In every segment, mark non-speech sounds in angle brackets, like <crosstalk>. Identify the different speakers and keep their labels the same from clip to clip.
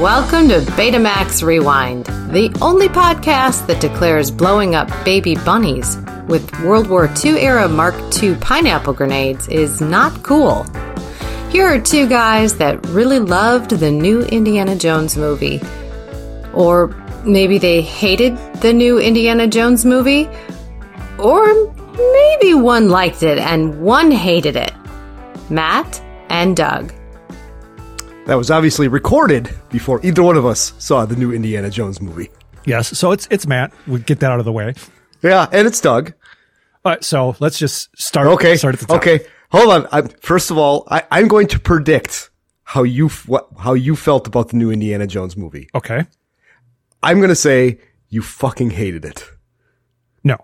Speaker 1: Welcome to Betamax Rewind, the only podcast that declares blowing up baby bunnies with World War II era Mark II pineapple grenades is not cool. Here are two guys that really loved the new Indiana Jones movie. Or maybe they hated the new Indiana Jones movie. Or maybe one liked it and one hated it. Matt and Doug.
Speaker 2: That was obviously recorded before either one of us saw the new Indiana Jones movie.
Speaker 3: Yes. So it's it's Matt. We get that out of the way.
Speaker 2: Yeah, and it's Doug.
Speaker 3: All right. So let's just start.
Speaker 2: Okay.
Speaker 3: Start at the top.
Speaker 2: Okay. Hold on. I'm, first of all, I, I'm going to predict how you f- what, how you felt about the new Indiana Jones movie.
Speaker 3: Okay.
Speaker 2: I'm going to say you fucking hated it.
Speaker 3: No,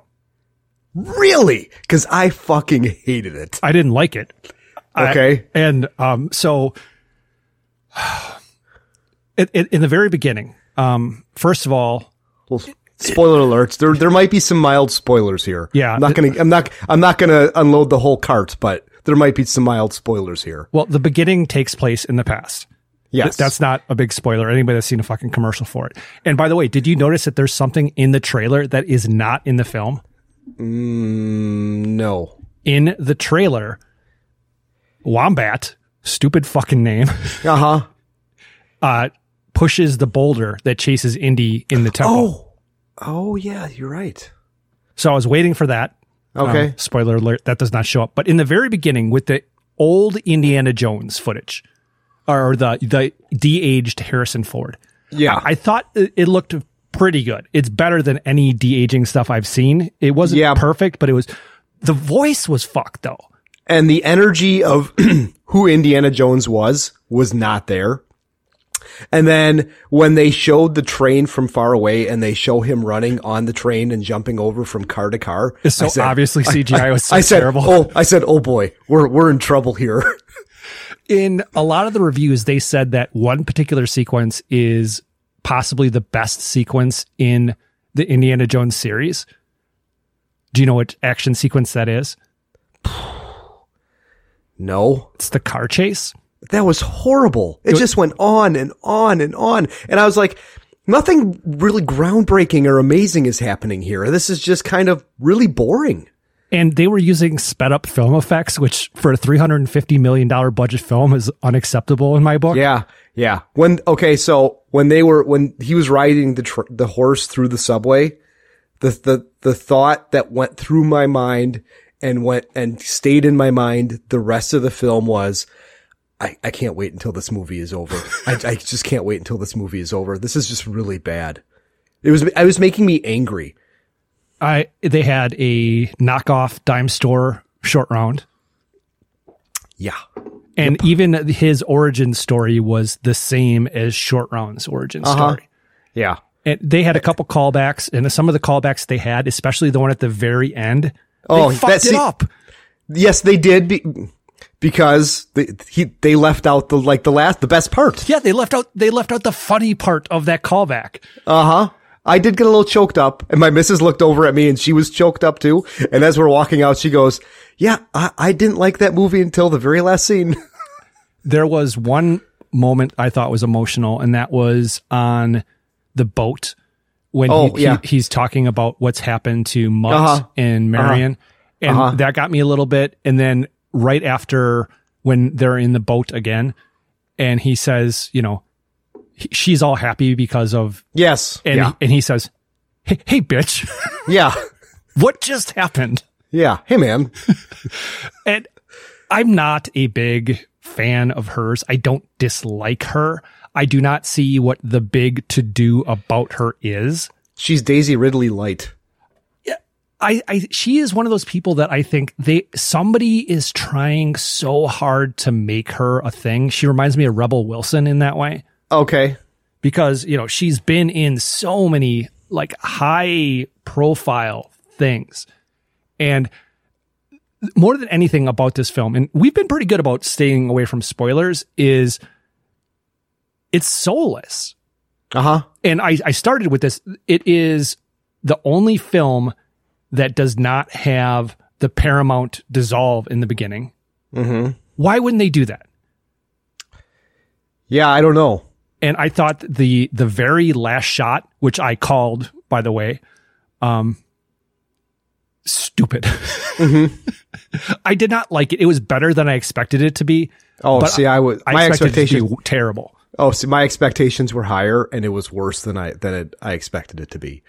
Speaker 2: Really? Because I fucking hated it.
Speaker 3: I didn't like it. I-
Speaker 2: Okay.
Speaker 3: and um, so, <sighs> it, it, in the very beginning, um, first of all,
Speaker 2: Well, spoiler alerts. There there might be some mild spoilers here.
Speaker 3: Yeah.
Speaker 2: I'm not gonna I'm not I'm not gonna unload the whole cart, but there might be some mild spoilers here.
Speaker 3: well, the beginning takes place in the past.
Speaker 2: Yes.
Speaker 3: That's not a big spoiler. Anybody that's seen a fucking commercial for it. And by the way, did you notice that there's something in the trailer that is not in the film?
Speaker 2: Mm, no.
Speaker 3: In the trailer, Wombat, stupid fucking name,
Speaker 2: Uh huh.
Speaker 3: <laughs> uh, pushes the boulder that chases Indy in the temple.
Speaker 2: Oh. Oh yeah, you're right.
Speaker 3: So I was waiting for that.
Speaker 2: Okay.
Speaker 3: Um, spoiler alert, that does not show up. But in the very beginning with the old Indiana Jones footage or the the de-aged Harrison Ford.
Speaker 2: yeah.
Speaker 3: I thought it it looked pretty good. It's better than any de-aging stuff I've seen. It wasn't
Speaker 2: Yeah.
Speaker 3: perfect, but it was the voice was fucked though.
Speaker 2: and the energy of <clears throat> who Indiana Jones was was not there. And then when they showed the train from far away and they show him running on the train and jumping over from car to car,
Speaker 3: It's so
Speaker 2: I said,
Speaker 3: obviously CGI was so
Speaker 2: I said,
Speaker 3: terrible.
Speaker 2: "Oh, I said, oh boy, we're we're in trouble here." <laughs>
Speaker 3: in a lot of the reviews, they said that one particular sequence is possibly the best sequence in the Indiana Jones series. Do you know what action sequence that is?
Speaker 2: no,
Speaker 3: It's the car chase.
Speaker 2: that was horrible. It just went on and on and on, and I was like, nothing really groundbreaking or amazing is happening here. This is just kind of really boring.
Speaker 3: And they were using sped up film effects, which for a $350 million budget film is unacceptable in my book.
Speaker 2: Yeah, yeah. When okay, so when they were when he was riding the tr- the horse through the subway, the the the thought that went through my mind and went and stayed in my mind the rest of the film was. I, I can't wait until this movie is over. I, I just can't wait until this movie is over. This is just really bad. It was I was making me angry.
Speaker 3: I, they had a knockoff dime store short round.
Speaker 2: Yeah.
Speaker 3: And even his origin story was the same as Short Round's origin
Speaker 2: Uh-huh.
Speaker 3: story.
Speaker 2: Yeah.
Speaker 3: And they had a couple callbacks, and some of the callbacks they had, especially the one at the very end,
Speaker 2: Oh,
Speaker 3: they fucked
Speaker 2: that's
Speaker 3: it
Speaker 2: the-
Speaker 3: up.
Speaker 2: Yes, they did be, because they, he they left out the like the last the best part.
Speaker 3: Yeah, they left out they left out the funny part of that callback.
Speaker 2: Uh huh. I did get a little choked up, and my missus looked over at me, and she was choked up too. And as we're walking out, she goes, "Yeah, I, I didn't like that movie until the very last scene." <laughs>
Speaker 3: There was one moment I thought was emotional, and that was on the boat when
Speaker 2: Oh,
Speaker 3: he, he-
Speaker 2: yeah.
Speaker 3: he's talking about what's happened to Mutz
Speaker 2: Uh-huh.
Speaker 3: and Marion, and that got me a little bit. And then right after when they're in the boat again, and he says, you know, he- she's all happy because of
Speaker 2: Yes.
Speaker 3: and
Speaker 2: yeah.
Speaker 3: and he says, "Hey, hey bitch, <laughs>
Speaker 2: yeah.
Speaker 3: what just happened?"
Speaker 2: Yeah. Hey, man.
Speaker 3: <laughs> And I'm not a big fan of hers. I don't dislike her. I do not see what the big to do about her is.
Speaker 2: She's Daisy Ridley light.
Speaker 3: I, I she is one of those people that I think they somebody is trying so hard to make her a thing. She reminds me of Rebel Wilson in that way.
Speaker 2: Okay.
Speaker 3: because you know she's been in so many like high profile things and more than anything about this film and we've been pretty good about staying away from spoilers is it's soulless
Speaker 2: Uh huh.
Speaker 3: and I, I started with this it is the only film that does not have the paramount dissolve in the beginning
Speaker 2: Mm hmm.
Speaker 3: why wouldn't they do that
Speaker 2: Yeah. I don't know.
Speaker 3: and I thought the the very last shot, which I called by the way, um, stupid.
Speaker 2: Mm-hmm.
Speaker 3: <laughs> I did not like it. It was better than I expected it to be.
Speaker 2: Oh,
Speaker 3: But
Speaker 2: see, I was
Speaker 3: I
Speaker 2: my
Speaker 3: expected it to
Speaker 2: expectations.
Speaker 3: be terrible.
Speaker 2: Oh, see, my expectations were higher, and it was worse than I than it, I expected it to be.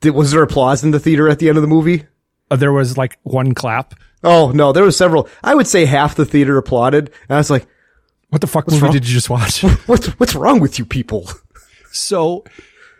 Speaker 2: Did, was there applause in the theater at the end of the movie?
Speaker 3: Uh, There was like one clap.
Speaker 2: Oh no, there was several. I would say half the theater applauded, and I was like,
Speaker 3: What the fuck movie
Speaker 2: wrong?
Speaker 3: did you just watch?
Speaker 2: <laughs> "What's what's wrong with you people?"
Speaker 3: so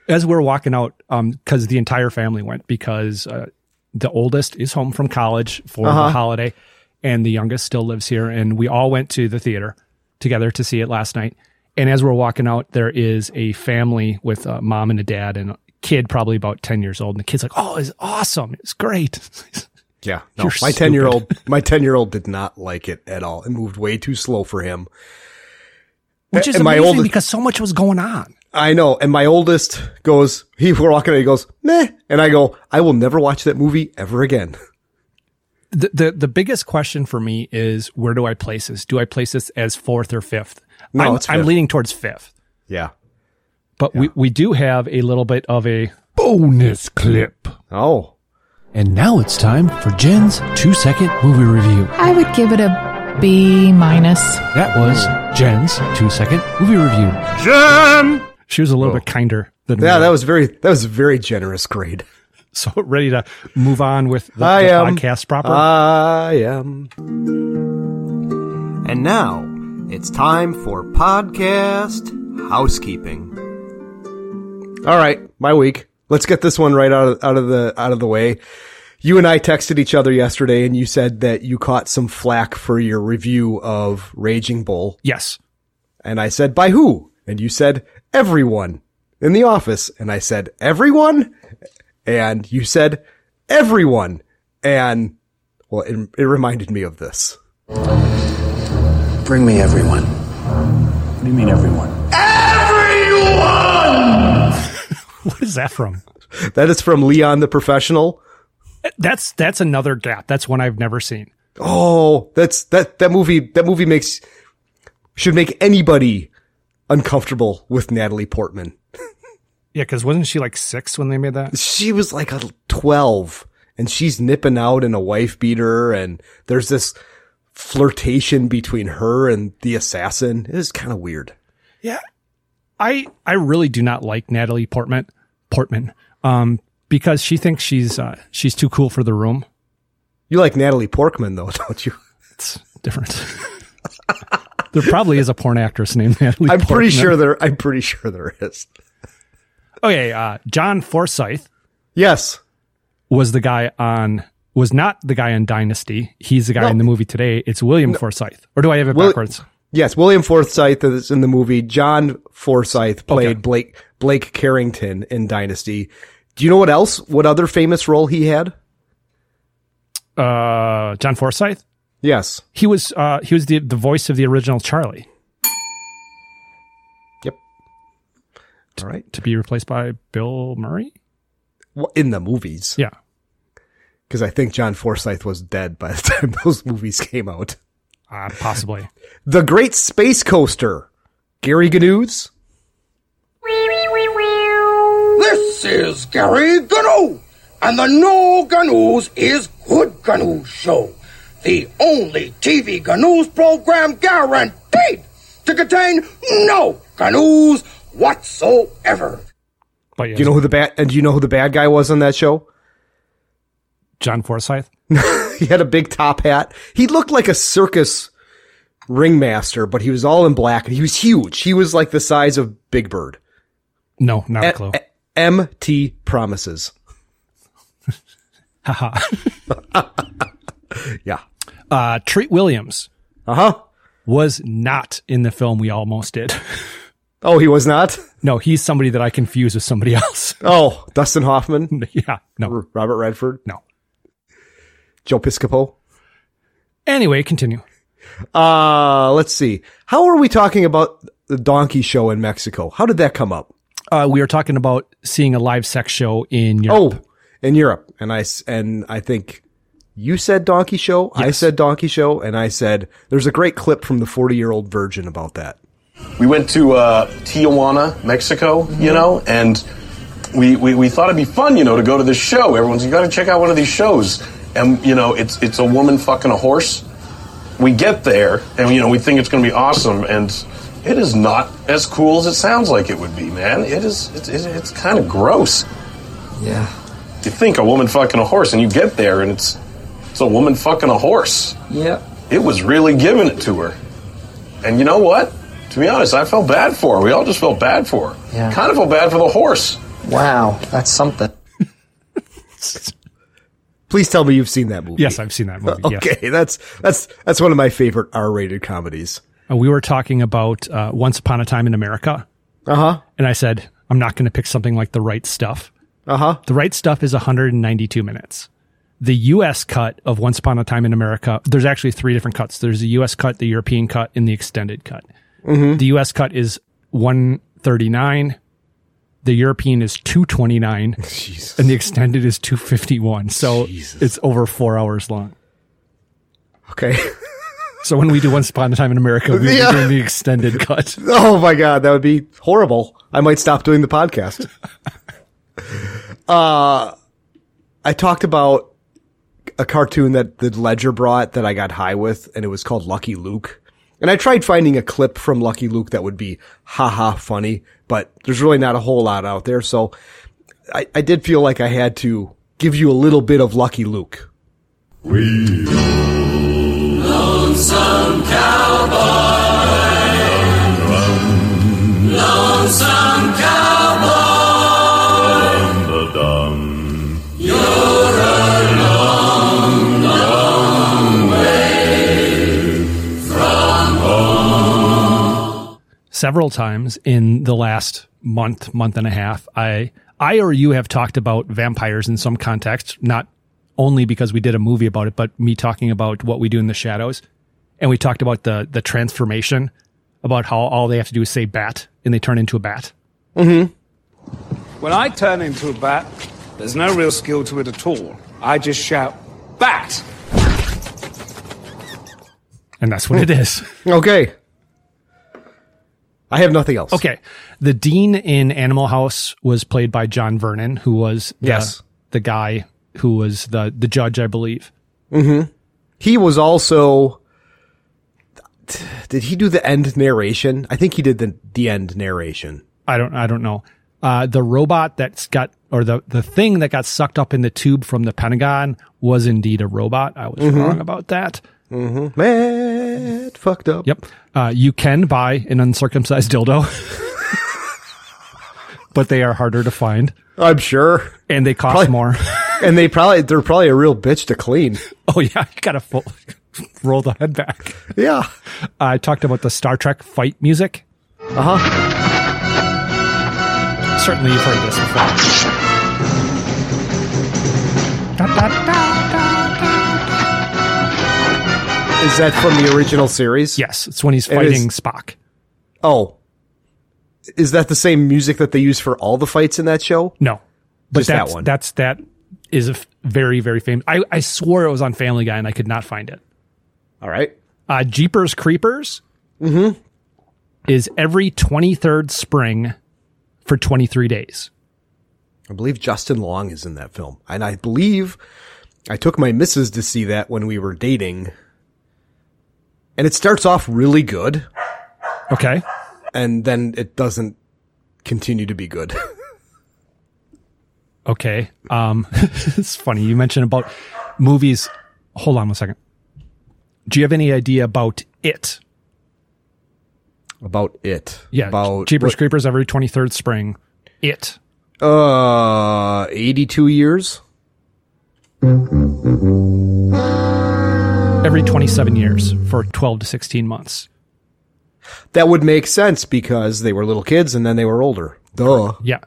Speaker 3: as we're walking out, um, because the entire family went because uh, the oldest is home from college for
Speaker 2: Uh-huh.
Speaker 3: the holiday, and the youngest still lives here, and we all went to the theater together to see it last night. And as we're walking out, there is a family with a mom and a dad and a kid, probably about ten years old, and the kid's like, "Oh, it's awesome! It's great."
Speaker 2: Yeah, no,
Speaker 3: You're
Speaker 2: my
Speaker 3: stupid.
Speaker 2: ten year old, <laughs> my ten year old did not like it at all. It moved way too slow for him.
Speaker 3: Which is
Speaker 2: And my
Speaker 3: amazing
Speaker 2: oldest-
Speaker 3: because so much was going on.
Speaker 2: I know. And my oldest goes, he we're walking, out, he goes, meh, and I go, I will never watch that movie ever again. <laughs>
Speaker 3: the, the the biggest question for me is where do I place this? Do I place this as fourth or fifth?
Speaker 2: No,
Speaker 3: I'm,
Speaker 2: it's
Speaker 3: I'm
Speaker 2: fifth.
Speaker 3: leaning towards fifth,
Speaker 2: Yeah.
Speaker 3: but we, we do have a little bit of a bonus clip.
Speaker 2: Oh,
Speaker 4: And now it's time for Jen's two second movie review.
Speaker 5: I would give it a B minus.
Speaker 4: That was Jen's two second movie review.
Speaker 3: She was a little bit kinder than
Speaker 2: Oh. yeah.
Speaker 3: me.
Speaker 2: That was very, that was a very generous grade.
Speaker 3: <laughs> so ready to move on with the,
Speaker 2: I
Speaker 3: the
Speaker 2: am- Uh,
Speaker 3: podcast proper.
Speaker 2: I am.
Speaker 6: And now it's time for podcast housekeeping.
Speaker 2: All right, my week. Let's get this one right out of, out of the out of the way. You and I texted each other yesterday, and you said that you caught some flack for your review of Raging Bull,
Speaker 3: yes,
Speaker 2: and I said by who, and you said everyone in the office, and I said everyone, and you said everyone, and well, it, it reminded me of this.
Speaker 7: Bring me everyone. What do you mean everyone?
Speaker 3: what is that from?
Speaker 2: <laughs> That is from Leon the Professional.
Speaker 3: That's that's another gap. That's one I've never seen.
Speaker 2: Oh, that's that that movie that movie makes should make anybody uncomfortable with Natalie Portman.
Speaker 3: Yeah, because wasn't she like six when they made that?
Speaker 2: She was like a 12 and she's nipping out in a wife beater and there's this flirtation between her and the assassin. It is kind of weird.
Speaker 3: Yeah. I I really do not like Natalie Portman Portman um because she thinks she's uh, she's too cool for the room.
Speaker 2: You like Natalie Portman though, <laughs> don't you?
Speaker 3: It's different. <laughs> there probably is a porn actress named Natalie
Speaker 2: I'm pretty
Speaker 3: Portman.
Speaker 2: sure there I'm pretty sure there is.
Speaker 3: Okay, uh John Forsyth
Speaker 2: Yes.
Speaker 3: was the guy on was not the guy on Dynasty. He's the guy
Speaker 2: No.
Speaker 3: in the movie today. It's William Forsyth. Or do I have it
Speaker 2: Will-
Speaker 3: backwards?
Speaker 2: Yes, William Forsythe is in the movie. John Forsythe played
Speaker 3: Okay.
Speaker 2: Blake Blake Carrington in Dynasty. Do you know what else? What other famous role he had?
Speaker 3: Uh John Forsyth?
Speaker 2: Yes.
Speaker 3: He was uh he was the the voice of the original Charlie
Speaker 2: Yep. All right.
Speaker 3: to be replaced by Bill Murray?
Speaker 2: Well, in the movies,
Speaker 3: Yeah.
Speaker 2: because I think John Forsythe was dead by the <laughs> time those movies came out.
Speaker 3: Uh, possibly.
Speaker 2: The Great Space Coaster, Gary Ganous.
Speaker 8: This is Gary Gano, and the No Ganos is Good Ganos Show, the only TV Ganos program guaranteed to contain no Ganos whatsoever.
Speaker 3: But yeah,
Speaker 2: Do you know who the bad and do you know who the bad guy was on that show?
Speaker 3: John Forsyth?
Speaker 2: <laughs> He had a big top hat. He looked like a circus ringmaster, but he was all in black and he was huge. He was like the size of Big Bird.
Speaker 3: No, not a clue.
Speaker 2: A- MT promises.
Speaker 3: Haha.
Speaker 2: <laughs> Yeah.
Speaker 3: uh, Treat Williams
Speaker 2: Uh huh.
Speaker 3: was not in the film we almost did. <laughs>
Speaker 2: Oh, he was not.
Speaker 3: No, he's somebody that I confuse with somebody <laughs> else.
Speaker 2: Oh, Dustin Hoffman,
Speaker 3: <laughs> yeah, no.
Speaker 2: R- Robert Redford,
Speaker 3: No.
Speaker 2: Joe Piscopo.
Speaker 3: Anyway, continue.
Speaker 2: Uh, let's see. How are we talking about the donkey show in Mexico? How did that come up?
Speaker 3: Uh, we were talking about seeing a live sex show in Europe.
Speaker 2: Oh, in Europe, and I s- and I think you said Donkey Show. I said Donkey Show, and I said there's a great clip from the 40 year old virgin about that.
Speaker 9: We went to uh, Tijuana, Mexico, you know, and we, we, we thought it'd be fun, you know, to go to this show. Everyone's, you got to check out one of these shows. And, you know, it's, it's a woman fucking a horse. We get there, and, you know, we think it's going to be awesome, and it is not as cool as it sounds like it would be, man. It is, it's, it's, it's kind of gross.
Speaker 2: Yeah.
Speaker 9: You think a woman fucking a horse, and you get there, and it's, it's a woman fucking a horse
Speaker 2: Yeah.
Speaker 9: it was really giving it to her. And you know what? To be honest, I felt bad for her. We all just felt bad for her.
Speaker 10: Yeah.
Speaker 9: Kind of felt bad for the horse.
Speaker 10: Wow, that's something.
Speaker 2: <laughs> Please tell me you've seen that movie.
Speaker 3: Yes, I've seen that movie. yes.
Speaker 2: Okay, that's that's that's one of my favorite R-rated comedies.
Speaker 3: Uh, we were talking about uh, Once Upon a Time in America,
Speaker 2: Uh huh.
Speaker 3: and I said I'm not going to pick something like The Right Stuff.
Speaker 2: Uh huh.
Speaker 3: The Right Stuff is 192 minutes. The U.S. cut of Once Upon a Time in America. There's actually three different cuts. There's the U.S. cut, the European cut, and the extended cut. The U.S. cut is 139. The European is 229, and the extended is 251. So it's over four hours long.
Speaker 2: Okay.
Speaker 3: <laughs> So when we do Once Upon a Time in America, we're
Speaker 2: Yeah.
Speaker 3: doing the extended
Speaker 2: <laughs>
Speaker 3: cut.
Speaker 2: oh my god, that would be horrible. I might stop doing the podcast. uh I talked about a cartoon that the Ledger brought that I got high with and it was called Lucky Luke. And I tried finding a clip from Lucky Luke that would be haha funny, but there's really not a whole lot out there. So I, I did feel like I had to give you a little bit of Lucky Luke. Oh.
Speaker 3: several times in the last month, month and a half. I, I or you have talked about vampires in some context, not only because we did a movie about it, but me talking about what we do in the shadows. And we talked about the, the transformation about how all they have to do is say bat and they turn into a bat.
Speaker 11: When I turn into a bat, there's no real skill to it at all. I just shout, Bat!
Speaker 3: And that's what it is.
Speaker 2: Hmm. Okay. I have nothing else.
Speaker 3: Okay. The dean in Animal House was played by John Vernon, who was the,
Speaker 2: Yes.
Speaker 3: the guy who was the, the judge, I believe.
Speaker 2: Mm-hmm. he was also did he do the end narration i think he did the, the end narration
Speaker 3: I don't I don't know. Uh, the robot that's got or the the thing that got sucked up in the tube from the Pentagon was indeed a robot. I was
Speaker 2: Mm-hmm.
Speaker 3: wrong about that.
Speaker 2: Matt Mm-hmm. fucked up
Speaker 3: Yep. Uh, you can buy an uncircumcised dildo, <laughs> but they are harder to find
Speaker 2: i'm sure
Speaker 3: and they cost
Speaker 2: <laughs> Probably-
Speaker 3: more.
Speaker 2: and
Speaker 3: <laughs>
Speaker 2: they probably they're probably a real bitch to clean
Speaker 3: oh yeah, you gotta fo- <laughs> roll the head back.
Speaker 2: yeah
Speaker 3: I talked about the Star Trek fight music.
Speaker 2: uh-huh
Speaker 3: Certainly, you've heard this before.
Speaker 2: is that from the original series
Speaker 3: Yes, it's when he's
Speaker 2: It is-
Speaker 3: fighting Spock.
Speaker 2: oh is that the same music that they use for all the fights in that show
Speaker 3: No, but
Speaker 2: Just that
Speaker 3: that's,
Speaker 2: one.
Speaker 3: That's that is a f- very very famous. I I swore it was on Family Guy and I could not find it.
Speaker 2: all right Mm-hmm.
Speaker 3: Uh, Jeepers Creepers is every twenty third spring for twenty three days.
Speaker 2: i believe justin long is in that film and i believe i took my missus to see that when we were dating and it starts off really good
Speaker 3: Okay,
Speaker 2: and then it doesn't continue to be good. <laughs>
Speaker 3: okay. Um, <laughs> it's funny you mentioned about movies. Hold on one second. Do you have any idea about it?
Speaker 2: About it.
Speaker 3: Yeah,
Speaker 2: About
Speaker 3: Jeepers
Speaker 2: what,
Speaker 3: Creepers every twenty third spring. It.
Speaker 2: uh, 82 years.
Speaker 3: Every 27 years for 12 to 16 months.
Speaker 2: That would make sense because they were little kids and then they were older. Duh.
Speaker 3: Yeah.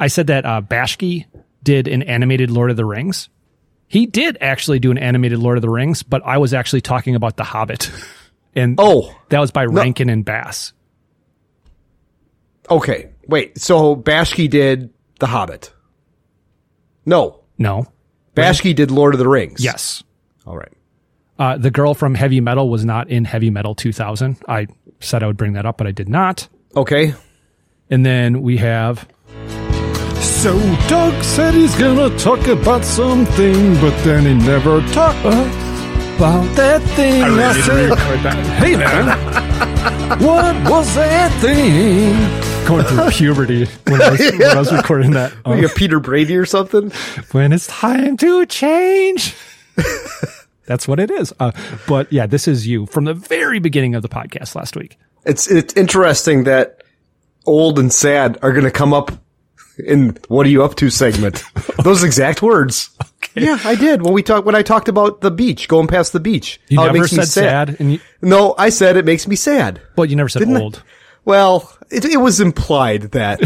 Speaker 3: I said that uh, Bashki did an animated Lord of the Rings. He did actually do an animated Lord of the Rings, but I was actually talking about The Hobbit. <laughs> And
Speaker 2: Oh.
Speaker 3: that was by Rankin and Bass.
Speaker 2: Okay. Wait. So Bashki did The Hobbit. No.
Speaker 3: No.
Speaker 2: Bashki did Lord of the Rings.
Speaker 3: Yes.
Speaker 2: All right.
Speaker 3: Uh, the girl from Heavy Metal was not in Heavy Metal 2000. I said I would bring that up, but I did not.
Speaker 2: Okay.
Speaker 3: And then we have.
Speaker 12: So Doug said he's gonna talk about something, but then he never talked about that thing.
Speaker 11: I really did really enjoy
Speaker 12: said, "Hey man, what was that thing?"
Speaker 3: Going through puberty when I was, when
Speaker 2: <laughs>
Speaker 3: I was recording that.
Speaker 2: Were you a Peter Brady or something?
Speaker 3: when it's time to change. <laughs> That's what it is. Uh, but yeah, this is you from the very beginning of the podcast last week.
Speaker 2: It's it's interesting that old and sad are going to come up in "What are you up to?"
Speaker 3: <laughs>
Speaker 2: segment. Those exact words. Yeah, I did when we talked when I talked about the beach, going past the beach.
Speaker 3: You
Speaker 2: how Oh, it
Speaker 3: never
Speaker 2: makes me
Speaker 3: said sad, and you-
Speaker 2: no, I said it makes me sad.
Speaker 3: But you never said
Speaker 2: Didn't I?
Speaker 3: old.
Speaker 2: Well, it, it was implied
Speaker 3: <laughs>
Speaker 2: that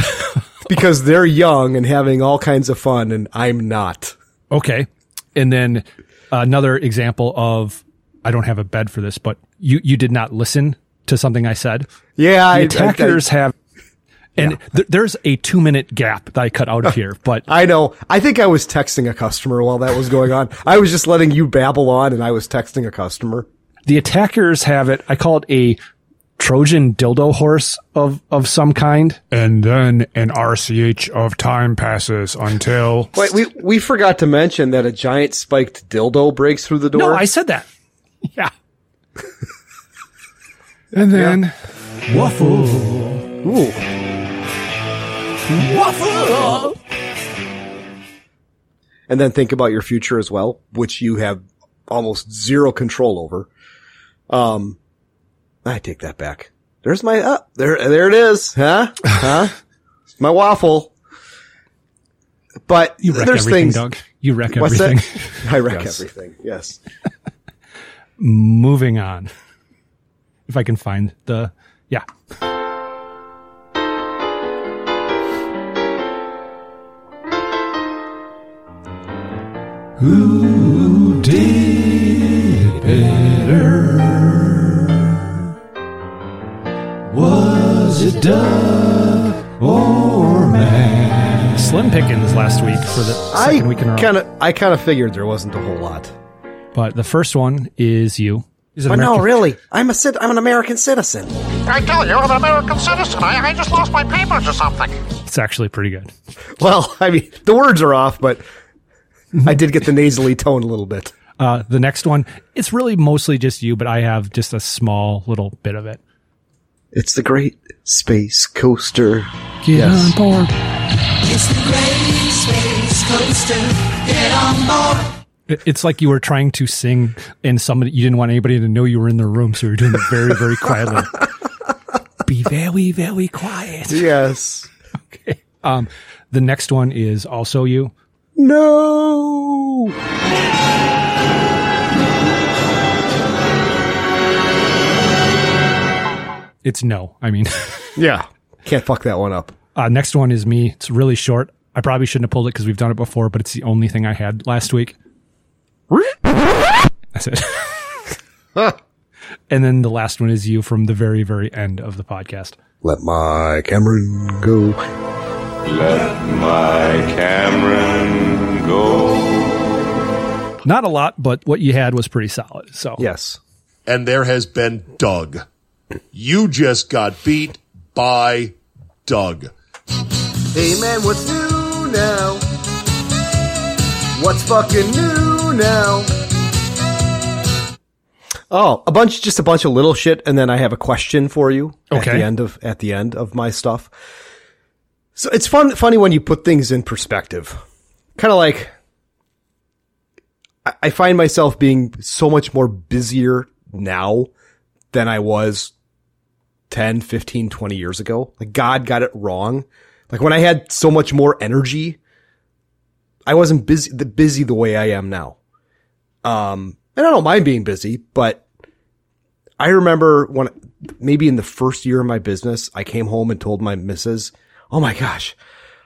Speaker 2: because they're young and having all kinds of fun, and I'm not.
Speaker 3: Okay. And then another example of I don't have a bed for this, but you you did not listen to something I said.
Speaker 2: Yeah, I- I-
Speaker 3: the attackers
Speaker 2: I-
Speaker 3: have. And th- there's a two minute gap that I cut out of here, but
Speaker 2: I know. I think I was texting a customer while that was going on. I was just letting you babble on, and I was texting a customer.
Speaker 3: the attackers have it. I call it a Trojan dildo horse of of some kind.
Speaker 13: And then an RCH of time passes until.
Speaker 2: Wait, we we forgot to mention that a giant spiked dildo breaks through the door.
Speaker 3: No, I said that. Yeah.
Speaker 13: And then.
Speaker 3: Waffle.
Speaker 2: Ooh.
Speaker 13: Waffle!
Speaker 2: And then think about your future as well, which you have almost zero control over. Um, I take that back. There's my uh, there there it is, huh?
Speaker 3: <laughs>
Speaker 2: Huh? It's my waffle. But
Speaker 3: You wreck
Speaker 2: there's
Speaker 3: everything,
Speaker 2: things.
Speaker 3: Doug. You wreck
Speaker 2: What's
Speaker 3: everything.
Speaker 2: That? <laughs> I wreck
Speaker 3: Yes.
Speaker 2: everything. Yes.
Speaker 3: Moving on. If I can find the yeah.
Speaker 4: Who did better? Was it Doug or Max?
Speaker 3: Slim Pickens last week for the
Speaker 2: I
Speaker 3: second week in a row.
Speaker 2: kind of I kind of figured there wasn't a whole lot.
Speaker 3: But the first one is you. He's an
Speaker 2: But no,
Speaker 3: American-
Speaker 2: really, I'm a cit- I'm an American citizen.
Speaker 14: I tell you, I'm an American citizen. I, I just lost my papers or something.
Speaker 3: It's actually pretty good.
Speaker 2: Well, <laughs> I mean, the words are off, but
Speaker 3: Mm-hmm.
Speaker 2: I did get the nasally tone a little bit.
Speaker 3: Uh, the next one, it's really mostly just you, but I have just a small little bit of it.
Speaker 2: It's the great space coaster.
Speaker 4: Get
Speaker 2: Yes.
Speaker 4: on board.
Speaker 15: It's the great space coaster. Get on board.
Speaker 3: It- It's like you were trying to sing, and somebody you didn't want anybody to know you were in the room, so you're doing it very,
Speaker 4: <laughs>
Speaker 3: very quietly. Be very, very quiet.
Speaker 2: Yes.
Speaker 3: <laughs> okay. Um, the next one is also you.
Speaker 2: No.
Speaker 3: It's no. I mean. <laughs>
Speaker 2: Yeah. Can't fuck that one up.
Speaker 3: Uh, next one is me. It's really short. I probably shouldn't have pulled it because we've done it before, but it's the only thing I had last
Speaker 2: <laughs>
Speaker 3: week. That's it. and then the last one is you from the very, very end of the podcast.
Speaker 2: Let my Cameron go.
Speaker 16: Let my Cameron go.
Speaker 3: Not a lot, but what you had was pretty solid. So
Speaker 2: yes,
Speaker 17: and there has been Doug. You just got beat by Doug.
Speaker 6: Hey man, what's new now? What's fucking new now?
Speaker 2: Oh, a bunch, just a bunch of little shit, and then I have a question for you. At
Speaker 3: Okay.
Speaker 2: the end of at the end of my stuff. So it's fun, funny when you put things in perspective. Kind of like I, I find myself being so much more busier now than I was 10, 15, 20 years ago. Like God got it wrong. Like when I had so much more energy, I wasn't busy the busy the way I am now. Um, and I don't mind being busy, but I remember when maybe in the first year of my business, I came home and told my missus, "Oh my gosh,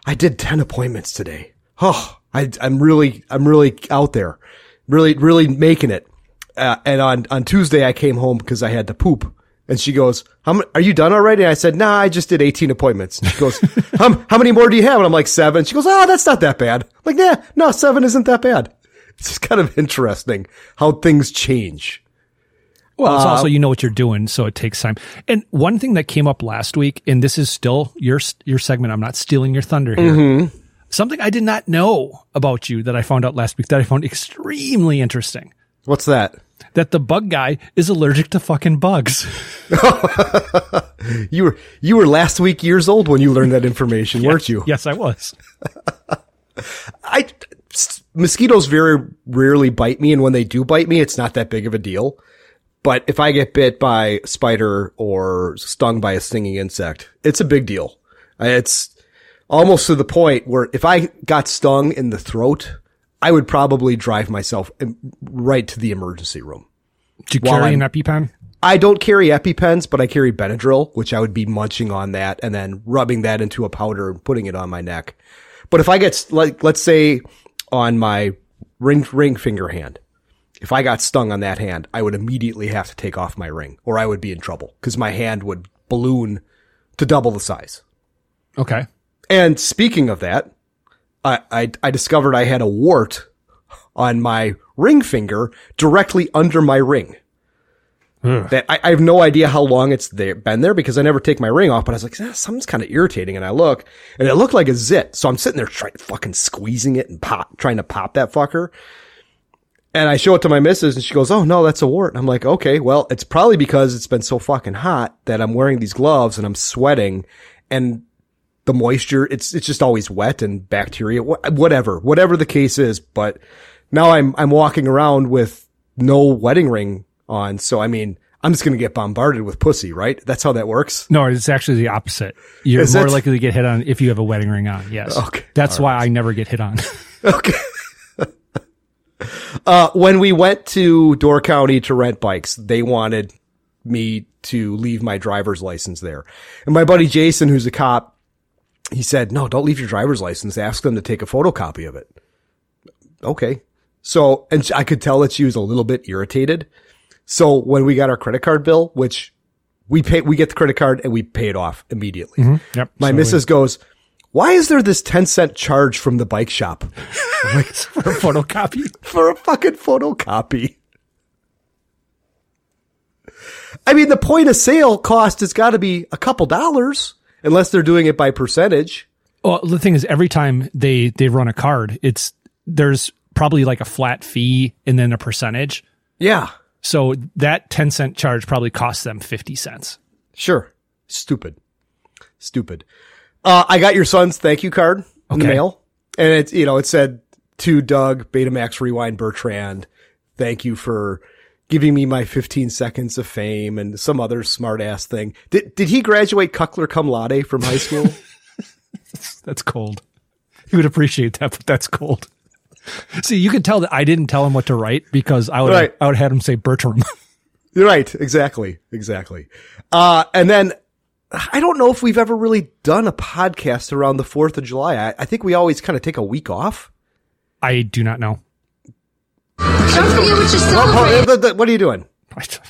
Speaker 2: I did 10 appointments today. Oh, I, I'm really, I'm really out there, really, really making it. Uh, and on, on Tuesday, I came home because I had to poop. And she goes, how many, are you done already? And I said, nah, I just did 18 appointments. And she goes, how, how many more do you have? And I'm like, seven. She goes, oh, that's not that bad. I'm like, nah, no, seven isn't that bad. It's just kind of interesting how things change.
Speaker 3: Well, it's
Speaker 2: Uh,
Speaker 3: also you know what you're doing, so it takes time. And one thing that came up last week, and this is still your your segment. I'm not stealing your thunder here.
Speaker 2: Mhm.
Speaker 3: Something I did not know about you that I found out last week that I found extremely interesting.
Speaker 2: What's that?
Speaker 3: That the bug guy is allergic to fucking
Speaker 2: <laughs>
Speaker 3: bugs.
Speaker 2: You were you were last week years old when you learned that information, weren't you?
Speaker 3: Yes, I was.
Speaker 2: I s- mosquitoes very rarely bite me, and when they do bite me, it's not that big of a deal. But if I get bit by a spider or stung by a stinging insect, it's a big deal. Uh, It's almost to the point where if I got stung in the throat, I would probably drive myself im- right to the emergency room.
Speaker 3: Do you
Speaker 2: While
Speaker 3: carry
Speaker 2: I'm-
Speaker 3: an EpiPen?
Speaker 2: I don't carry EpiPens, but I carry Benadryl, which I would be munching on that and then rubbing that into a powder and putting it on my neck. But if I get like, let's say on my ring, ring finger hand, if I got stung on that hand, I would immediately have to take off my ring or I would be in trouble because my hand would balloon to double the size.
Speaker 3: Okay.
Speaker 2: And speaking of that, I, I, I discovered I had a wart on my ring finger directly under my ring. That I, I have no idea how long it's there, been there because I never take my ring off. But I was like, "Ah, something's kind of irritating, and I look, and it looked like a zit. So I'm sitting there trying, fucking squeezing it and pop, trying to pop that fucker. And I show it to my missus, and she goes, "Oh no, that's a wart." And I'm like, "Okay, well, it's probably because it's been so fucking hot that I'm wearing these gloves and I'm sweating, and the moisture it's it's just always wet and bacteria wh- whatever whatever the case is but now i'm i'm walking around with no wedding ring on so i mean i'm just going to get bombarded with pussy right that's how that works
Speaker 3: No, it's actually the opposite. You're
Speaker 2: Is
Speaker 3: more
Speaker 2: it?
Speaker 3: likely to get hit on if you have a wedding ring on. Yes.
Speaker 2: Okay.
Speaker 3: That's why I never get
Speaker 2: <laughs>
Speaker 3: hit on.
Speaker 2: uh when we went to door county to rent bikes they wanted me to leave my driver's license there and my buddy jason who's a cop he said no don't leave your driver's license ask them to take a photocopy of it okay. So, and I could tell that she was a little bit irritated. So when we got our credit card bill, which we pay, we get the credit card and we pay it off immediately.
Speaker 3: Mhm. Yep.
Speaker 2: My
Speaker 3: So we-
Speaker 2: missus goes, why is there this 10 cent charge from the bike shop? I'm
Speaker 3: <laughs>
Speaker 2: like,
Speaker 3: for a photocopy?
Speaker 2: <laughs> For a fucking photocopy. I mean, the point of sale cost has got to be a couple dollars unless they're doing it by percentage.
Speaker 3: Well, the thing is, every time they they run a card, it's there's probably like a flat fee and then a percentage.
Speaker 2: Yeah.
Speaker 3: So that ten cent charge probably costs them fifty cents.
Speaker 2: Sure. Stupid. Stupid. Uh, I got your son's thank you card in the
Speaker 3: Okay.
Speaker 2: mail. And it, you know, it said to Doug, Betamax Rewind Bertrand, thank you for giving me my 15 seconds of fame and some other smart ass thing. Did, did he graduate Cuckler cum laude from high school?
Speaker 3: <laughs> That's cold. He would appreciate that, but that's cold. See, you can tell that I didn't tell him what to write because I would
Speaker 2: Right.
Speaker 3: I would have had him say Bertram. <laughs>
Speaker 2: You're right. Exactly. Exactly. Uh, and then I don't know if we've ever really done a podcast around the 4th of July. I, I think we always kind of take a week off.
Speaker 3: I do not know.
Speaker 15: Don't forget what you're
Speaker 2: Oh, Paul,
Speaker 15: celebrating.
Speaker 2: th- th- what are you doing?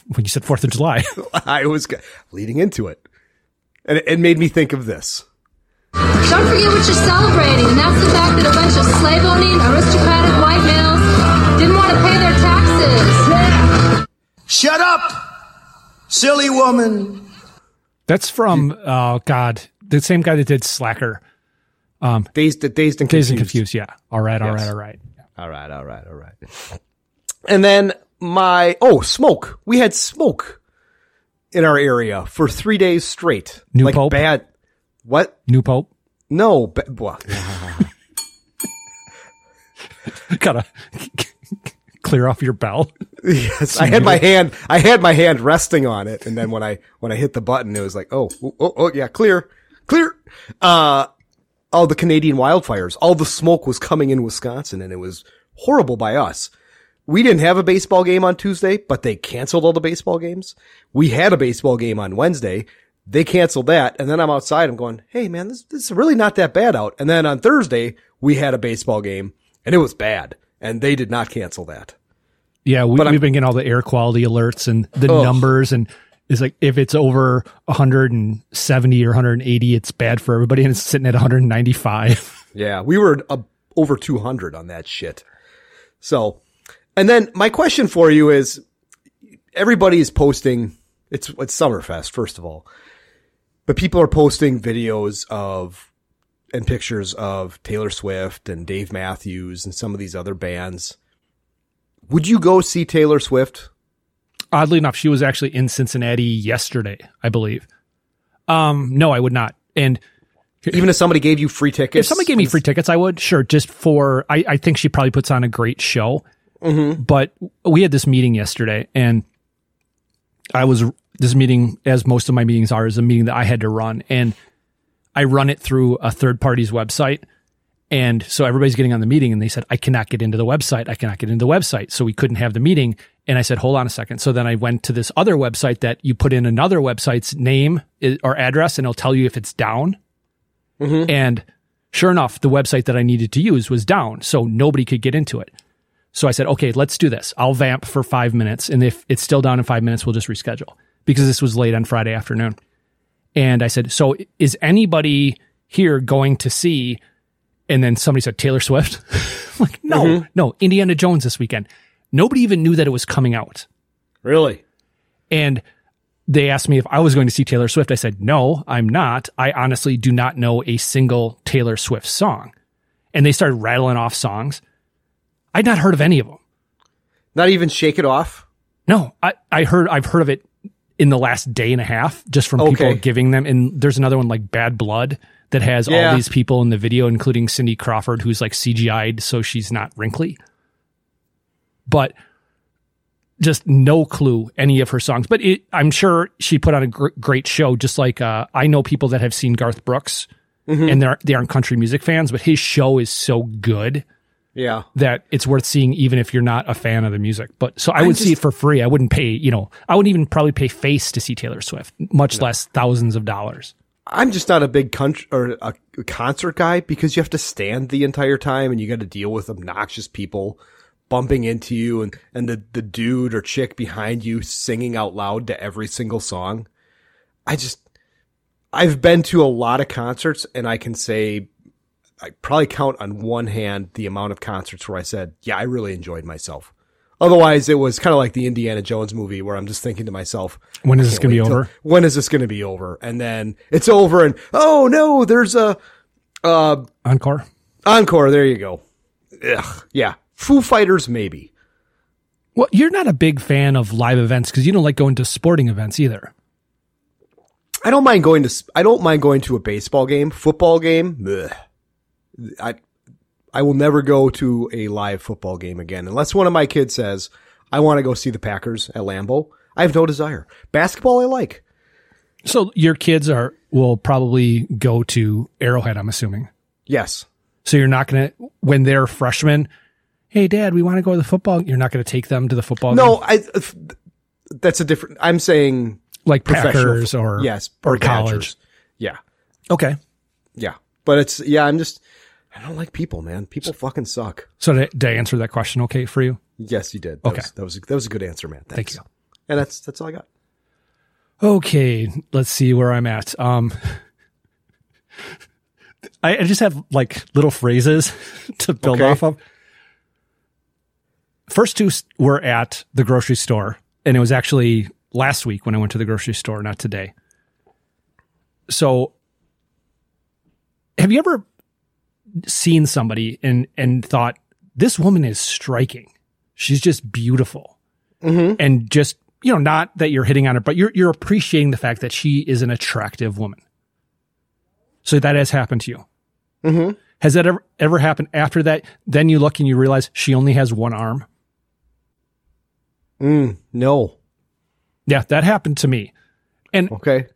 Speaker 3: When you said Fourth of July,
Speaker 2: <laughs> I was g- leading into it, and it, it made me think of this.
Speaker 15: Don't forget what you're celebrating, and that's the fact that a bunch of slave owning, aristocratic white males didn't want to pay their taxes.
Speaker 18: Shut up, silly woman.
Speaker 3: that's from oh god, the same guy that did Slacker. Um,
Speaker 2: dazed, dazed and
Speaker 3: dazed and
Speaker 2: Confused.
Speaker 3: confused. Yeah. All right. All
Speaker 2: Yes.
Speaker 3: right. All right.
Speaker 2: All right, all right, all right. And then my oh, smoke. We had smoke in our area for three days straight.
Speaker 3: New
Speaker 2: like
Speaker 3: pope?
Speaker 2: bad. What?
Speaker 3: New pope.
Speaker 2: No. Ba-
Speaker 3: <laughs>
Speaker 2: blah.
Speaker 3: Gotta clear off your bell.
Speaker 2: <laughs> Yes, I had my hand. I had my hand resting on it, and then when I when I hit the button, it was like, oh, oh, oh, oh, yeah, clear, clear. Uh, all the Canadian wildfires, all the smoke was coming in Wisconsin, and it was horrible by us. We didn't have a baseball game on Tuesday, but they canceled all the baseball games. We had a baseball game on Wednesday. They canceled that. And then I'm outside. I'm going, Hey man, this, this is really not that bad out. And then on Thursday, we had a baseball game and it was bad. And they did not cancel that.
Speaker 3: Yeah, we,
Speaker 2: But I'm-
Speaker 3: we've been getting all the air quality alerts and the
Speaker 2: Ugh.
Speaker 3: numbers, and it's like if it's over 170 or 180, it's bad for everybody, and it's sitting at 195.
Speaker 2: Yeah, we were uh, over 200 on that shit. So, and then my question for you is everybody is posting. It's it's Summerfest, first of all, but people are posting videos of and pictures of Taylor Swift and Dave Matthews and some of these other bands. Would you go see
Speaker 3: <laughs>
Speaker 2: Taylor Swift?
Speaker 3: Oddly enough, she was actually in Cincinnati yesterday, I believe. Um, no, I would not. And
Speaker 2: even if somebody gave you free tickets,
Speaker 3: if somebody gave me free tickets, I would sure just for. I, I think she probably puts on a great show.
Speaker 2: Mm-hmm.
Speaker 3: But we had this meeting yesterday, and I was this meeting, as most of my meetings are, is a meeting that I had to run, and I run it through a third party's website. And so everybody's getting on the meeting, and they said, I cannot get into the website. I cannot get into the website. So we couldn't have the meeting. And I said, hold on a second. So then I went to this other website that you put in another website's name or address, and it'll tell you if it's down.
Speaker 2: Mm-hmm.
Speaker 3: And sure enough, the website that I needed to use was down, so nobody could get into it. So I said, okay, let's do this. I'll vamp for five minutes. And if it's still down in five minutes, we'll just reschedule because this was late on Friday afternoon. And I said, so is anybody here going to see? And then somebody said, Taylor Swift. <laughs> I'm like, no,
Speaker 2: Mhm.
Speaker 3: no, Indiana Jones this weekend. Nobody even knew that it was coming out.
Speaker 2: Really?
Speaker 3: And they asked me if I was going to see Taylor Swift. I said, no, I'm not. I honestly do not know a single Taylor Swift song. And they started rattling off songs. I'd not heard of any of them.
Speaker 2: Not even Shake It Off?
Speaker 3: No, I, I heard, I've heard of it in the last day and a half just from
Speaker 2: Okay.
Speaker 3: people giving them. And there's another one like Bad Blood that has
Speaker 2: Yeah.
Speaker 3: all these people in the video, including Cindy Crawford, who's like CGI'd so she's not wrinkly. But just no clue any of her songs. But it, I'm sure she put on a gr- great show. Just like uh, I know people that have seen Garth Brooks,
Speaker 2: Mhm.
Speaker 3: and they aren't, they aren't country music fans, but his show is so good
Speaker 2: Yeah.
Speaker 3: that it's worth seeing, even if you're not a fan of the music. But so I
Speaker 2: I'm
Speaker 3: would see it
Speaker 2: just-
Speaker 3: for free. I wouldn't pay. You know, I wouldn't even probably pay face to see Taylor Swift, much less thousands of dollars.
Speaker 2: I'm just not a big country or a concert guy because you have to stand the entire time and you got to deal with obnoxious people bumping into you and, and the, the dude or chick behind you singing out loud to every single song. I just, I've been to a lot of concerts and I can say I probably count on one hand the amount of concerts where I said, yeah, I really enjoyed myself. Otherwise, it was kind of like the Indiana Jones movie where I'm just thinking to myself,
Speaker 3: When is
Speaker 2: I
Speaker 3: this
Speaker 2: can't
Speaker 3: gonna be
Speaker 2: wait till-
Speaker 3: over?
Speaker 2: When is this going to be over? And then it's over, and oh no, there's a uh,
Speaker 3: Encore.
Speaker 2: encore. There you go. Ugh, yeah, Foo Fighters maybe.
Speaker 3: Well, you're not a big fan of live events because you don't like going to sporting events either.
Speaker 2: I don't mind going to. s- I don't mind going to a baseball game, football game. bleh. I I will never go to a live football game again unless one of my kids says I want to go see the Packers at Lambeau. I have no desire. Basketball I like.
Speaker 3: So your kids are will probably go to Arrowhead, I'm assuming.
Speaker 2: Yes.
Speaker 3: So you're not gonna when they're freshmen. Hey, Dad, we want to go to the football. You're not gonna take them to the football.
Speaker 2: No,
Speaker 3: game?
Speaker 2: I. if- That's a different. I'm saying
Speaker 3: like
Speaker 2: professional
Speaker 3: Packers
Speaker 2: fo-
Speaker 3: or
Speaker 2: yes
Speaker 3: or,
Speaker 2: Badgers.
Speaker 3: college.
Speaker 2: Yeah,
Speaker 3: Okay.
Speaker 2: yeah, but it's yeah. I'm just I don't like people, man. People fucking suck.
Speaker 3: So did, did I answer that question okay for you?
Speaker 2: Yes, you did. That
Speaker 3: Okay.
Speaker 2: was, that was that was a good answer, man.
Speaker 3: Thank
Speaker 2: Thanks.
Speaker 3: you.
Speaker 2: And that's that's all I got.
Speaker 3: Okay, let's see where I'm at. Um, <laughs> I, I just have like little phrases <laughs> to build
Speaker 2: Okay.
Speaker 3: off of. First two s- were at the grocery store, and it was actually last week when I went to the grocery store, not today. So, have you ever seen somebody and and thought this woman is striking? She's just beautiful
Speaker 2: Mm-hmm.
Speaker 3: and just you know not that you're hitting on her but you're you're appreciating the fact that she is an attractive woman so that has happened to you
Speaker 2: Mm-hmm.
Speaker 3: has that ever ever happened after that then you look and you realize she only has one arm
Speaker 2: Mm, no.
Speaker 3: yeah that happened to me and
Speaker 2: Okay.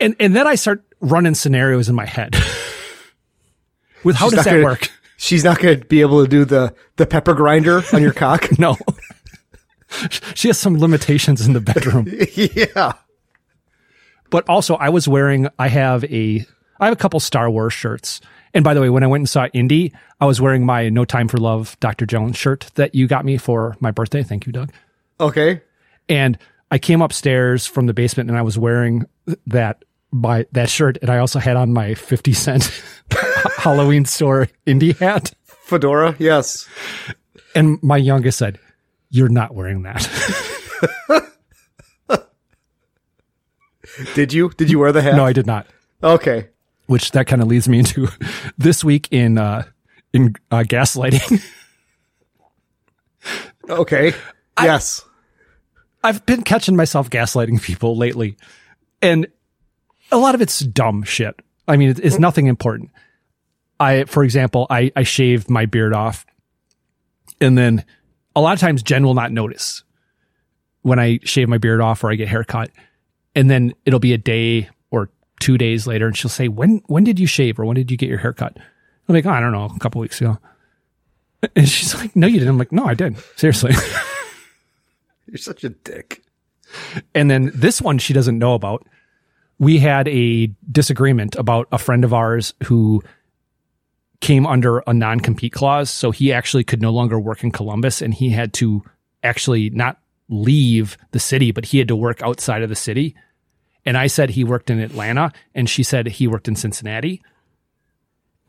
Speaker 3: and and then i start running scenarios in my head <laughs> with how
Speaker 2: She's
Speaker 3: does
Speaker 2: not
Speaker 3: that
Speaker 2: gonna-
Speaker 3: work
Speaker 2: She's not going to be able to do the the pepper grinder on your
Speaker 3: <laughs>
Speaker 2: cock.
Speaker 3: no. she has some limitations in the bedroom
Speaker 2: yeah.
Speaker 3: but also I was wearing I have a I have a couple Star Wars shirts. And by the way, when I went and saw Indy, I was wearing my No Time for Love Dr. Jones shirt that you got me for my birthday. Thank you, Doug.
Speaker 2: Okay.
Speaker 3: And I came upstairs from the basement and I was wearing that my that shirt and I also had on my 50 cent <laughs> Halloween store Indy hat.
Speaker 2: Fedora. Yes.
Speaker 3: <laughs> And my youngest said, "You're not wearing that."
Speaker 2: Did you? Did you wear the hat?
Speaker 3: No, I did not.
Speaker 2: Okay.
Speaker 3: Which that kind of leads me into <laughs> this week in uh in uh, gaslighting. <laughs>
Speaker 2: okay. I, yes.
Speaker 3: I've been catching myself gaslighting people lately. And a lot of it's dumb shit. I mean, it's nothing important. I, for example, I, I shaved my beard off. And then a lot of times Jen will not notice when I shave my beard off or I get haircut. And then it'll be a day or two days later and she'll say, when, when did you shave or when did you get your haircut? I'm like, oh, I don't know, a couple weeks ago. And she's like, no, you didn't. I'm like, no, I did. Seriously. <laughs>
Speaker 2: You're such a dick.
Speaker 3: And then this one she doesn't know about. We had a disagreement about a friend of ours who came under a non compete clause. So he actually could no longer work in Columbus and he had to actually not leave the city, but he had to work outside of the city. And I said he worked in Atlanta and she said he worked in Cincinnati.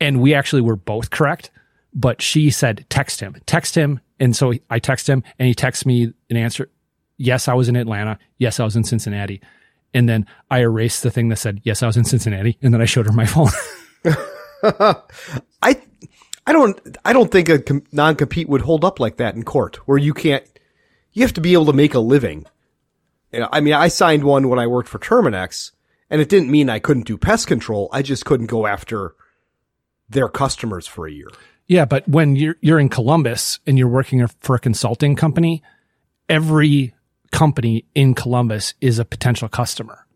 Speaker 3: And we actually were both correct, but she said, text him, text him. And so I text him and he texts me an answer. Yes, I was in Atlanta. Yes, I was in Cincinnati. And then I erased the thing that said, yes, I was in Cincinnati. And then I showed her my <laughs> phone.
Speaker 2: <laughs> I I don't I don't think a com- non compete would hold up like that in court where you can't you have to be able to make a living. You know, I mean, I signed one when I worked for Terminex, and it didn't mean I couldn't do pest control. I just couldn't go after their customers for a year.
Speaker 3: Yeah, but when you're you're in Columbus and you're working for a consulting company, every company in Columbus is a potential customer.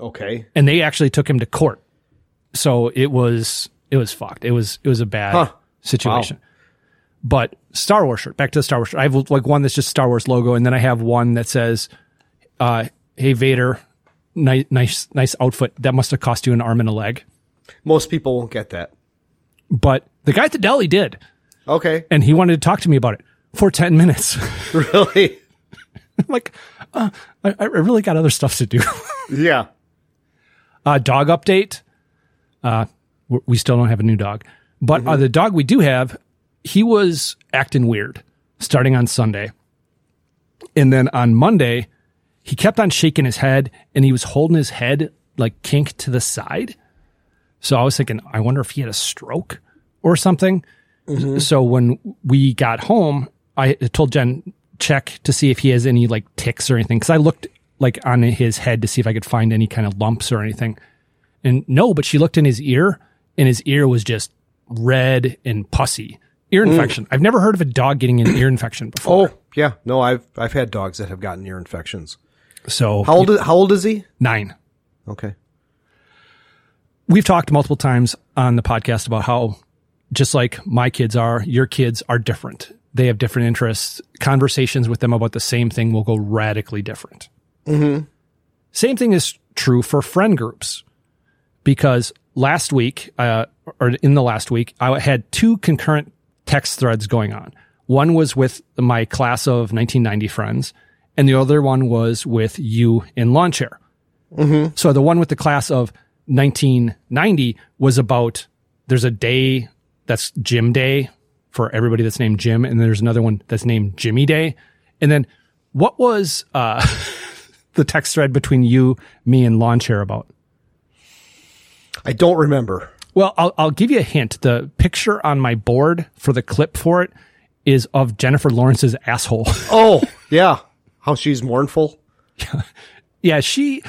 Speaker 2: Okay.
Speaker 3: And they actually took him to court so it was it was fucked. It was it was a bad huh. situation. Wow. But Star Wars shirt. Back to the Star Wars shirt. I have like one that's just Star Wars logo, and then I have one that says, uh, "Hey Vader, nice nice nice outfit. That must have cost you an arm and a leg."
Speaker 2: Most people won't get that,
Speaker 3: but the guy at the deli did.
Speaker 2: Okay,
Speaker 3: and he wanted to talk to me about it for ten minutes.
Speaker 2: <laughs> really?
Speaker 3: <laughs> I'm like, uh, I, I, really got other stuff to do. <laughs>
Speaker 2: yeah.
Speaker 3: Uh, dog update. Uh, we still don't have a new dog, but mm-hmm. uh, the dog we do have, he was acting weird starting on Sunday. And then on Monday, he kept on shaking his head and he was holding his head like kinked to the side. So I was thinking, I wonder if he had a stroke or something. Mm-hmm. So when we got home, I told Jen, check to see if he has any like ticks or anything. Cause I looked like on his head to see if I could find any kind of lumps or anything. And no, but she looked in his ear and his ear was just red and pussy. Ear infection. Mm. I've never heard of a dog getting an ear infection before.
Speaker 2: Oh, yeah. No, I've I've had dogs that have gotten ear infections.
Speaker 3: So
Speaker 2: Oh. How old is, how old is he?
Speaker 3: 9.
Speaker 2: Okay.
Speaker 3: We've talked multiple times on the podcast about how just like my kids are, your kids are different. They have different interests. Conversations with them about the same thing will go radically different.
Speaker 2: Mm-hmm.
Speaker 3: Same thing is true for friend groups because last week, uh, or in the last week, I had two concurrent text threads going on. One was with my class of 1990 friends, and the other one was with you in lawn chair.
Speaker 2: Mm-hmm.
Speaker 3: So the one with the class of 1990 was about there's a day that's gym day for everybody that's named Jim, and there's another one that's named Jimmy Day. And then what was uh, <laughs> the text thread between you, me, and lawn chair about?
Speaker 2: I don't remember.
Speaker 3: Well, I'll, I'll, give you a hint. The picture on my board for the clip for it is of Jennifer Lawrence's asshole. <laughs>
Speaker 2: oh, yeah. How she's mournful.
Speaker 3: yeah, she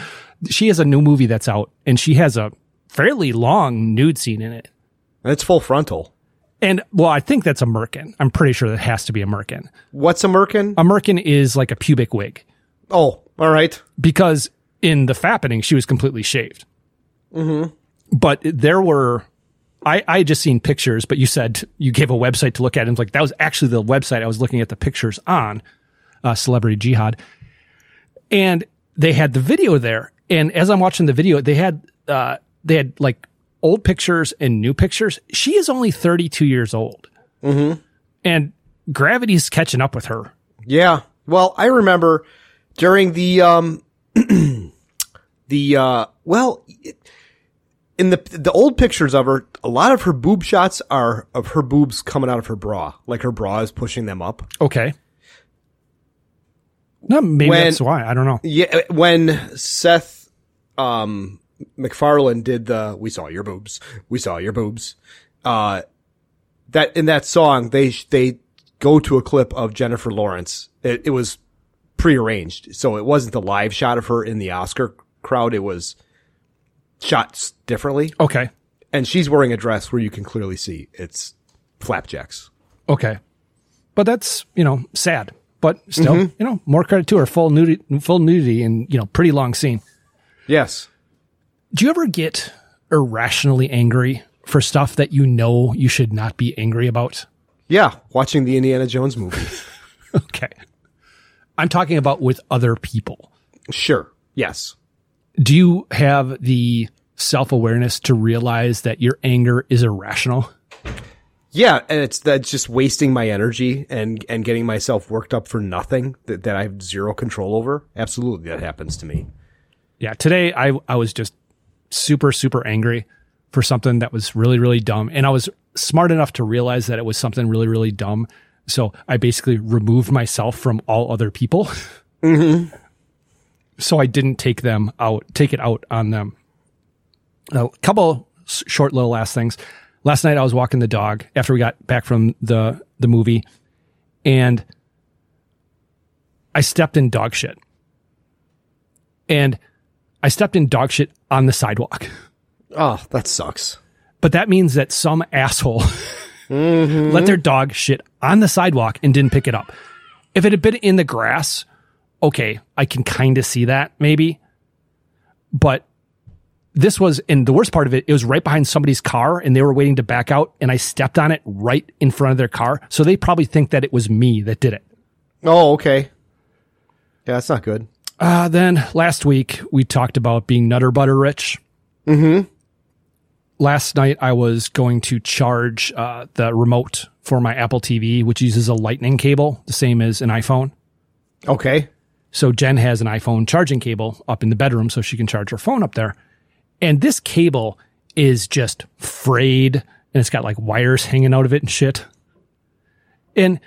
Speaker 3: she has a new movie that's out and she has a fairly long nude scene in it.
Speaker 2: And it's full frontal.
Speaker 3: And well, I think that's a merkin. I'm pretty sure that has to be a merkin.
Speaker 2: What's a merkin?
Speaker 3: A merkin is like a pubic wig.
Speaker 2: Oh, all right.
Speaker 3: Because in the fappening, she was completely shaved.
Speaker 2: Mm-hmm
Speaker 3: but there were I, I had just seen pictures, but you said you gave a website to look at. And like, that was actually the website I was looking at the pictures on, uh, Celebrity Jihad. And they had the video there. And as I'm watching the video, they had, uh, they had like old pictures and new pictures. She is only 32 years old.
Speaker 2: Mm-hmm.
Speaker 3: And gravity's catching up with her.
Speaker 2: Yeah. Well, I remember during the, um, <clears throat> the, uh, well, it, in the the old pictures of her, a lot of her boob shots are of her boobs coming out of her bra, like her bra is pushing them up.
Speaker 3: Okay. No, maybe when, that's why. I don't know.
Speaker 2: Yeah, when uh, Seth um, McFarlane did the "We saw your boobs, we saw your boobs," uh, that in that song they they go to a clip of Jennifer Lawrence. It, it was prearranged, so it wasn't the live shot of her in the Oscar crowd. It was shots differently.
Speaker 3: Okay,
Speaker 2: and she's wearing a dress where you can clearly see it's flapjacks.
Speaker 3: Okay, but that's you know sad. But still, mm-hmm. you know, more credit to her full nudity, full nudity, and you know, pretty long scene.
Speaker 2: Yes.
Speaker 3: Do you ever get irrationally angry for stuff that you know you should not be angry about?
Speaker 2: Yeah, watching the Indiana Jones movie. <laughs>
Speaker 3: okay. I'm talking about with other people.
Speaker 2: Sure. Yes.
Speaker 3: Do you have the self awareness to realize that your anger is irrational?
Speaker 2: Yeah, and it's that's just wasting my energy and and getting myself worked up for nothing that, that I have zero control over. Absolutely, that happens to me.
Speaker 3: Yeah, today I I was just super super angry for something that was really really dumb and i was smart enough to realize that it was something really really dumb so i basically removed myself from all other people <laughs>
Speaker 2: mm-hmm.
Speaker 3: so i didn't take them out take it out on them a couple short little last things last night i was walking the dog after we got back from the the movie and i stepped in dog shit and I stepped in dog shit on the sidewalk.
Speaker 2: Oh, that sucks.
Speaker 3: But that means that some asshole <laughs>
Speaker 2: mm-hmm.
Speaker 3: let their dog shit on the sidewalk and didn't pick it up. If it had been in the grass, okay, I can kind of see that maybe. But this was, and the worst part of it, it was right behind somebody's car and they were waiting to back out and I stepped on it right in front of their car. So they probably think that it was me that did it.
Speaker 2: Oh, okay. Yeah, that's not good.
Speaker 3: Uh, then last week we talked about being nutter butter rich.
Speaker 2: Mm-hmm.
Speaker 3: Last night I was going to charge uh, the remote for my Apple TV, which uses a lightning cable, the same as an iPhone.
Speaker 2: Okay.
Speaker 3: So Jen has an iPhone charging cable up in the bedroom so she can charge her phone up there. And this cable is just frayed and it's got like wires hanging out of it and shit. And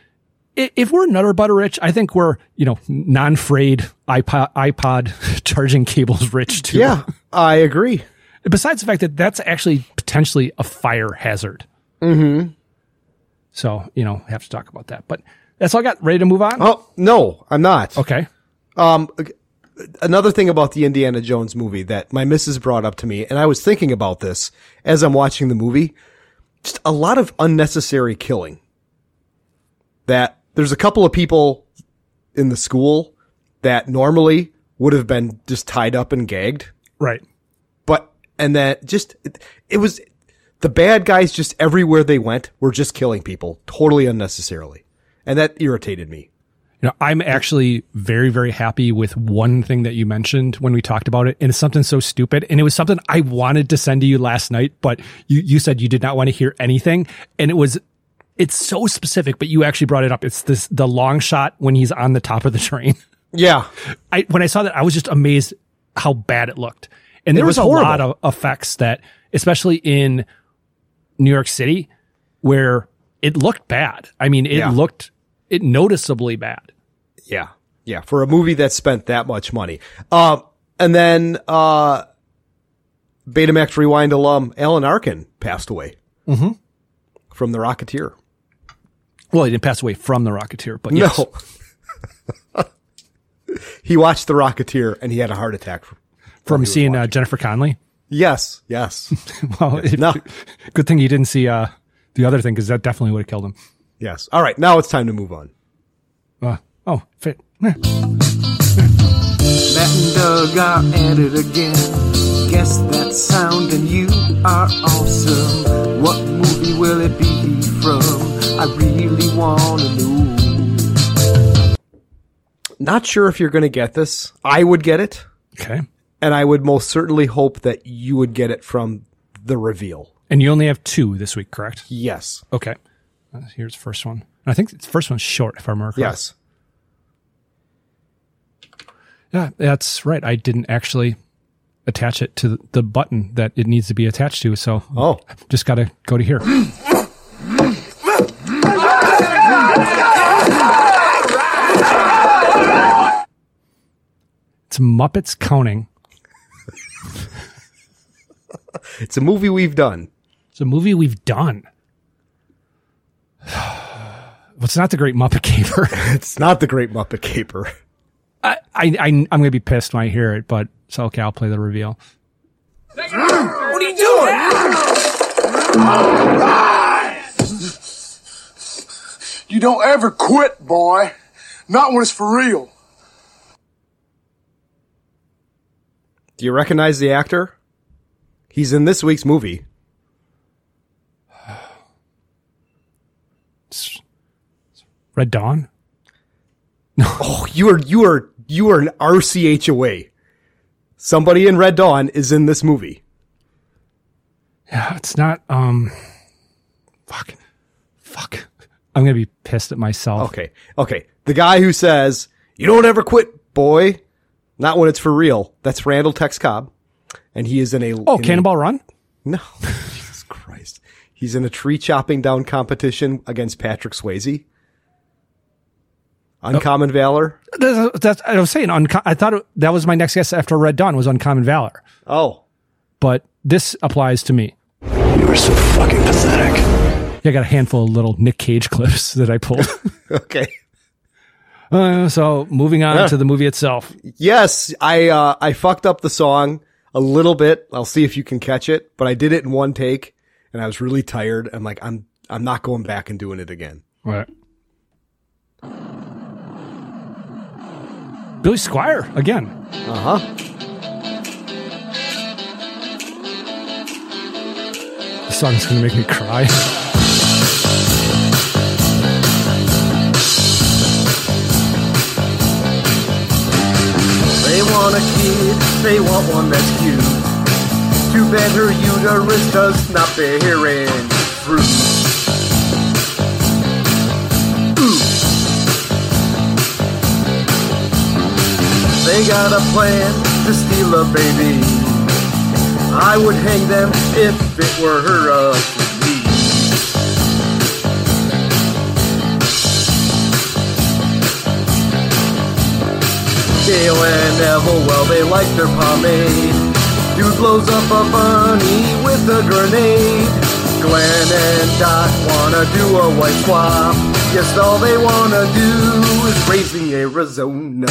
Speaker 3: if we're nutter butter rich, I think we're, you know, non frayed iPod, iPod <laughs> charging cables rich too.
Speaker 2: Yeah, I agree.
Speaker 3: Besides the fact that that's actually potentially a fire hazard.
Speaker 2: Mm-hmm.
Speaker 3: So, you know, have to talk about that. But that's all I got. Ready to move on?
Speaker 2: Oh, no, I'm not.
Speaker 3: Okay.
Speaker 2: Um, another thing about the Indiana Jones movie that my missus brought up to me, and I was thinking about this as I'm watching the movie, just a lot of unnecessary killing that there's a couple of people in the school that normally would have been just tied up and gagged.
Speaker 3: Right.
Speaker 2: But, and that just, it, it, was the bad guys just everywhere they went were just killing people totally unnecessarily. And that irritated me.
Speaker 3: You know, I'm actually very, very happy with one thing that you mentioned when we talked about it. And it's something so stupid. And it was something I wanted to send to you last night, but you, you said you did not want to hear anything. And it was it's so specific, but you actually brought it up. It's this the long shot when he's on the top of the <laughs> train.
Speaker 2: Yeah.
Speaker 3: I when I saw that, I was just amazed how bad it looked. And there it was, was a lot of effects that, especially in New York City, where it looked bad. I mean, it yeah. looked it noticeably bad.
Speaker 2: Yeah. Yeah. For a movie that spent that much money. Um, uh, and then uh Betamax Rewind alum Alan Arkin passed away.
Speaker 3: Mm-hmm.
Speaker 2: From the Rocketeer.
Speaker 3: Well, he didn't pass away from the Rocketeer, but yes.
Speaker 2: no. <laughs> he watched the Rocketeer and he had a heart attack
Speaker 3: from, from seeing uh, Jennifer Connelly. <laughs>
Speaker 2: Yes, yes.
Speaker 3: well, yes. It, no. <laughs> good thing you didn't see uh, the other thing because that definitely would have killed him.
Speaker 2: Yes. All right, now it's time to move on.
Speaker 3: Uh, oh, fit. Matt
Speaker 19: and Doug are at it again. Guess that sound and you are awesome. What movie will it be from? I really want to know.
Speaker 2: Not sure if you're going to get this. I would get it.
Speaker 3: Okay.
Speaker 2: And I would most certainly hope that you would get it from the reveal.
Speaker 3: And you only have two this week, correct?
Speaker 2: Yes.
Speaker 3: Okay. Uh, here's the first one. I think the first one's short, if I remember correctly.
Speaker 2: Yes.
Speaker 3: Yeah, that's right. I didn't actually attach it to the button that it needs to be attached to. So,
Speaker 2: oh,
Speaker 3: just got to go to here. It's Muppets Counting.
Speaker 2: <laughs> it's a movie we've done.
Speaker 3: It's a movie we've done. <sighs> well, it's not the Great Muppet Caper.
Speaker 2: <laughs> it's not the Great Muppet Caper.
Speaker 3: I, I, I am gonna be pissed when I hear it, but so okay, I'll play the reveal.
Speaker 8: what are you doing?
Speaker 20: You don't ever quit, boy. Not when it's for real.
Speaker 2: Do you recognize the actor? He's in this week's movie.
Speaker 3: <sighs> Red Dawn.
Speaker 2: oh, you are you are you are an RCH away. Somebody in Red Dawn is in this movie.
Speaker 3: Yeah, it's not. Um, fuck, fuck. I'm gonna be pissed at myself.
Speaker 2: Okay, okay. The guy who says you don't ever quit, boy, not when it's for real. That's Randall Tex Cobb, and he is in a
Speaker 3: oh
Speaker 2: in
Speaker 3: Cannonball
Speaker 2: a,
Speaker 3: Run.
Speaker 2: No, Jesus Christ. He's in a tree chopping down competition against Patrick Swayze.
Speaker 3: Oh.
Speaker 2: Uncommon Valor. <laughs>
Speaker 3: That's, that's, I was saying, unco- I thought it, that was my next guess after Red Dawn was Uncommon Valor.
Speaker 2: Oh.
Speaker 3: But this applies to me.
Speaker 7: You are so fucking pathetic.
Speaker 3: Yeah, I got a handful of little Nick Cage <laughs> clips that I pulled.
Speaker 2: okay.
Speaker 3: Uh, so moving on to the movie itself.
Speaker 2: Yes, I uh, I fucked up the song a little bit. I'll see if you can catch it, but I did it in one take, and I was really tired. I'm like, I'm I'm not going back and doing it again.
Speaker 3: All right. Billy Squire again. Uh-huh.
Speaker 2: Uh huh.
Speaker 3: This song's gonna make me cry. <laughs>
Speaker 19: They want a kid, they want one that's cute. Too bad her uterus does not bear in fruit. Ooh. They got a plan to steal a baby. I would hang them if it were her up to me. Dale and Neville, well, they like their pomade. Dude blows up a bunny with a grenade. Glenn and Dot wanna do a white swap. Yes, all they wanna do is raising Arizona.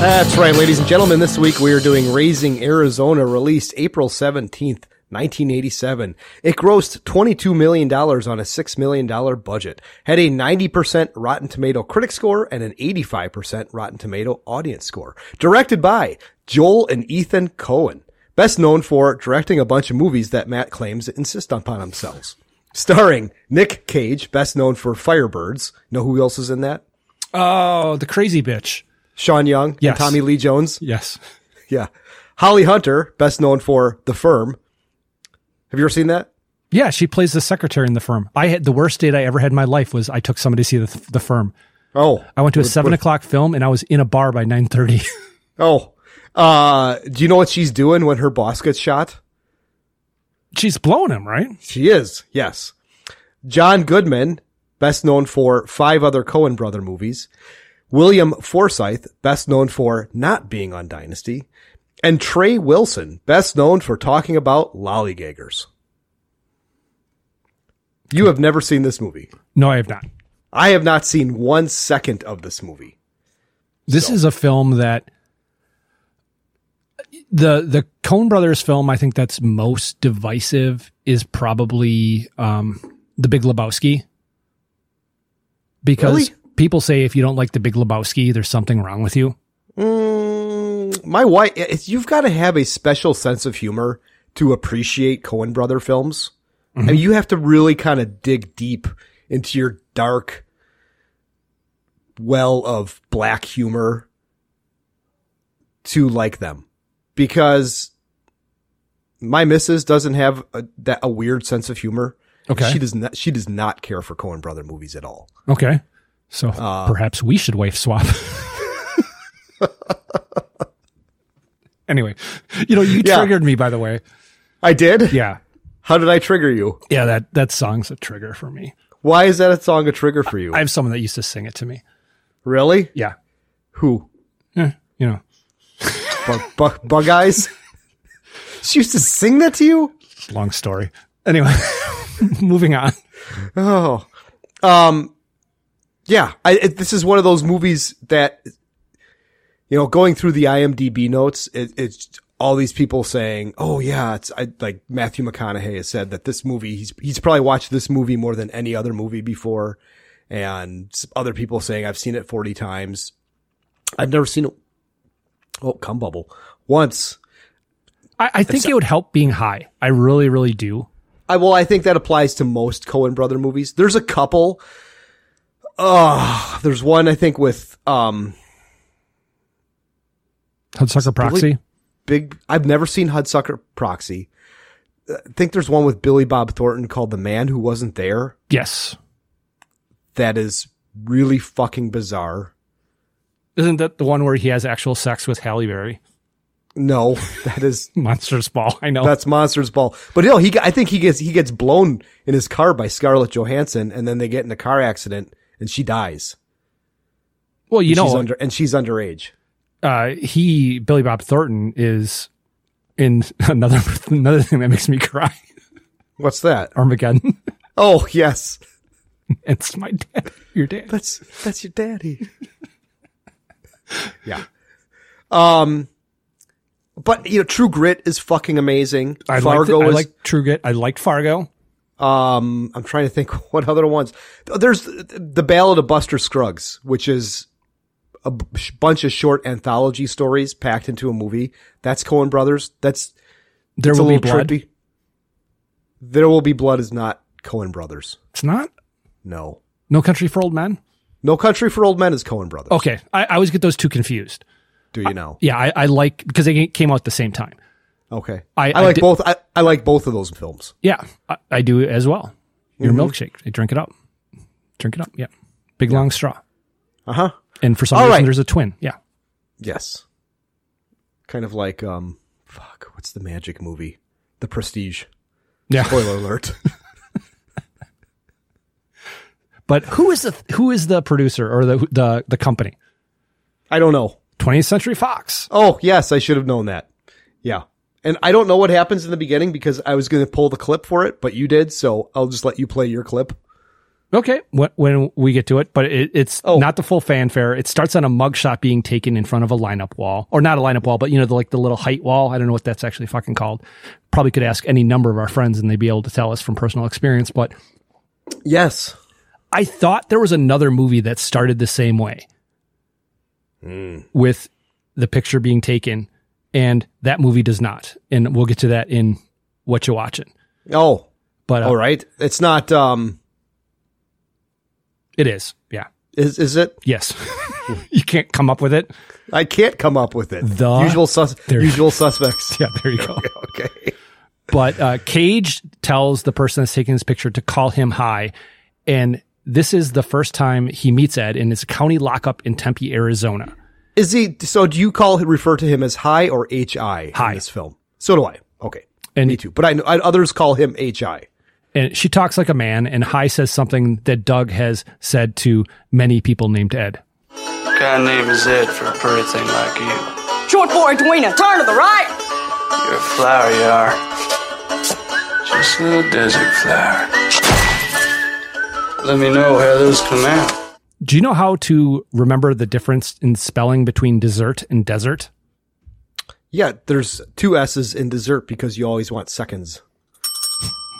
Speaker 2: That's right, ladies and gentlemen. This week we are doing Raising Arizona, released April 17th, 1987. It grossed $22 million on a $6 million budget, had a 90% Rotten Tomato critic score and an 85% Rotten Tomato audience score. Directed by Joel and Ethan Cohen, best known for directing a bunch of movies that Matt claims insist upon themselves. Starring Nick Cage, best known for Firebirds. Know who else is in that?
Speaker 3: Oh, the crazy bitch.
Speaker 2: Sean Young
Speaker 3: Yes.
Speaker 2: and Tommy Lee Jones.
Speaker 3: Yes.
Speaker 2: <laughs> Yeah. Holly Hunter, best known for The Firm. Have you ever seen that?
Speaker 3: Yeah, she plays the secretary in the firm. I had the worst date I ever had in my life was I took somebody to see the, the firm.
Speaker 2: Oh,
Speaker 3: I went to a
Speaker 2: What-
Speaker 3: seven
Speaker 2: what-
Speaker 3: o'clock film and I was in a bar by nine thirty. <laughs>
Speaker 2: Oh, uh, do you know what she's doing when her boss gets shot?
Speaker 3: She's blowing him, right?
Speaker 2: She is. Yes. John Goodman, best known for five other Cohen brother movies. William Forsythe, best known for not being on Dynasty. And Trey Wilson, best known for talking about lollygaggers. You have never seen this movie.
Speaker 3: No, I have not.
Speaker 2: I have not seen one second of this movie.
Speaker 3: This is a film that the the Coen Brothers film I think that's most divisive is probably um, the Big Lebowski because
Speaker 2: Really?
Speaker 3: people say if you don't like the Big Lebowski, there's something wrong with you.
Speaker 2: Mm, my wife, it's, you've got to have a special sense of humor to appreciate Coen Brother films. I
Speaker 3: Mm-hmm.
Speaker 2: mean, you have to really kind of dig deep into your dark well of black humor to like them because my missus doesn't have a, that a weird sense of humor.
Speaker 3: Okay.
Speaker 2: She does not, she does not care for Coen Brother movies at all.
Speaker 3: Okay, so
Speaker 2: Uh,
Speaker 3: perhaps we should wife
Speaker 2: <laughs>
Speaker 3: swap. anyway, you know you
Speaker 2: Yeah.
Speaker 3: triggered me by the way.
Speaker 2: I did.
Speaker 3: Yeah,
Speaker 2: How did I trigger you?
Speaker 3: yeah that that song's a trigger for me.
Speaker 2: Why is that a song a trigger for you?
Speaker 3: I have someone that used to sing it to me.
Speaker 2: really?
Speaker 3: Yeah,
Speaker 2: Who?
Speaker 3: yeah, you know. <laughs>
Speaker 2: Bug, bug, bug eyes? She used to sing that to you?
Speaker 3: Long story. Anyway, <laughs> moving on.
Speaker 2: Oh, um, yeah. I, it, this is one of those movies that, you know, going through the IMDb notes, it, it's all these people saying, "Oh yeah, it's I, like Matthew McConaughey has said that this movie he's he's probably watched this movie more than any other movie before," and other people saying, "I've seen it forty times." I've never seen it. Oh, cum bubble once.
Speaker 3: I, I think it would help being high. I really, really do.
Speaker 2: I well, I think that applies to most Cohen brother movies. There's a couple. Oh, there's one I think with um
Speaker 3: Hudsucker Proxy.
Speaker 2: Big. I've never seen Hudsucker Proxy. I think there's one with Billy Bob Thornton called The Man Who Wasn't There.
Speaker 3: Yes.
Speaker 2: That is really fucking bizarre.
Speaker 3: Isn't that the one where he has actual sex with Halle Berry?
Speaker 2: No, <laughs> that is
Speaker 3: Monsters Ball. I know
Speaker 2: that's Monsters Ball. But no, he I think he gets he gets blown in his car by Scarlett Johansson, and then they get in a car accident, and she dies.
Speaker 3: Well, you
Speaker 2: and
Speaker 3: know,
Speaker 2: she's under, and she's underage.
Speaker 3: Uh, he Billy Bob Thornton is in <laughs> another another thing that makes me cry.
Speaker 2: What's that?
Speaker 3: Armageddon.
Speaker 2: <laughs> Oh yes,
Speaker 3: <laughs> it's my dad. Your dad.
Speaker 2: That's that's your daddy. yeah. Um but you know, True Grit is fucking amazing.
Speaker 3: I Fargo liked, I like True Grit. I liked Fargo.
Speaker 2: Um, I'm trying to think <laughs> what other ones. There's the Ballad of Buster Scruggs, which is a bunch of short anthology stories packed into a movie. That's Cohen Brothers. That's
Speaker 3: there will be blood. Trippy.
Speaker 2: There will be blood is not Cohen Brothers.
Speaker 3: It's not.
Speaker 2: No.
Speaker 3: No Country for Old Men.
Speaker 2: No Country for Old Men is Cohen Brothers.
Speaker 3: Okay, I, I always get those two confused.
Speaker 2: Do you know?
Speaker 3: I, yeah, I, I, like because they came out at the same time.
Speaker 2: Okay, I, I like did, both. I, like both of those films.
Speaker 3: Yeah, I, do as well. Your mm-hmm. milkshake, I drink it up, drink it up. Yeah, big yeah. long straw.
Speaker 2: Uh huh.
Speaker 3: And for some All reason, right. there's a twin. Yeah.
Speaker 2: Yes. Kind of like um, fuck. What's the magic movie? The Prestige.
Speaker 3: Yeah.
Speaker 2: Spoiler alert.
Speaker 3: but who is the who is the producer or the the the company?
Speaker 2: I don't know.
Speaker 3: 20th Century Fox.
Speaker 2: Oh, yes, I should have known that. Yeah. And I don't know what happens in the beginning because I was going to pull the clip for it, but you did, so I'll just let you play your clip.
Speaker 3: Okay, when we get to it, but it, it's oh. not the full fanfare. It starts on a mugshot being taken in front of a lineup wall, or not a lineup wall, but you know, the, like the little height wall. I don't know what that's actually fucking called. Probably could ask any number of our friends and they'd be able to tell us from personal experience. But
Speaker 2: yes,
Speaker 3: I thought there was another movie that started the same way. Mm. with the picture being taken, and that movie does not. And we'll get to that in what you're watching.
Speaker 2: Oh,
Speaker 3: but
Speaker 2: uh, all right, it's not. um
Speaker 3: It is, yeah.
Speaker 2: Is is it?
Speaker 3: Yes. <laughs> you can't come up with it.
Speaker 2: I can't come up with it.
Speaker 3: The <laughs>
Speaker 2: usual sus- there, usual suspects.
Speaker 3: Yeah, there you go.
Speaker 2: <laughs> okay.
Speaker 3: But uh, Cage tells the person that's taking this picture to call him high, and this is the first time he meets Ed in his county lockup in Tempe, Arizona.
Speaker 2: Is he so do you call refer to him as high or HI
Speaker 3: high.
Speaker 2: in this film? So do I. Okay. And me too. But I, know others call him HI.
Speaker 3: And she talks like a man and High says something that Doug has said to many people named Ed.
Speaker 21: What kind of name is Ed for a pretty thing like you?
Speaker 22: Short boy Dwayne, turn to the right.
Speaker 21: You're a flower, you are. Just a little desert flower let me know how those
Speaker 13: <laughs>
Speaker 21: come out.
Speaker 3: Do you know how to remember the difference in spelling between dessert and desert?
Speaker 2: Yeah, there's two S's in dessert because you always want seconds.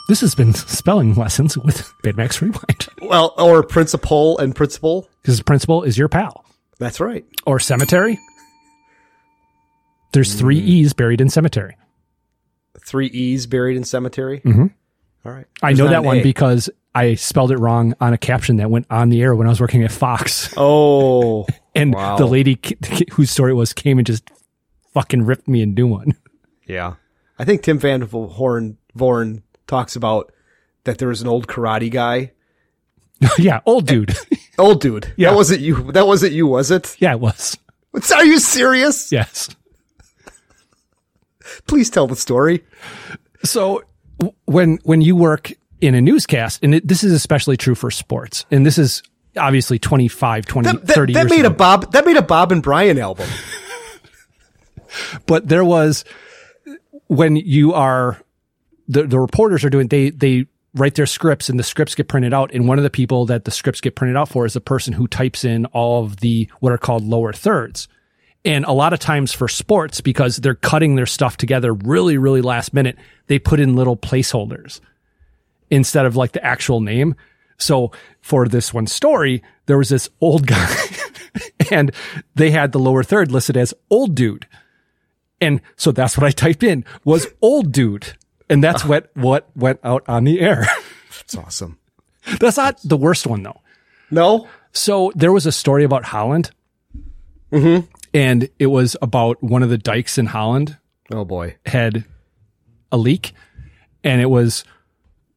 Speaker 3: This has been <laughs> spelling lessons with Bitmax Rewind. <laughs>
Speaker 2: Well, or principal and principal.
Speaker 3: Because principal is your pal.
Speaker 2: That's right.
Speaker 3: Or cemetery. There's three mm. E's buried in cemetery.
Speaker 2: Three E's buried in cemetery?
Speaker 3: Mm-hmm.
Speaker 2: All right.
Speaker 3: I know that one A. because I spelled it wrong on a caption that went on the air when I was working at Fox. <laughs>
Speaker 2: Oh,
Speaker 3: and wow. the lady <laughs> whose story it was came and just fucking ripped me a new one.
Speaker 2: Yeah, I think Tim Van Horn Vorn talks about that there was an old karate guy.
Speaker 3: <laughs> yeah, old dude.
Speaker 2: <laughs> old dude. Yeah, that wasn't you. That wasn't you, was it?
Speaker 3: Yeah, it was.
Speaker 2: Are you serious?
Speaker 3: Yes.
Speaker 2: Please tell the story.
Speaker 3: So w- when when you work in a newscast, and it, this is especially true for sports, and this is obviously 25, 20,
Speaker 2: that, that,
Speaker 3: 30
Speaker 2: that made ago. a Bob, that made a Bob and Brian album.
Speaker 3: but there was when you are the the reporters are doing they they write their scripts and the scripts get printed out and one of the people that the scripts get printed out for is the person who types in all of the what are called lower thirds and a lot of times for sports because they're cutting their stuff together really really last minute they put in little placeholders instead of like the actual name so for this one story there was this old <laughs> guy and they had the lower third listed as old dude and so that's what I typed in was old dude. And that's what, what went out on the air. <laughs>
Speaker 2: That's awesome.
Speaker 3: That's not the worst one though.
Speaker 2: No.
Speaker 3: So there was a story about Holland.
Speaker 2: Mm-hmm.
Speaker 3: And it was about one of the dikes in Holland.
Speaker 2: Oh boy.
Speaker 3: Had a leak. And it was,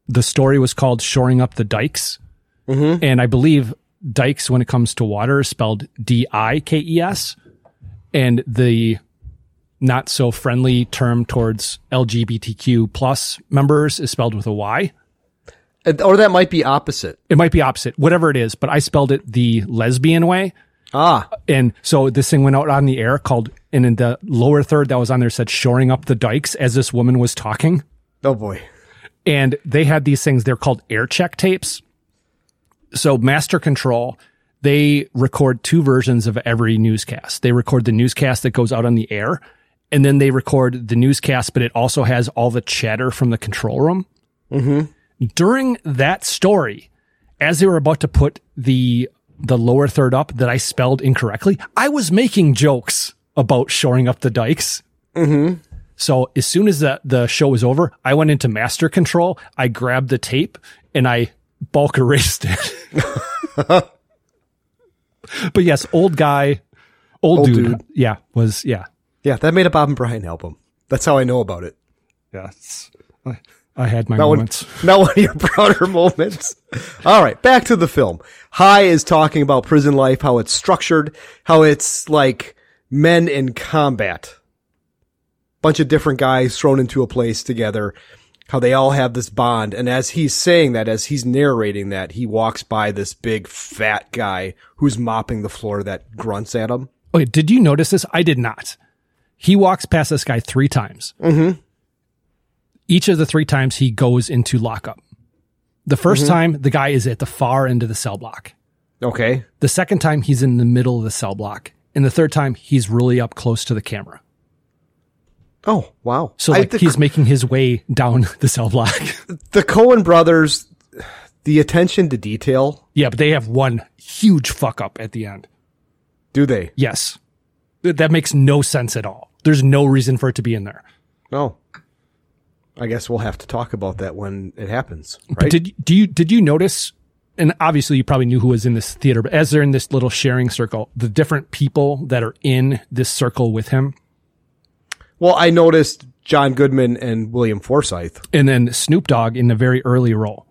Speaker 3: the story was called Shoring Up the Dikes.
Speaker 2: Mm-hmm.
Speaker 3: And I believe dikes, when it comes to water, is spelled D I K E S. And the not so friendly term towards LGBTQ plus members is spelled with a Y.
Speaker 2: Uh, Or that might be opposite.
Speaker 3: It might be opposite, whatever it is, but I spelled it the lesbian way.
Speaker 2: Ah.
Speaker 3: And so this thing went out on the air called, and in the lower third that was on there said shoring up the dikes as this woman was talking.
Speaker 2: Oh boy.
Speaker 3: And they had these things, they're called air check tapes. So master control they record two versions of every newscast. They record the newscast that goes out on the air, and then they record the newscast, but it also has all the chatter from the control room.
Speaker 2: Mm-hmm.
Speaker 3: During that story, as they were about to put the the lower third up that I spelled incorrectly, I was making jokes about shoring up the dikes.
Speaker 2: Mm-hmm.
Speaker 3: So as soon as the, the show was over, I went into master control. I grabbed the tape and I bulk erased <laughs> it. but yes, old guy, old, old dude, dude, Yeah, was yeah,
Speaker 2: yeah. That made a Bob and Brian album. That's how I know about it.
Speaker 3: Yes, I, I had my not moments.
Speaker 2: One, <laughs> not one of your prouder moments. All right, back to the film. High is talking about prison life, how it's structured, how it's like men in combat, bunch of different guys thrown into a place together. How they all have this bond. And as he's saying that, as he's narrating that, he walks by this big fat guy who's mopping the floor that grunts at him.
Speaker 3: Okay, Oh, did you notice this? I did not. He walks past this guy three times.
Speaker 2: Mm-hmm.
Speaker 3: Each of the three times he goes into lockup. The 1st mm-hmm. time, the guy is at the far end of the cell block.
Speaker 2: Okay.
Speaker 3: The second time, he's in the middle of the cell block. And the third time, he's really up close to the camera.
Speaker 2: Oh, wow.
Speaker 3: So like, I, the, he's making his way down <laughs> the cell block.
Speaker 2: The Cohen brothers, the attention to detail.
Speaker 3: Yeah, but they have one huge fuck up at the end.
Speaker 2: Do they?
Speaker 3: Yes. That makes no sense at all. There's no reason for it to be in there.
Speaker 2: No. I guess we'll have to talk about that when it happens. Right?
Speaker 3: But did do you did you notice and obviously you probably knew who was in this theater, but as they're in this little sharing circle, the different people that are in this circle with him.
Speaker 2: Well, I noticed John Goodman and William Forsythe.
Speaker 3: And then Snoop Dogg in the very early role.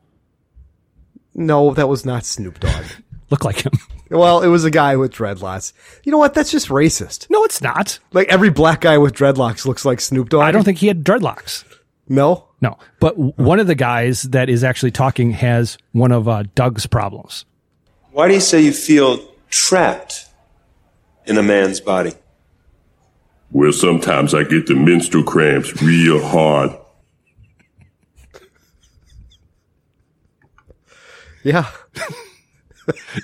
Speaker 2: No, that was not
Speaker 3: <laughs>
Speaker 2: Snoop Dogg.
Speaker 3: Looked like him.
Speaker 2: Well, it was a guy with dreadlocks. You know what? That's just racist.
Speaker 3: No, it's not.
Speaker 2: Like every black guy with dreadlocks looks like Snoop Dogg.
Speaker 3: I don't think he had dreadlocks.
Speaker 2: No?
Speaker 3: No. But w- one of the guys that is actually talking has one of uh, Doug's problems.
Speaker 1: Why do you say you feel trapped in a man's body?
Speaker 5: Well, sometimes I get the menstrual cramps real hard.
Speaker 2: Yeah.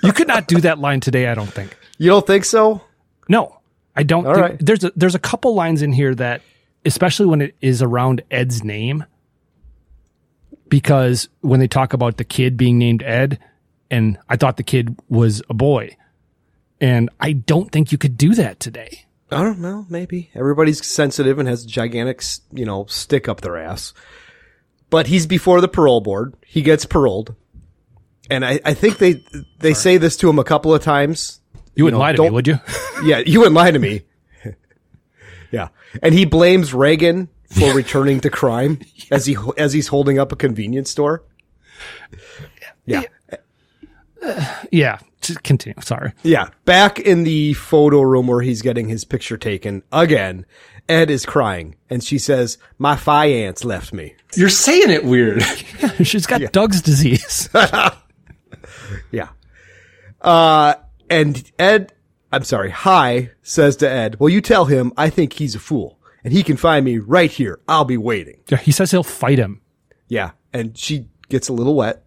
Speaker 3: you could not do that line today, I don't think.
Speaker 2: You don't think so?
Speaker 3: No. I don't
Speaker 2: All
Speaker 3: think,
Speaker 2: right.
Speaker 3: there's a there's a couple lines in here that especially when it is around Ed's name because when they talk about the kid being named Ed and I thought the kid was a boy and I don't think you could do that today.
Speaker 2: I don't know. Maybe everybody's sensitive and has gigantic, you know, stick up their ass. But he's before the parole board. He gets paroled, and I, I think they they Sorry. say this to him a couple of times.
Speaker 3: You wouldn't you know, lie to me, would you?
Speaker 2: <laughs> yeah, you wouldn't lie
Speaker 3: <laughs>
Speaker 2: to me. yeah, and he blames Reagan for returning
Speaker 3: <laughs>
Speaker 2: to crime yeah. as he as he's holding up a convenience store. Yeah.
Speaker 3: yeah. Uh, yeah continue. Sorry.
Speaker 2: Yeah. Back in the photo room where he's getting his picture taken again, Ed is crying and she says, my fiance left me.
Speaker 23: You're saying it weird.
Speaker 3: She's got <laughs> yeah. Doug's disease.
Speaker 2: <laughs> yeah. Uh, and Ed, I'm sorry. Hi says to Ed, well, you tell him I think he's a fool and he can find me right here. I'll be waiting.
Speaker 3: Yeah, he says he'll fight him.
Speaker 2: Yeah, and she gets a little wet,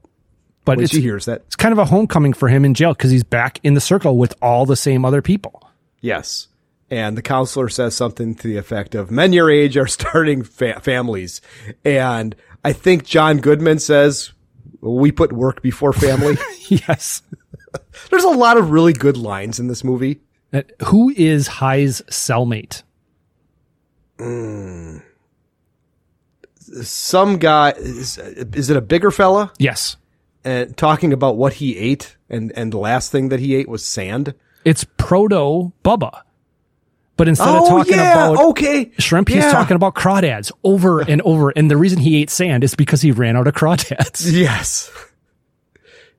Speaker 3: but
Speaker 2: when
Speaker 3: it's-
Speaker 2: she hears that.
Speaker 3: It's kind of a homecoming for him in jail because he's back in the circle with all the same other people.
Speaker 2: Yes. And the counselor says something to the effect of men your age are <laughs> starting fa- families. And I think John Goodman says we put work before family.
Speaker 3: yes.
Speaker 2: There's a lot of really good lines in this movie.
Speaker 3: Uh, Who is High's cellmate?
Speaker 2: Mm. Some guy is, is it a bigger fella?
Speaker 3: Yes.
Speaker 2: And talking about what he ate and and the last thing that he ate was sand.
Speaker 3: It's proto Bubba. But instead of
Speaker 2: Oh,
Speaker 3: talking
Speaker 2: yeah,
Speaker 3: about
Speaker 2: okay.
Speaker 3: shrimp, he's
Speaker 2: Yeah.
Speaker 3: talking about crawdads over and over. And the reason he ate sand is because he ran out of crawdads.
Speaker 2: <laughs> Yes.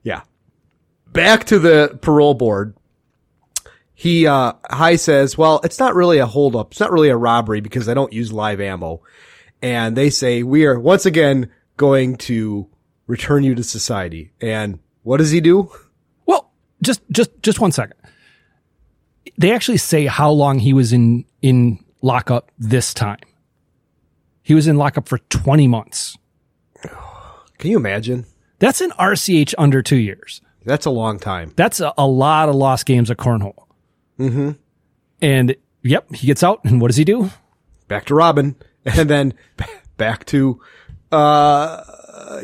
Speaker 2: Yeah. Back to the parole board. He, uh, High says, well, it's not really a holdup. It's not really a robbery because I don't use live ammo. And they say, we are once again going to return you to society. And what does he do?
Speaker 3: Well, just just just one second. They actually say how long he was in in lockup this time. He was in lockup for 20 months.
Speaker 2: Can you imagine?
Speaker 3: That's an RCH under 2 years.
Speaker 2: That's a long time.
Speaker 3: That's a, a lot of lost games of cornhole.
Speaker 2: Mm-hmm.
Speaker 3: And yep, he gets out and what does he do?
Speaker 2: Back to Robin. <laughs> And then b- back to, uh,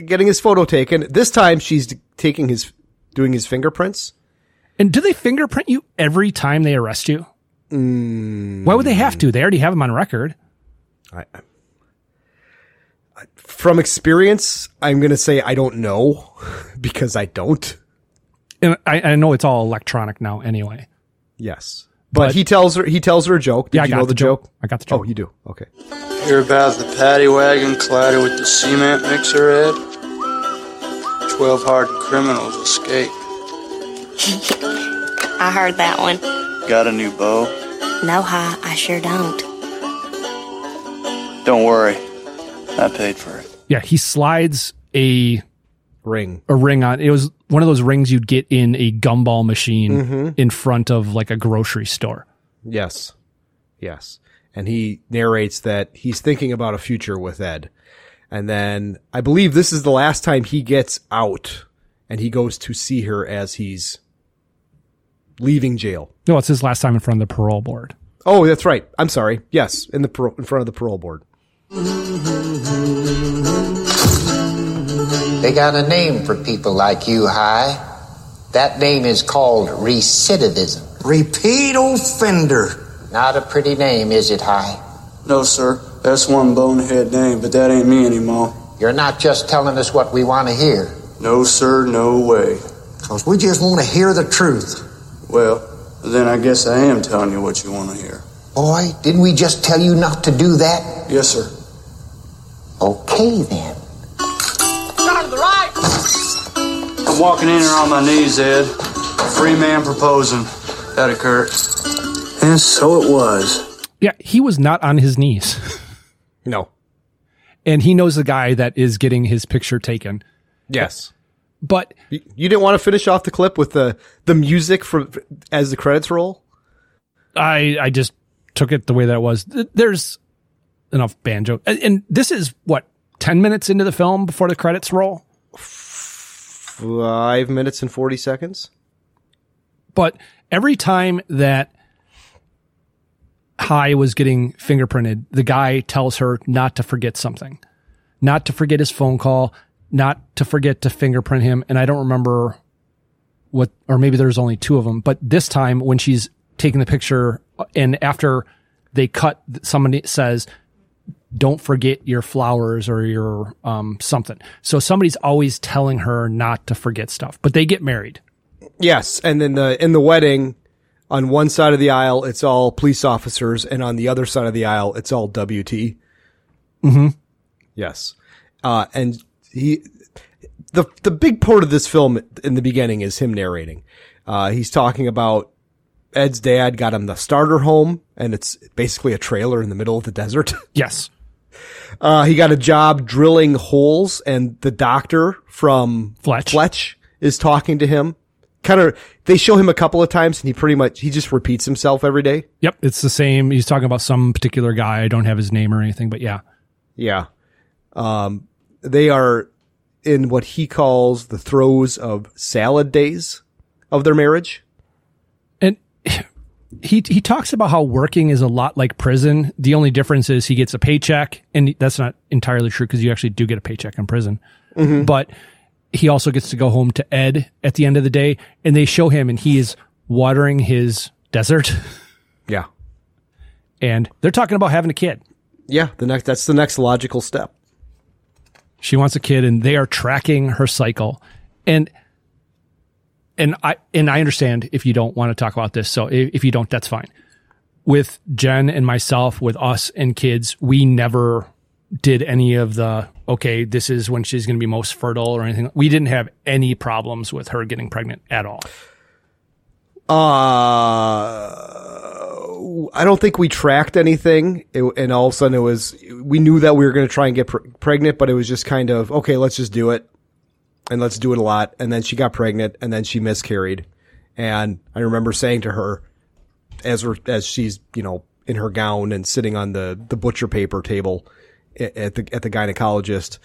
Speaker 2: getting his photo taken. This time she's d- taking his, doing his fingerprints.
Speaker 3: And do they fingerprint you every time they arrest you?
Speaker 2: Mm.
Speaker 3: Why would they have to? They already have him on record.
Speaker 2: I, I- from experience, I'm going to say I don't know <laughs> because I don't.
Speaker 3: And I, I know it's all electronic now anyway.
Speaker 2: Yes. But, he tells her he tells her a joke. Did
Speaker 3: Yeah, I
Speaker 2: you
Speaker 3: got
Speaker 2: know
Speaker 3: the
Speaker 2: the joke?
Speaker 3: I got the joke.
Speaker 2: Oh, you do. Okay.
Speaker 23: Hear about the paddy wagon collider with the cement mixer, Ed? Twelve hardened criminals escaped.
Speaker 22: I heard that one.
Speaker 23: Got a new bow?
Speaker 22: No, Hi, I sure don't.
Speaker 23: Don't worry. I paid for it.
Speaker 3: Yeah, he slides a
Speaker 2: ring.
Speaker 3: A ring on. It was one of those rings you'd get in a gumball machine
Speaker 2: Mhm.
Speaker 3: in front of like a grocery store.
Speaker 2: Yes. Yes. And he narrates that he's thinking about a future with Ed. And then I believe this is the last time he gets out and he goes to see her as he's leaving jail.
Speaker 3: No, it's his last time in front of the parole board.
Speaker 2: Oh, that's right. I'm sorry. Yes, in the par- in front of the parole board.
Speaker 15: They got a name for people like you, High. That name is called recidivism. Repeat offender. Not a pretty name, is it, High?
Speaker 23: No, sir. That's one bonehead name, but that ain't me anymore.
Speaker 15: You're not just telling us what we want to hear.
Speaker 23: No, sir, no way.
Speaker 15: Because we just want to hear the truth.
Speaker 23: Well, then I guess I am telling you what you want to hear.
Speaker 15: Boy, didn't we just tell you not to do that?
Speaker 23: Yes, sir.
Speaker 15: Okay, then.
Speaker 7: Turn to the right.
Speaker 23: I'm walking in here on my knees, Ed. A free man proposing. That occurred. And so it was.
Speaker 3: Yeah, he was not on his knees. <laughs>
Speaker 2: No.
Speaker 3: And he knows the guy that is getting his picture taken.
Speaker 2: Yes.
Speaker 3: But
Speaker 2: you, you didn't want to finish off the clip with the the music for as the credits roll.
Speaker 3: I I just took it the way that it was. Th- There's enough banjo, and, and this is what ten minutes into the film before the credits roll.
Speaker 2: Five minutes and forty seconds.
Speaker 3: But every time that High was getting fingerprinted, the guy tells her not to forget something, not to forget his phone call, not to forget to fingerprint him. And I don't remember what, or maybe there's only two of them. But this time when she's taking the picture uh, and after they cut, somebody says, don't forget your flowers or your um, something. So somebody's always telling her not to forget stuff, but they get married.
Speaker 2: Yes, and then the in the wedding, on one side of the aisle it's all police officers, and on the other side of the aisle it's all WT.
Speaker 3: Mm-hmm.
Speaker 2: Yes, uh, and he the the big part of this film in the beginning is him narrating. Uh, he's talking about Ed's dad got him the starter home, and it's basically a trailer in the middle of the desert. <laughs>
Speaker 3: Yes.
Speaker 2: Uh, he got a job drilling holes, and the doctor from
Speaker 3: Fletch,
Speaker 2: Fletch is talking to him, kind of they show him a couple of times and he pretty much he just repeats himself every day.
Speaker 3: Yep, it's the same. He's talking about some particular guy. I don't have his name or anything, but yeah.
Speaker 2: Yeah. Um they are in what he calls the throes of salad days of their marriage.
Speaker 3: And <sighs> he he talks about how working is a lot like prison. The only difference is he gets a paycheck, and that's not entirely true because you actually do get a paycheck in prison.
Speaker 2: Mhm.
Speaker 3: But he also gets to go home to Ed at the end of the day, and they show him, and he is watering his desert,
Speaker 2: Yeah.
Speaker 3: and they're talking about having a kid.
Speaker 2: Yeah, the next that's the next logical step.
Speaker 3: She wants a kid, and they are tracking her cycle, and and I and I understand if you don't want to talk about this. So i- if you don't, that's fine. With Jen and myself, with us and kids, we never did any of the okay. This is when she's going to be most fertile or anything. We didn't have any problems with her getting pregnant at all.
Speaker 2: Uh, I don't think we tracked anything, it, and all of a sudden it was we knew that we were going to try and get pre- pregnant, but it was just kind of okay, let's just do it, and let's do it a lot. And then she got pregnant, and then she miscarried, and I remember saying to her, as we're as she's you know in her gown and sitting on the the butcher paper table a- at the at the gynecologist,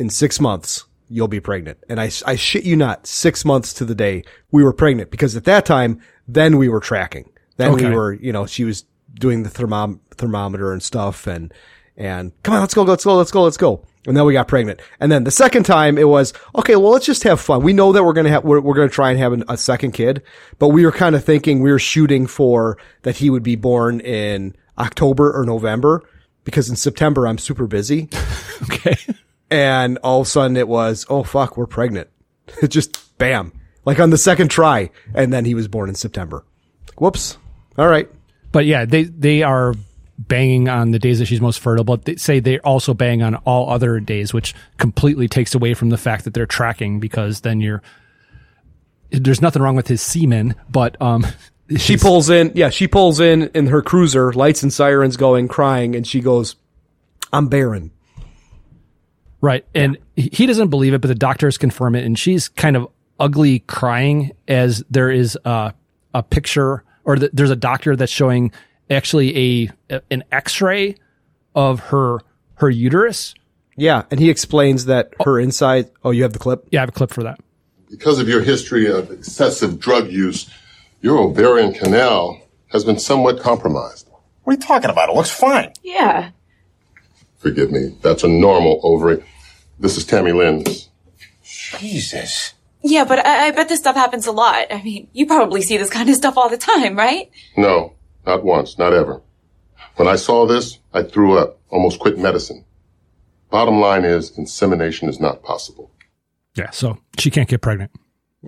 Speaker 2: in six months you'll be pregnant. And I, I shit you not, six months to the day we were pregnant because at that time, then we were tracking. Then
Speaker 3: Okay.
Speaker 2: we were, you know, she was doing the thermom- thermometer and stuff and, and come on, let's go, let's go, let's go, let's go. And then we got pregnant. And then the second time it was, okay, well, let's just have fun. We know that we're going to have, we're, we're going to try and have an, a second kid, but we were kind of thinking we were shooting for that he would be born in October or November because in September I'm super busy. And all of a sudden it was, oh fuck, we're pregnant. <laughs> It just bam, like on the second try. And then he was born in September. Whoops. All right.
Speaker 3: But yeah, they they are banging on the days that she's most fertile, but they say they also bang on all other days, which completely takes away from the fact that they're tracking because then you're there's nothing wrong with his semen, but um <laughs>
Speaker 2: She
Speaker 3: his-
Speaker 2: pulls in. Yeah. She pulls in in her cruiser, lights and sirens going, crying. And she goes, I'm barren.
Speaker 3: Right. And he he doesn't believe it, but the doctors confirm it. And she's kind of ugly crying as there is a, a picture or th- there's a doctor that's showing actually a, a- an x-ray of her, her uterus.
Speaker 2: Yeah. And he explains that her inside. Oh, you have the clip?
Speaker 3: Yeah. I have a clip for that.
Speaker 11: because of your history of excessive drug use, your ovarian canal has been somewhat compromised. What are you talking about? It looks fine.
Speaker 12: Yeah.
Speaker 11: Forgive me. That's a normal ovary. This is Tammy Lynn's. Jesus.
Speaker 12: Yeah, but I, I bet this stuff happens a lot. I mean, you probably see this kind of stuff all the time, right?
Speaker 11: No, not once, not ever. When I saw this, I threw up, almost quit medicine. Bottom line is insemination is not possible.
Speaker 3: Yeah. So she can't get pregnant.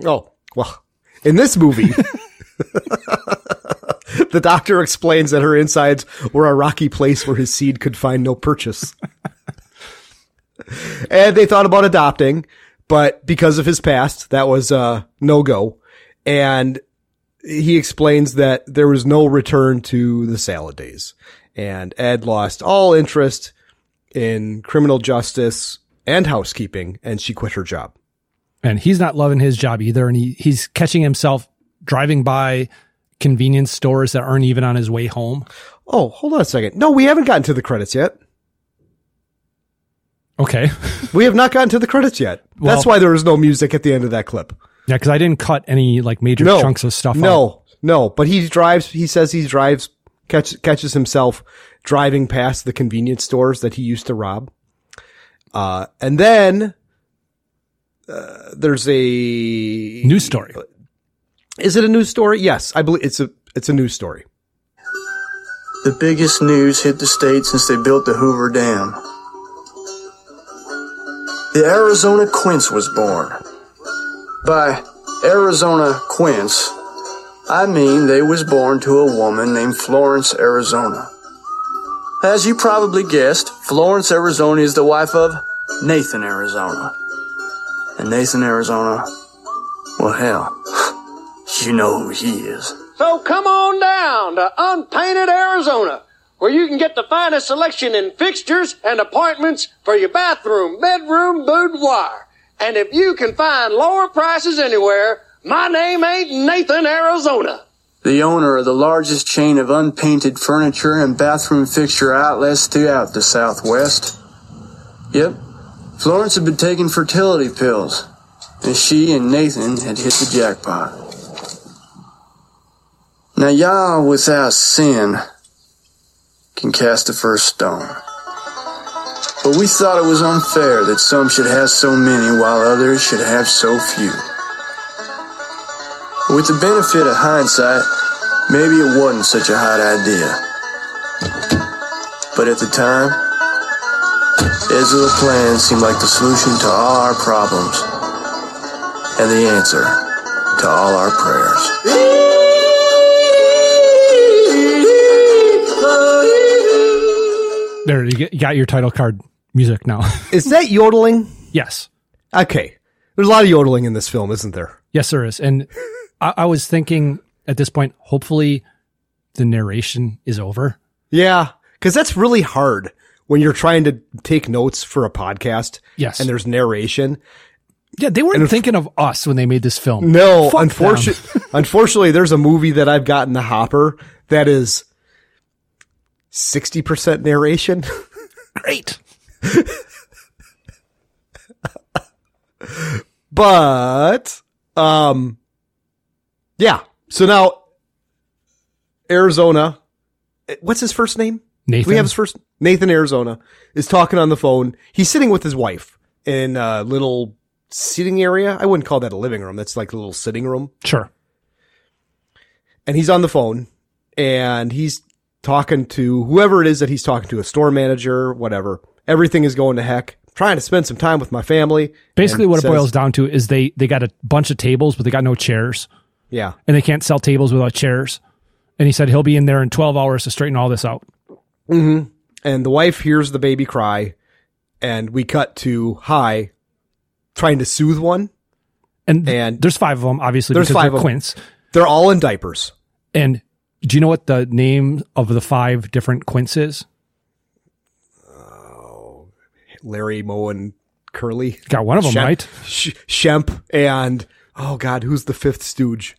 Speaker 2: Oh, well, in this movie, the doctor explains that her insides were a rocky place where his seed could find no purchase. and they thought about adopting, but because of his past, that was a no go. And he explains that there was no return to the salad days. And Ed lost all interest in criminal justice and housekeeping, and she quit her job.
Speaker 3: and he's not loving his job either. And he, he's catching himself driving by convenience stores that aren't even on his way home.
Speaker 2: Oh, hold on a second. No, we haven't gotten to the credits yet.
Speaker 3: Okay.
Speaker 2: we have not gotten to the credits yet. That's
Speaker 3: Well-
Speaker 2: why there was no music at the end of that clip.
Speaker 3: Yeah. Cause I didn't cut any like major
Speaker 2: No
Speaker 3: chunks of stuff.
Speaker 2: No,
Speaker 3: out.
Speaker 2: no. But he drives. He says he drives. Catch, catches himself driving past the convenience stores that he used to rob. Uh, and then uh, there's a
Speaker 3: news story.
Speaker 2: Is it a news story? Yes, I believe it's a it's a news story.
Speaker 23: The biggest news hit the state since they built the Hoover Dam. The Arizona Quince was born. By Arizona Quince, I mean they was born to a woman named Florence Arizona. As you probably guessed, Florence Arizona is the wife of Nathan Arizona. And Nathan Arizona, well hell, <laughs> you know who he is.
Speaker 24: So come on down to Unpainted Arizona, where you can get the finest selection in fixtures and appointments for your bathroom, bedroom, boudoir. And if you can find lower prices anywhere, My name ain't Nathan Arizona.
Speaker 23: The owner of the largest chain of unpainted furniture and bathroom fixture outlets throughout the Southwest. Yep, Florence had been taking fertility pills, and she and Nathan had hit the jackpot. Now, y'all without sin can cast the first stone. But we thought it was unfair that some should have so many while others should have so few. With the benefit of hindsight, maybe it wasn't such a hot idea. But at the time, Ezra's plan seemed like the solution to all our problems and the answer to all our prayers.
Speaker 3: There, you get- you got your title card music now. <laughs>
Speaker 2: Is that yodeling?
Speaker 3: yes.
Speaker 2: Okay. There's a lot of yodeling in this film, isn't there?
Speaker 3: Yes, there is. And I, I was thinking at this point, hopefully the narration is over.
Speaker 2: Yeah, because that's really hard when you're trying to take notes for a podcast.
Speaker 3: Yes.
Speaker 2: and there's narration.
Speaker 3: Yeah, they weren't thinking of us when they made this film.
Speaker 2: No,
Speaker 3: Oh, Fuck
Speaker 2: unfortunately,
Speaker 3: <laughs> them.
Speaker 2: unfortunately, there's a movie that I've got in the hopper that is sixty percent narration.
Speaker 3: <laughs> Great.
Speaker 2: <laughs> but um yeah so now arizona eh, what's his first name
Speaker 3: Nathan.
Speaker 2: we have his first nathan arizona is talking on the phone he's sitting with his wife in a little sitting area i wouldn't call that a living room that's like a little sitting room
Speaker 3: Sure.
Speaker 2: and he's on the phone and he's talking to whoever it is that he's talking to a store manager whatever everything is going to heck trying to spend some time with my family
Speaker 3: Basically,
Speaker 2: And
Speaker 3: what it
Speaker 2: says-
Speaker 3: boils down to is they they got a bunch of tables, but they got no chairs,
Speaker 2: yeah
Speaker 3: and they can't sell tables without chairs. And he said he'll be in there in twelve hours to straighten all this out.
Speaker 2: Mm-hmm. And the wife hears the baby cry, and we cut to Hi trying to soothe one.
Speaker 3: And,
Speaker 2: and
Speaker 3: there's five of them, obviously.
Speaker 2: There's
Speaker 3: because
Speaker 2: five
Speaker 3: they're
Speaker 2: of 'em.
Speaker 3: Quints.
Speaker 2: They're all in diapers.
Speaker 3: And do you know what the name of the five different Quints is?
Speaker 2: Larry, Moe, and Curly.
Speaker 3: Got one of 'em,
Speaker 2: Shemp-
Speaker 3: right?
Speaker 2: Sh- Shemp and oh god, who's the fifth stooge?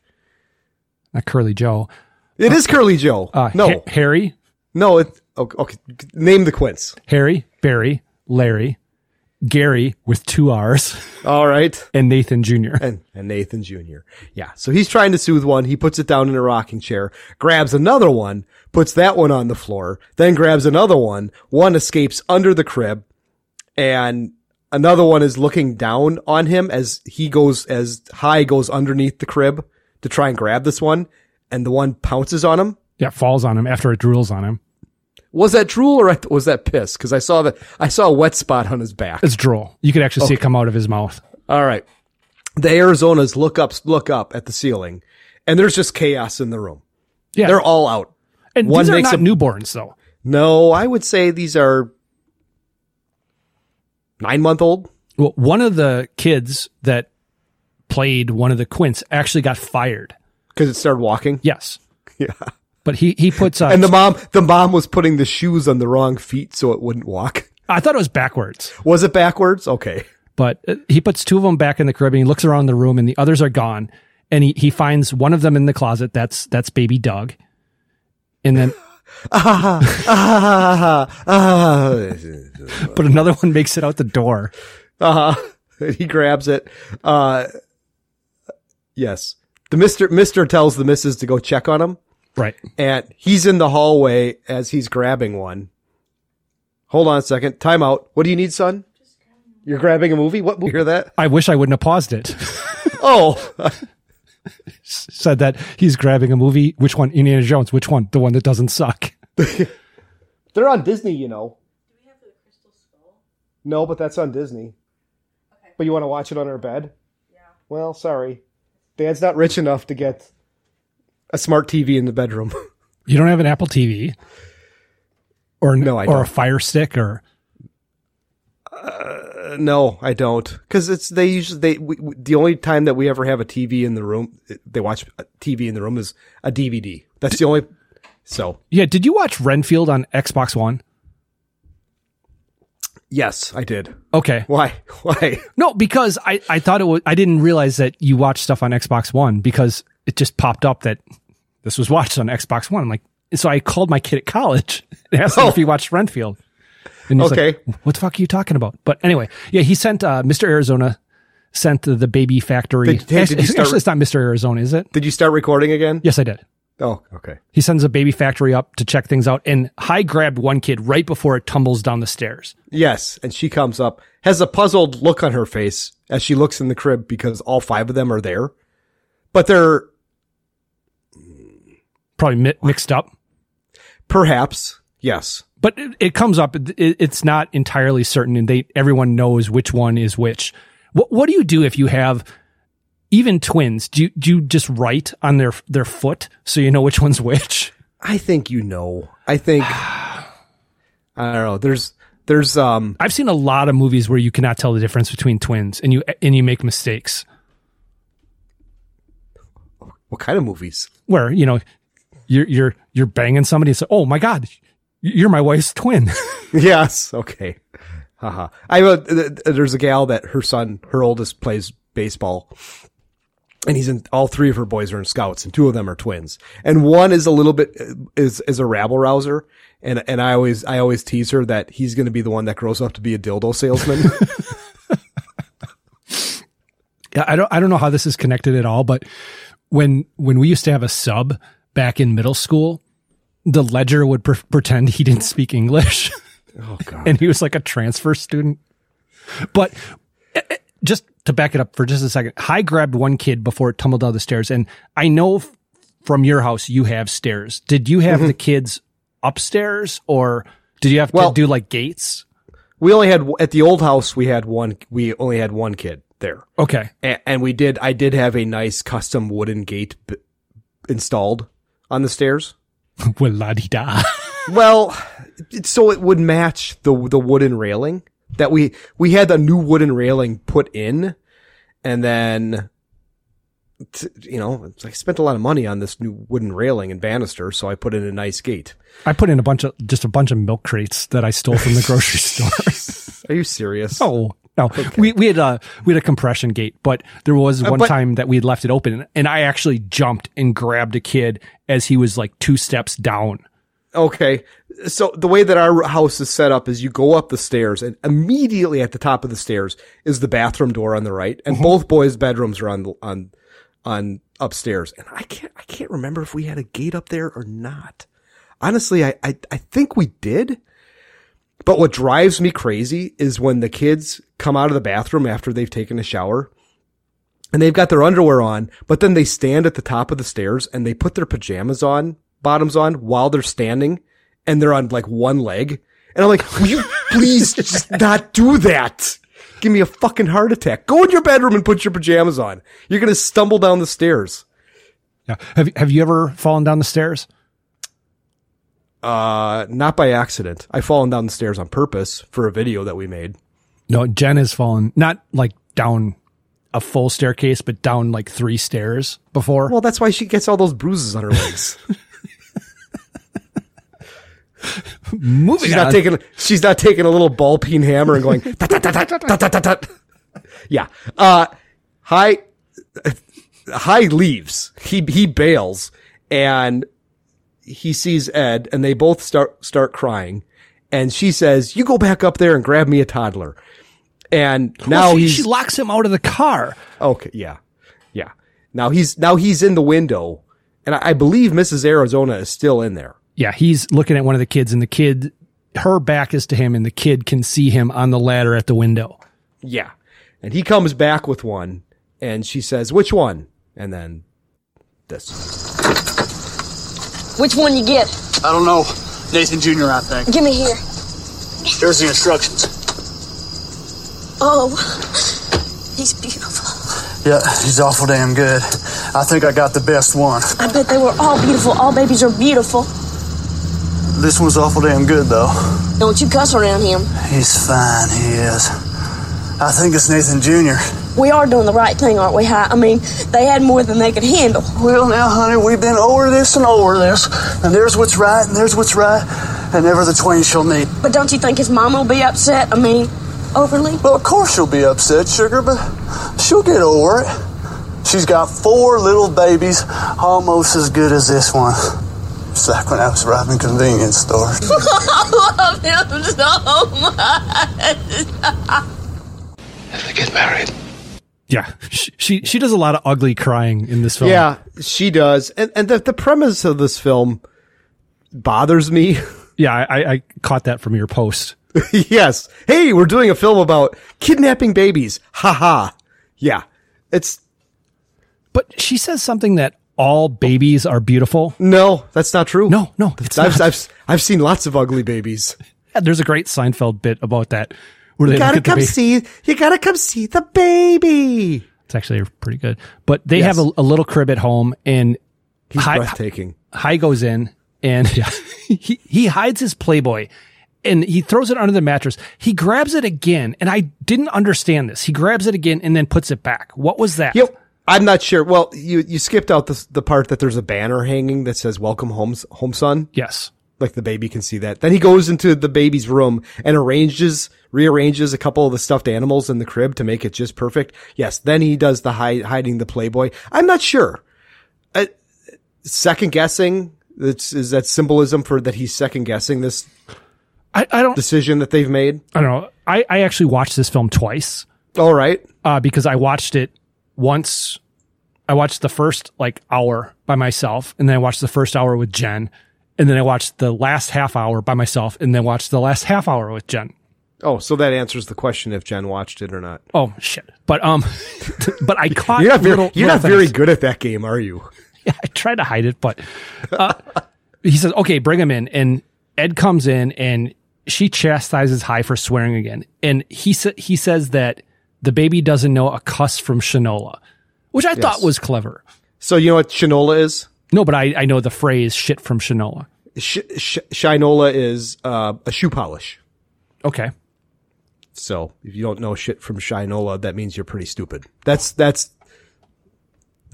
Speaker 3: Not Curly Joe.
Speaker 2: It is Curly Joe.
Speaker 3: Uh,
Speaker 2: no,
Speaker 3: Ha- Harry,
Speaker 2: no. It, okay, okay, name the Quints.
Speaker 3: Harry, Barry, Larry, Gary with two R's, <laughs>
Speaker 2: All right,
Speaker 3: and Nathan Jr.
Speaker 2: and and Nathan Jr. Yeah, so he's trying to soothe one. He puts it down in a rocking chair, grabs another one, puts that one on the floor, then grabs another one. One escapes under the crib, and another one is looking down on him as he goes as high goes underneath the crib to try and grab this one, and the one pounces on him.
Speaker 3: Yeah, falls on him after it drools on him.
Speaker 2: Was that drool or was that piss? Because I saw that I saw a wet spot on his back.
Speaker 3: It's drool. You could actually see it
Speaker 2: Okay.
Speaker 3: come out of his mouth.
Speaker 2: All right. The Arizonas look up, look up at the ceiling, and there's just chaos in the room.
Speaker 3: Yeah.
Speaker 2: They're all out.
Speaker 3: And
Speaker 2: One
Speaker 3: these are
Speaker 2: makes
Speaker 3: not
Speaker 2: a-
Speaker 3: newborns though.
Speaker 2: No, I would say these are nine month old.
Speaker 3: Well, one of the kids that played one of the Quints actually got fired.
Speaker 2: Because it started walking.
Speaker 3: Yes,
Speaker 2: <laughs> Yeah.
Speaker 3: but he he puts uh,
Speaker 2: <laughs> And the mom, the mom was putting the shoes on the wrong feet so it wouldn't walk.
Speaker 3: I thought it was backwards.
Speaker 2: Was it backwards? Okay.
Speaker 3: but uh, he puts two of them back in the crib and he looks around the room and the others are gone and he, he finds one of them in the closet that's that's baby doug and
Speaker 2: <laughs>
Speaker 3: then <laughs>
Speaker 2: Ah, ah, ah.
Speaker 3: but another one makes it out the door
Speaker 2: <laughs> Uh huh. He grabs it. Uh, yes. The Mister Mister tells the missus to go check on him,
Speaker 3: right
Speaker 2: and he's in the hallway as he's grabbing one. Hold on a second. Time out. What do you need, son? You're grabbing a movie. What? You hear that? <laughs>
Speaker 3: i wish i wouldn't have paused it
Speaker 2: Oh, <laughs>
Speaker 3: said that he's grabbing a movie which one indiana jones which one the one that doesn't suck
Speaker 2: they're on Disney, you know. Do we have the Crystal Skull? No, but that's on Disney. But you want to watch it on our bed? Yeah. Well, sorry, Dad's not rich enough to get a smart TV in the bedroom. <laughs>
Speaker 3: you don't have an apple tv or
Speaker 2: No, I
Speaker 3: or a
Speaker 2: don't.
Speaker 3: fire stick or
Speaker 2: Uh, No, I don't. Because it's they usually they we, we- the only time that we ever have a TV in the room, they watch a TV in the room is a DVD. That's the only. So
Speaker 3: yeah did you watch renfield on xbox one
Speaker 2: Yes, I did.
Speaker 3: Okay.
Speaker 2: Why? <laughs> Why?
Speaker 3: No, because I, I thought it was, I didn't realize that you watch stuff on Xbox One because it just popped up that this was watched on Xbox One. I'm like, so I called my kid at college <laughs> and asked him if he watched Renfield. And he's
Speaker 2: Oh. Okay.
Speaker 3: Like, what the fuck are you talking about? But anyway, yeah, he sent, uh, Mr. Arizona sent the, the baby factory.
Speaker 2: Did- hey, did
Speaker 3: actually,
Speaker 2: you start-
Speaker 3: actually, it's not Mr. Arizona, is it?
Speaker 2: Did you start recording again?
Speaker 3: Yes, I did.
Speaker 2: Oh, okay.
Speaker 3: He sends a baby factory up to check things out, and High grabbed one kid right before it tumbles down the stairs.
Speaker 2: Yes, and she comes up, has a puzzled look on her face as she looks in the crib because all five of them are there, but they're
Speaker 3: probably mi- mixed up.
Speaker 2: Perhaps, yes.
Speaker 3: But it, it comes up; it, it- it's not entirely certain, and they everyone knows which one is which. What What do you do if you have even twins? Do you, do you just write on their their foot so you know which one's which?
Speaker 2: I think you know. I think <sighs> I don't know. There's there's um
Speaker 3: I've seen a lot of movies where you cannot tell the difference between twins, and you and you make mistakes.
Speaker 2: what kind of movies?
Speaker 3: where you know you're you're you're banging somebody and say, "Oh my god, you're my wife's twin." <laughs>
Speaker 2: <laughs> yes. Okay. Haha. I uh, th- th- there's a gal that her son, her oldest, plays baseball, and he's in. All three of her boys are in scouts, and two of them are twins, and one is a little bit uh, is is a rabble rouser, and and I always I always tease her that he's going to be the one that grows up to be a dildo salesman.
Speaker 3: Yeah, I don't I don't know how this is connected at all, but when when we used to have a sub back in middle school, the ledger would pre- pretend he didn't speak English. <laughs>
Speaker 2: Oh god.
Speaker 3: and he was like a transfer student. But eh, eh, just to back it up for just a second, High grabbed one kid before it tumbled down the stairs, and I know f- from your house you have stairs. Did you
Speaker 2: Mm-hmm.
Speaker 3: have the kids upstairs, or did you have
Speaker 2: Well-
Speaker 3: to do like gates?
Speaker 2: we only had at the old house we had one we only had one kid there.
Speaker 3: Okay,
Speaker 2: and, and we did i did have a nice custom wooden gate b- installed on the stairs
Speaker 3: well la di da
Speaker 2: well it- so it would match the the wooden railing that we we had a new wooden railing put in and then t- you know i spent a lot of money on this new wooden railing and banister so i put in a nice gate
Speaker 3: I put in a bunch of just a bunch of milk crates that I stole from the
Speaker 2: <laughs>
Speaker 3: grocery store.
Speaker 2: are you serious
Speaker 3: Oh no, we we had a we had a compression gate, but there was
Speaker 2: Uh,
Speaker 3: one
Speaker 2: but-
Speaker 3: time that we had left it open, and I actually jumped and grabbed a kid as he was like two steps down.
Speaker 2: Okay. So the way that our house is set up is you go up the stairs and immediately at the top of the stairs is the bathroom door on the right and both boys' bedrooms are on the, on on upstairs. And I can't I can't remember if we had a gate up there or not. Honestly, I I, I think we did. But what drives me crazy is when the kids come out of the bathroom after they've taken a shower and they've got their underwear on, but then they stand at the top of the stairs and they put their pajamas on, bottoms on while they're standing and they're on like one leg. And I'm like, will you please just not do that? Give me a fucking heart attack. Go in your bedroom and put your pajamas on. You're going to stumble down the stairs.
Speaker 3: Yeah. Have have you ever fallen down the stairs?
Speaker 2: Uh, not by accident. I've fallen down the stairs on purpose for a video that we made.
Speaker 3: No, Jen has fallen not like down a full staircase, but down like three stairs before.
Speaker 2: Well, that's why she gets all those bruises on
Speaker 3: <laughs>
Speaker 2: her legs.
Speaker 3: Moving
Speaker 2: she's not
Speaker 3: on.
Speaker 2: taking she's not taking a little ball peen hammer
Speaker 3: <laughs>
Speaker 2: and going "Tut, tut, tut, tut, tut, tut, tut, tut." yeah uh high high leaves he he bails and he sees ed and they both start start crying and she says you go back up there and grab me a toddler and now
Speaker 3: Well, she,
Speaker 2: he's
Speaker 3: she locks him out of the car.
Speaker 2: Okay, yeah, yeah. Now he's now he's in the window, and I, I believe Mrs. Arizona is still in there.
Speaker 3: Yeah, he's looking at one of the kids, and the kid, her back is to him, and the kid can see him on the ladder at the window.
Speaker 2: Yeah, and he comes back with one, and she says, "Which one?" And then this.
Speaker 4: Which one you get?
Speaker 18: I don't know. Nathan Jr., I think.
Speaker 4: Give me here.
Speaker 18: Here's the instructions.
Speaker 4: Oh, he's beautiful.
Speaker 18: Yeah, he's awful damn good. I think I got the best one.
Speaker 4: I bet they were all beautiful. All babies are beautiful.
Speaker 18: This one's awful damn good, though.
Speaker 4: Don't you cuss around him.
Speaker 18: He's fine, he is. I think it's Nathan Jr.
Speaker 4: We are doing the right thing, aren't we, Hi? I mean, they had more than they could handle.
Speaker 18: Well, now, honey, we've been over this and over this, and there's what's right and there's what's right, and ever the twain shall meet.
Speaker 4: But don't you think his
Speaker 23: <laughs>
Speaker 4: mom <laughs> will be upset? I mean, overly?
Speaker 18: Well, of course she'll be upset, sugar, but she'll get over it. She's got four little babies, almost as good as this one. It's like when I was robbing convenience stores.
Speaker 22: I love him so much.
Speaker 7: They get married.
Speaker 3: Yeah, she, <laughs> she she does a lot of ugly crying in this film.
Speaker 2: Yeah, she does. And and the, the premise of this film bothers me. <laughs>
Speaker 3: yeah, I, I caught that from your post.
Speaker 2: yes. Hey, we're doing a film about kidnapping babies. Ha ha. Yeah. It's
Speaker 3: But she says something that all babies are beautiful.
Speaker 2: No, that's not true.
Speaker 3: No, no, it's
Speaker 2: I've,
Speaker 3: not.
Speaker 2: I've, I've seen lots of ugly babies.
Speaker 3: Yeah, there's a great Seinfeld bit about that. Where
Speaker 2: You
Speaker 3: they look
Speaker 2: gotta
Speaker 3: at the
Speaker 2: come
Speaker 3: baby.
Speaker 2: see. You gotta come see the baby.
Speaker 3: It's actually pretty good. But they
Speaker 2: Yes.
Speaker 3: have a, a little crib at home, and
Speaker 2: He's
Speaker 3: Hi-
Speaker 2: breathtaking.
Speaker 3: Hi goes in and <laughs> he, he hides his Playboy and he throws it under the mattress. He grabs it again. And I didn't understand this. He grabs it again and then puts it back. What was that?
Speaker 2: Yep. I'm not sure. Well, you you skipped out the the part that there's a banner hanging that says "Welcome home, home son."
Speaker 3: Yes.
Speaker 2: Like the baby can see that. Then he goes into the baby's room and arranges, rearranges a couple of the stuffed animals in the crib to make it just perfect. Yes. Then he does the hide, hiding the Playboy. I'm not sure. I, second guessing. It's, is that symbolism for that he's second guessing this
Speaker 3: I, I don't
Speaker 2: decision that they've made?
Speaker 3: I don't know. I, I actually watched this film twice.
Speaker 2: All right.
Speaker 3: Uh, because I watched it once. I watched the first like hour by myself, and then I watched the first hour with Jen, and then I watched the last half hour by myself, and then watched the last half hour with Jen.
Speaker 2: Oh, so that answers the question if Jen watched it or not.
Speaker 3: Oh shit! But um, <laughs> but I caught
Speaker 2: You're not very,
Speaker 3: little- little
Speaker 2: you're not very
Speaker 3: things.
Speaker 2: good at that game, are you?
Speaker 3: <laughs> Yeah, I tried to hide it, but uh, he says, "Okay, bring him in." And Ed comes in, and she chastises High for swearing again. And he sa- he says that the baby doesn't know a cuss from Shinola, which I thought was clever.
Speaker 2: So you know what Shinola is?
Speaker 3: No, but I I know the phrase "shit from Shinola."
Speaker 2: Sh- sh- shinola is uh, a shoe polish.
Speaker 3: Okay,
Speaker 2: So if you don't know shit from shinola, that means you're pretty stupid. That's that's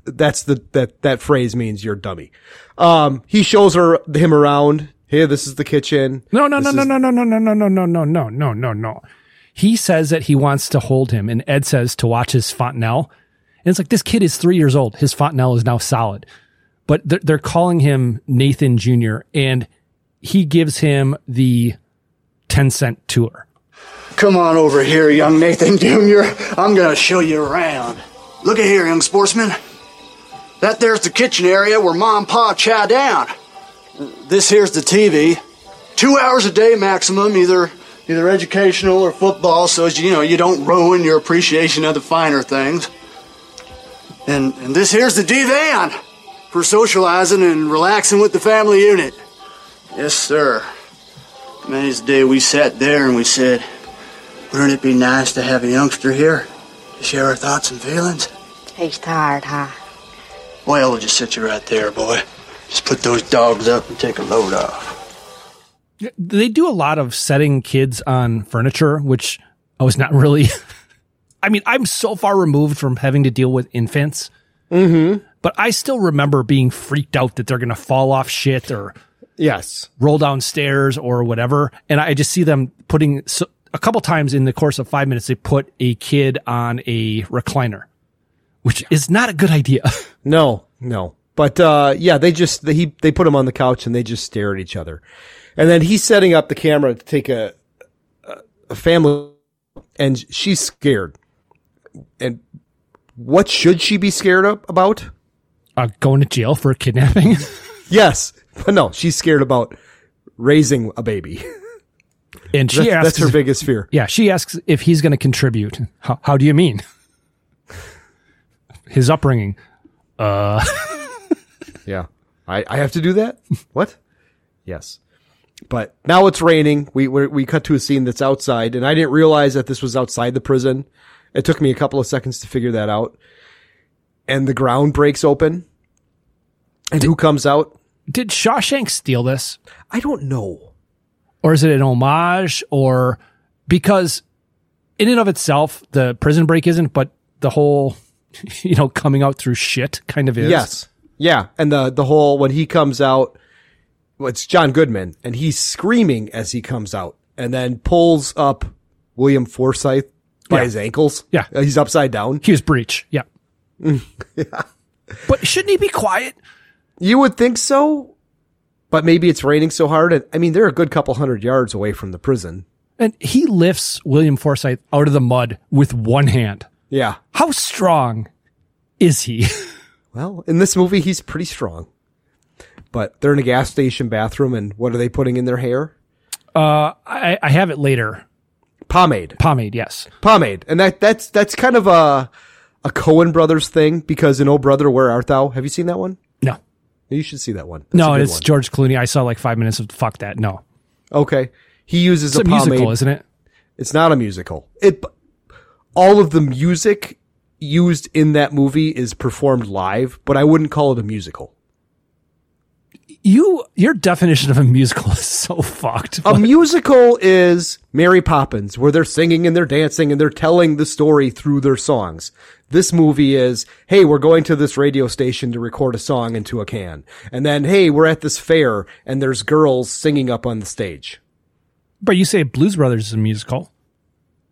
Speaker 2: that's the that that phrase means you're dummy. Um, he shows her him around. Here, this is the kitchen.
Speaker 3: no, no,
Speaker 2: This
Speaker 3: no,
Speaker 2: is-
Speaker 3: no, no, no, no, no, no, no, no, no, no, no, no, no. He says that he wants to hold him, and Ed says to watch his fontanelle. And it's like this kid is three years old. His fontanelle is now solid, but they're, they're calling him Nathan Jr. and he gives him the ten cent tour.
Speaker 18: Come on over here, young Nathan Jr. I'm gonna show you around.
Speaker 23: Look at here, young sportsman. That there's the kitchen area where Mom and Pa chow down. This here's the TV. Two hours a day maximum, either either educational or football, so as you know you don't ruin your appreciation of the finer things. And and this here's the divan for socializing and relaxing with the family unit. Yes, sir.
Speaker 18: Many's the day we sat there and we said, wouldn't it be nice to have a youngster here to share our thoughts and feelings?
Speaker 9: He's tired, huh?
Speaker 18: Well, we'll just sit you right there, boy. Just put those dogs up and take a load off.
Speaker 3: They do a lot of setting kids on furniture, which I was not really. <laughs> I mean, I'm so far removed from having to deal with infants. Mm-hmm. But I still remember being freaked out that they're going to fall off shit or
Speaker 2: Yes.
Speaker 3: roll downstairs or whatever. And I just see them putting so, a couple times in the course of five minutes, they put a kid on a recliner, which is not a good idea. <laughs>
Speaker 2: No, no. But uh, yeah, they just they, he they put him on the couch and they just stare at each other, and then he's setting up the camera to take a a- a family, and she's scared. And what should she be scared of, about?
Speaker 3: Uh, going to jail for kidnapping.
Speaker 2: Yes, but no, she's scared about raising a baby. <laughs>
Speaker 3: And she
Speaker 2: That's-
Speaker 3: asks,
Speaker 2: that's her biggest fear.
Speaker 3: Yeah. She asks if he's going to contribute. How, how do you mean? <laughs> His upbringing. Uh,
Speaker 2: <laughs> Yeah. I, I have to do that? What? Yes. But now it's raining. We, we we cut to a scene that's outside, and I didn't realize that this was outside the prison. It took me a couple of seconds to figure that out. And the ground breaks open. And who comes out?
Speaker 3: did Shawshank steal this?
Speaker 2: I don't know.
Speaker 3: or is it an homage or because in and of itself the prison break isn't but the whole <laughs> you know coming out through shit kind of is
Speaker 2: Yes. Yeah. And the the whole when he comes out it's John Goodman, and he's screaming as he comes out, and then pulls up William Forsythe by
Speaker 3: Yeah.
Speaker 2: his ankles.
Speaker 3: Yeah.
Speaker 2: Uh, he's upside down.
Speaker 3: He was breech. Yeah.
Speaker 2: <laughs> yeah,
Speaker 3: but shouldn't he be quiet?
Speaker 2: You would think so, but maybe it's raining so hard, and I mean they're a good couple hundred yards away from the prison.
Speaker 3: And he lifts William Forsythe out of the mud with one hand.
Speaker 2: Yeah.
Speaker 3: How strong is he? <laughs>
Speaker 2: Well, in this movie, he's pretty strong. But they're in a gas station bathroom, and what are they putting in their hair?
Speaker 3: Uh, I, I have it later.
Speaker 2: Pomade.
Speaker 3: Pomade, yes.
Speaker 2: Pomade, and that that's that's kind of a a Cohen Brothers thing because in Oh Brother, Where Art Thou? Have you seen that one?
Speaker 3: No.
Speaker 2: You should see that one. That's
Speaker 3: no,
Speaker 2: a good
Speaker 3: it's
Speaker 2: one.
Speaker 3: George Clooney. I saw like five minutes of fuck that. No.
Speaker 2: Okay. He uses
Speaker 3: It's a
Speaker 2: pomade.
Speaker 3: musical, isn't it?
Speaker 2: It's not a musical. It all of the music used in that movie is performed live, but I wouldn't call it a musical.
Speaker 3: You your definition of a musical <laughs> is so fucked.
Speaker 2: A musical is Mary Poppins, where they're singing and they're dancing and they're telling the story through their songs. This movie is, hey, we're going to this radio station to record a song into a can. And then, hey, we're at this fair and there's girls singing up on the stage.
Speaker 3: But you say Blues Brothers is a musical.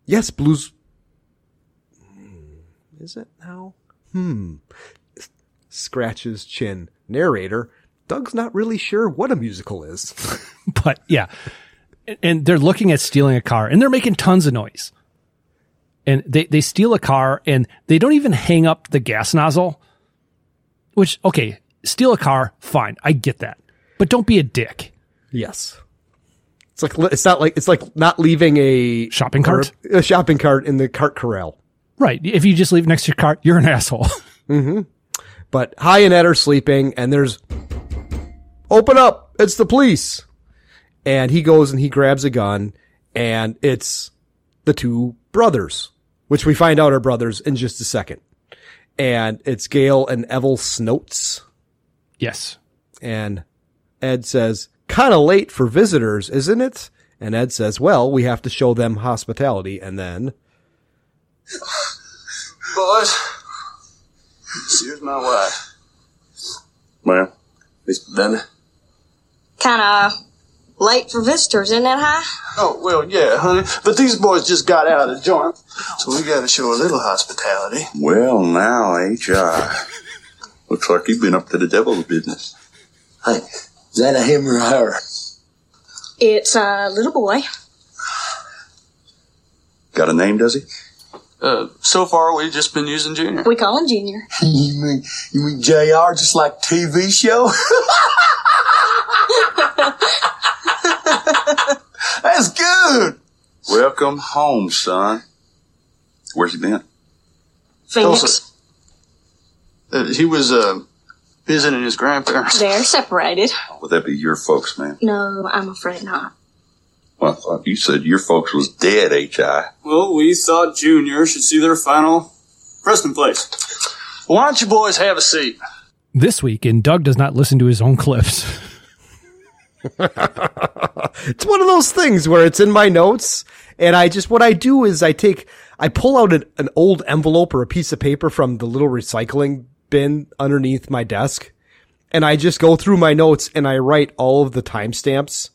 Speaker 2: Yes, blues. Is it now? Hmm. Scratches chin. Narrator. Doug's not really sure what a musical is.
Speaker 3: <laughs> But yeah. And- And they're looking at stealing a car and they're making tons of noise. And they, they steal a car and they don't even hang up the gas nozzle. Which, okay, steal a car, fine. I get that. But don't be a dick.
Speaker 2: Yes. It's like it's not like it's like not leaving a
Speaker 3: shopping cart?
Speaker 2: a shopping cart in the cart corral.
Speaker 3: Right. If you just leave it next to your car, you're an <laughs> asshole.
Speaker 2: Mm-hmm. But High and Ed are sleeping, and there's open up. It's the police, and he goes and he grabs a gun, and it's the two brothers, which we find out are brothers in just a second, and it's Gail and Evel Snotes.
Speaker 3: Yes.
Speaker 2: And Ed says, kind of late for visitors, isn't it? And Ed says, well, we have to show them hospitality. And then,
Speaker 23: Boys, here's my wife. Ma'am. Miss Benny.
Speaker 13: Kind of late for visitors, isn't it, High?
Speaker 23: Oh, well, yeah, honey. But these boys just got out of the joint, so we gotta show a little hospitality.
Speaker 14: Well, now,
Speaker 5: <laughs>
Speaker 14: HR. Looks like you've been up to the devil's business. Hey, is that a him or her?
Speaker 13: It's a little boy.
Speaker 14: Got a name, does he?
Speaker 23: Uh, so far, we've just been using Junior.
Speaker 13: We call him Junior.
Speaker 23: You mean, you mean JR, just like TV show? That's good.
Speaker 14: Welcome home, son. Where's he been?
Speaker 13: Phoenix.
Speaker 23: Uh, he was uh, visiting his grandparents.
Speaker 13: They're separated.
Speaker 14: Would that Oh, be your folks, man?
Speaker 13: No, I'm afraid not.
Speaker 14: Well, I thought you said your folks was dead, H.I.
Speaker 23: Well, we thought Junior should see their final resting place. Why don't you boys have a seat?
Speaker 3: This week, and Doug does not listen to his own clips. <laughs>
Speaker 2: it's one of those things where it's in my notes. And I just, what I do is I take, I pull out an, an old envelope or a piece of paper from the little recycling bin underneath my desk. And I just go through my notes and I write all of the timestamps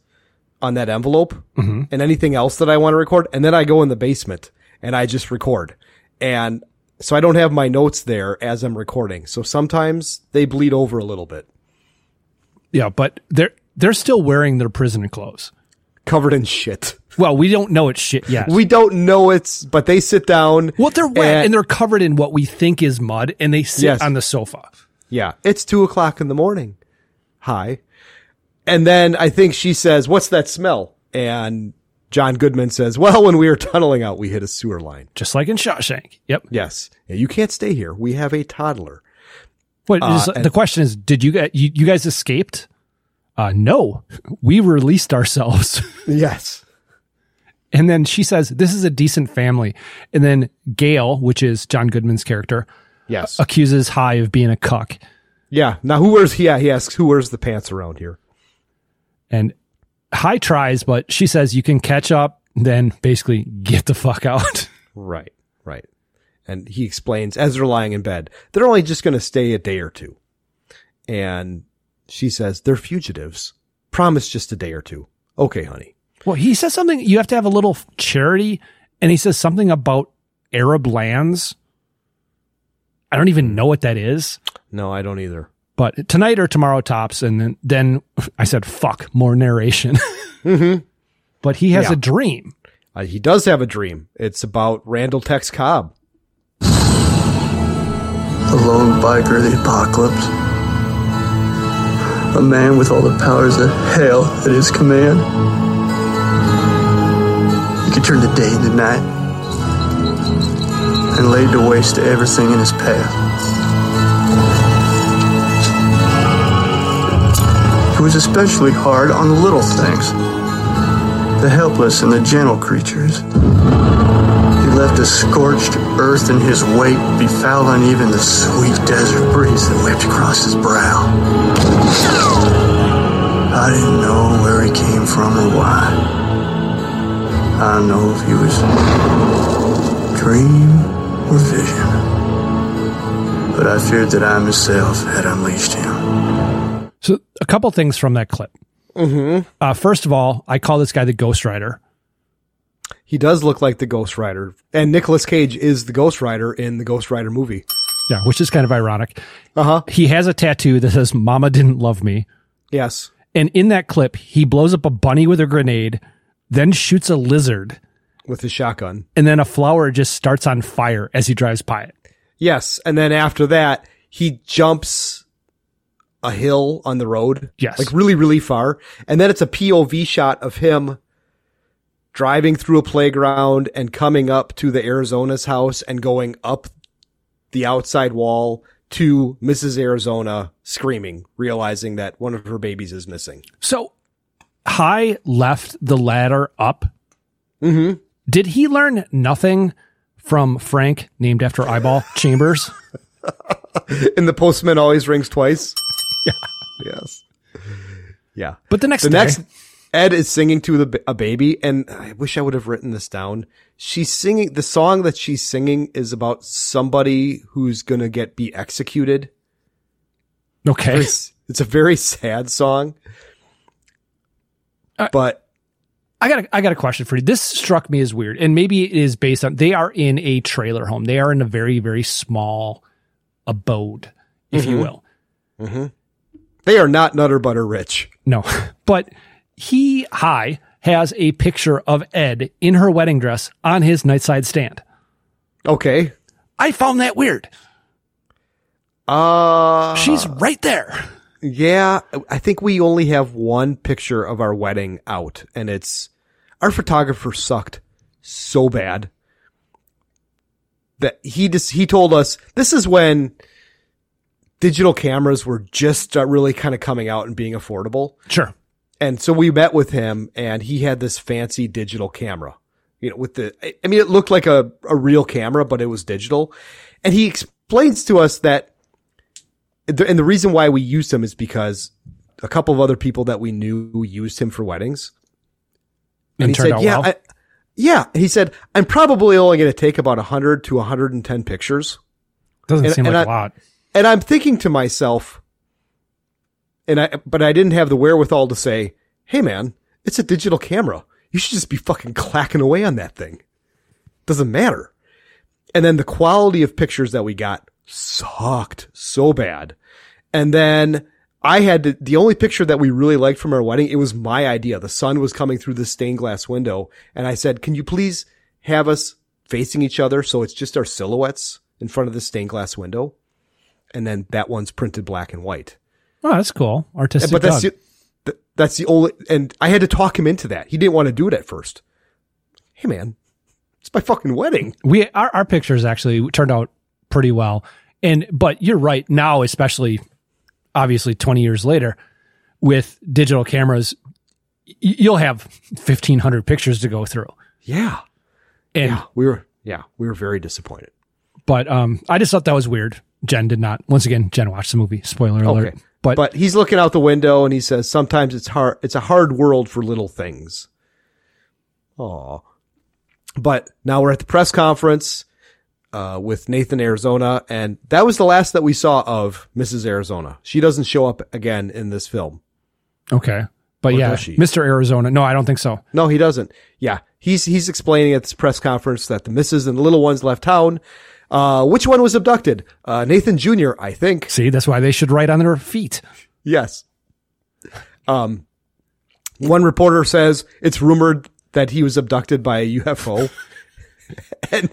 Speaker 2: on that envelope
Speaker 3: Mhm.
Speaker 2: and anything else that I want to record. And then I go in the basement and I just record. And so I don't have my notes there as I'm recording. So sometimes they bleed over a little bit.
Speaker 3: Yeah, but they're they're still wearing their prison clothes,
Speaker 2: covered in shit.
Speaker 3: Well, we don't know it's shit yet.
Speaker 2: We don't know it's, but they sit down.
Speaker 3: Well, they're wet
Speaker 2: and-
Speaker 3: and, they're covered in what we think is mud, and they sit
Speaker 2: Yes.
Speaker 3: on the sofa.
Speaker 2: Yeah. It's two o'clock in the morning. Hi. And then I think she says, what's that smell? And John Goodman says, well, when we were tunneling out, we hit a sewer line.
Speaker 3: Just like in Shawshank. Yep.
Speaker 2: Yes. Yeah, you can't stay here. We have a toddler.
Speaker 3: What is-
Speaker 2: Uh, and-
Speaker 3: the question is? Did you guys you, you guys escaped? Uh, no, we released ourselves. <laughs>
Speaker 2: yes.
Speaker 3: And then she says, "This is a decent family." And then Gail, which is John Goodman's character,
Speaker 2: yes,
Speaker 3: accuses High of being a cuck.
Speaker 2: Yeah. Now who wears, yeah, he asks, who wears the pants around here?
Speaker 3: And High tries, but she says, "You can catch up." Then basically, get the fuck out. <laughs>
Speaker 2: Right. Right. And he explains as they're lying in bed, they're only just going to stay a day or two. And she says, they're fugitives. Promise just a day or two. Okay, honey.
Speaker 3: Well, he says something. You have to have a little charity, and he says something about Arab lands. I don't even know what that is.
Speaker 2: No, I don't either.
Speaker 3: But tonight or tomorrow tops, and then, then I said, "Fuck more narration." <laughs>
Speaker 2: Mm-hmm.
Speaker 3: But he has
Speaker 2: Yeah.
Speaker 3: a dream.
Speaker 2: Uh, he does have a dream. It's about Randall Tex Cobb.
Speaker 23: The lone biker of the apocalypse. A man with all the powers of hell at his command. He could turn the day into night and laid to waste everything in his path. He was especially hard on the little things, the helpless and the gentle creatures. He left a scorched earth in his wake, befouled on even the sweet desert breeze that whipped across his brow. I didn't know where he came from or why. I don't know if he was dream or vision. But I feared that I myself had unleashed him.
Speaker 3: So a couple things from that clip.
Speaker 2: Mm-hmm.
Speaker 3: Uh, first of all, I call this guy the Ghost Rider.
Speaker 2: He does look like the Ghost Rider, and Nicolas Cage is the Ghost Rider in the Ghost Rider movie.
Speaker 3: Yeah, which is kind of ironic.
Speaker 2: Uh huh.
Speaker 3: He has a tattoo that says "Mama didn't love me."
Speaker 2: Yes.
Speaker 3: And in that clip, he blows up a bunny with a grenade, then shoots a lizard,
Speaker 2: With his shotgun.
Speaker 3: and then a flower just starts on fire as he drives by it.
Speaker 2: Yes, and then after that, he jumps a hill on the road.
Speaker 3: Yes.
Speaker 2: Like really, really far. And then it's a POV shot of him driving through a playground and coming up to the Arizona's house and going up the outside wall to Mrs. Arizona screaming, realizing that one of her babies is missing.
Speaker 3: So High left the ladder up.
Speaker 2: Mm-hmm.
Speaker 3: Did he learn nothing from Frank, named after Eyeball
Speaker 2: <laughs>
Speaker 3: Chambers?
Speaker 2: and the postman always rings twice.
Speaker 3: <laughs> Yeah.
Speaker 2: Yes. Yeah.
Speaker 3: But the next
Speaker 2: the
Speaker 3: day-
Speaker 2: next Ed is singing to the, a baby, and I wish I would have written this down. She's singing the song that she's singing is about somebody who's gonna get be executed.
Speaker 3: Okay.
Speaker 2: Very s- It's a very sad song. but
Speaker 3: Uh, I got a, I got a question for you. This struck me as weird, and maybe it is based on they are in a trailer home. They are in a very very small abode, if you
Speaker 2: Mhm.
Speaker 3: will.
Speaker 2: Mhm. They are not nutter butter rich.
Speaker 3: <laughs> No, but he high has a picture of Ed in her wedding dress on his nightside stand.
Speaker 2: Okay.
Speaker 3: I found that weird.
Speaker 2: Uh
Speaker 3: She's right there.
Speaker 2: Yeah, I think we only have one picture of our wedding out, and it's our photographer sucked so bad that he just he told us this is when digital cameras were just uh, really kind of coming out and being affordable.
Speaker 3: Sure.
Speaker 2: And so we met with him, and he had this fancy digital camera, you know, with the I- I mean, it looked like a a real camera, but it was digital, and he explains to us that the- and the reason why we used him is because a couple of other people that we knew used him for weddings.
Speaker 3: And turned out
Speaker 2: yeah,
Speaker 3: well."
Speaker 2: I, yeah. He said, I'm probably only going to take about 100 to 110 pictures.
Speaker 3: Doesn't
Speaker 2: And-
Speaker 3: seem
Speaker 2: and
Speaker 3: like
Speaker 2: I-
Speaker 3: a lot.
Speaker 2: And I'm thinking to myself, and I, but I didn't have the wherewithal to say, Hey man, it's a digital camera. You should just be fucking clacking away on that thing. Doesn't matter. And then the quality of pictures that we got sucked so bad. And then I had to, the only picture that we really liked from our wedding. It was my idea. The sun was coming through the stained glass window. And I said, can you please have us facing each other? So it's just our silhouettes in front of the stained glass window. And then that one's printed black and white.
Speaker 3: Oh, that's cool. Artistic.
Speaker 2: but that's
Speaker 3: dog.
Speaker 2: the, th- that's the only, and I had to talk him into that. He didn't want to do it at first. Hey man, it's my fucking wedding.
Speaker 3: we our, our pictures actually turned out pretty well and but you're right now especially obviously 20 years later with digital cameras y- you'll have 1500 pictures to go through
Speaker 2: Yeah.
Speaker 3: and
Speaker 2: yeah, we were, yeah, we were very disappointed.
Speaker 3: but um i just thought that was weird jen did not once again jen watched the movie spoiler alert
Speaker 2: Okay. But, he's looking out the window and he says, sometimes it's hard, it's a hard world for little things. Aw. But now we're at the press conference, uh, with Nathan Arizona. And that was the last that we saw of Mrs. Arizona. She doesn't show up again in this film.
Speaker 3: okay But
Speaker 2: Or
Speaker 3: yeah,
Speaker 2: does she?
Speaker 3: Mr. Arizona. No, I don't think so.
Speaker 2: No, he doesn't. Yeah, he's he's explaining at this press conference that the missus and the little ones left town. Uh, which one was abducted? Uh, Nathan Jr. I think.
Speaker 3: See, that's why they should write on their feet.
Speaker 2: Yes. Um, one reporter says it's rumored that he was abducted by a UFO. <laughs> and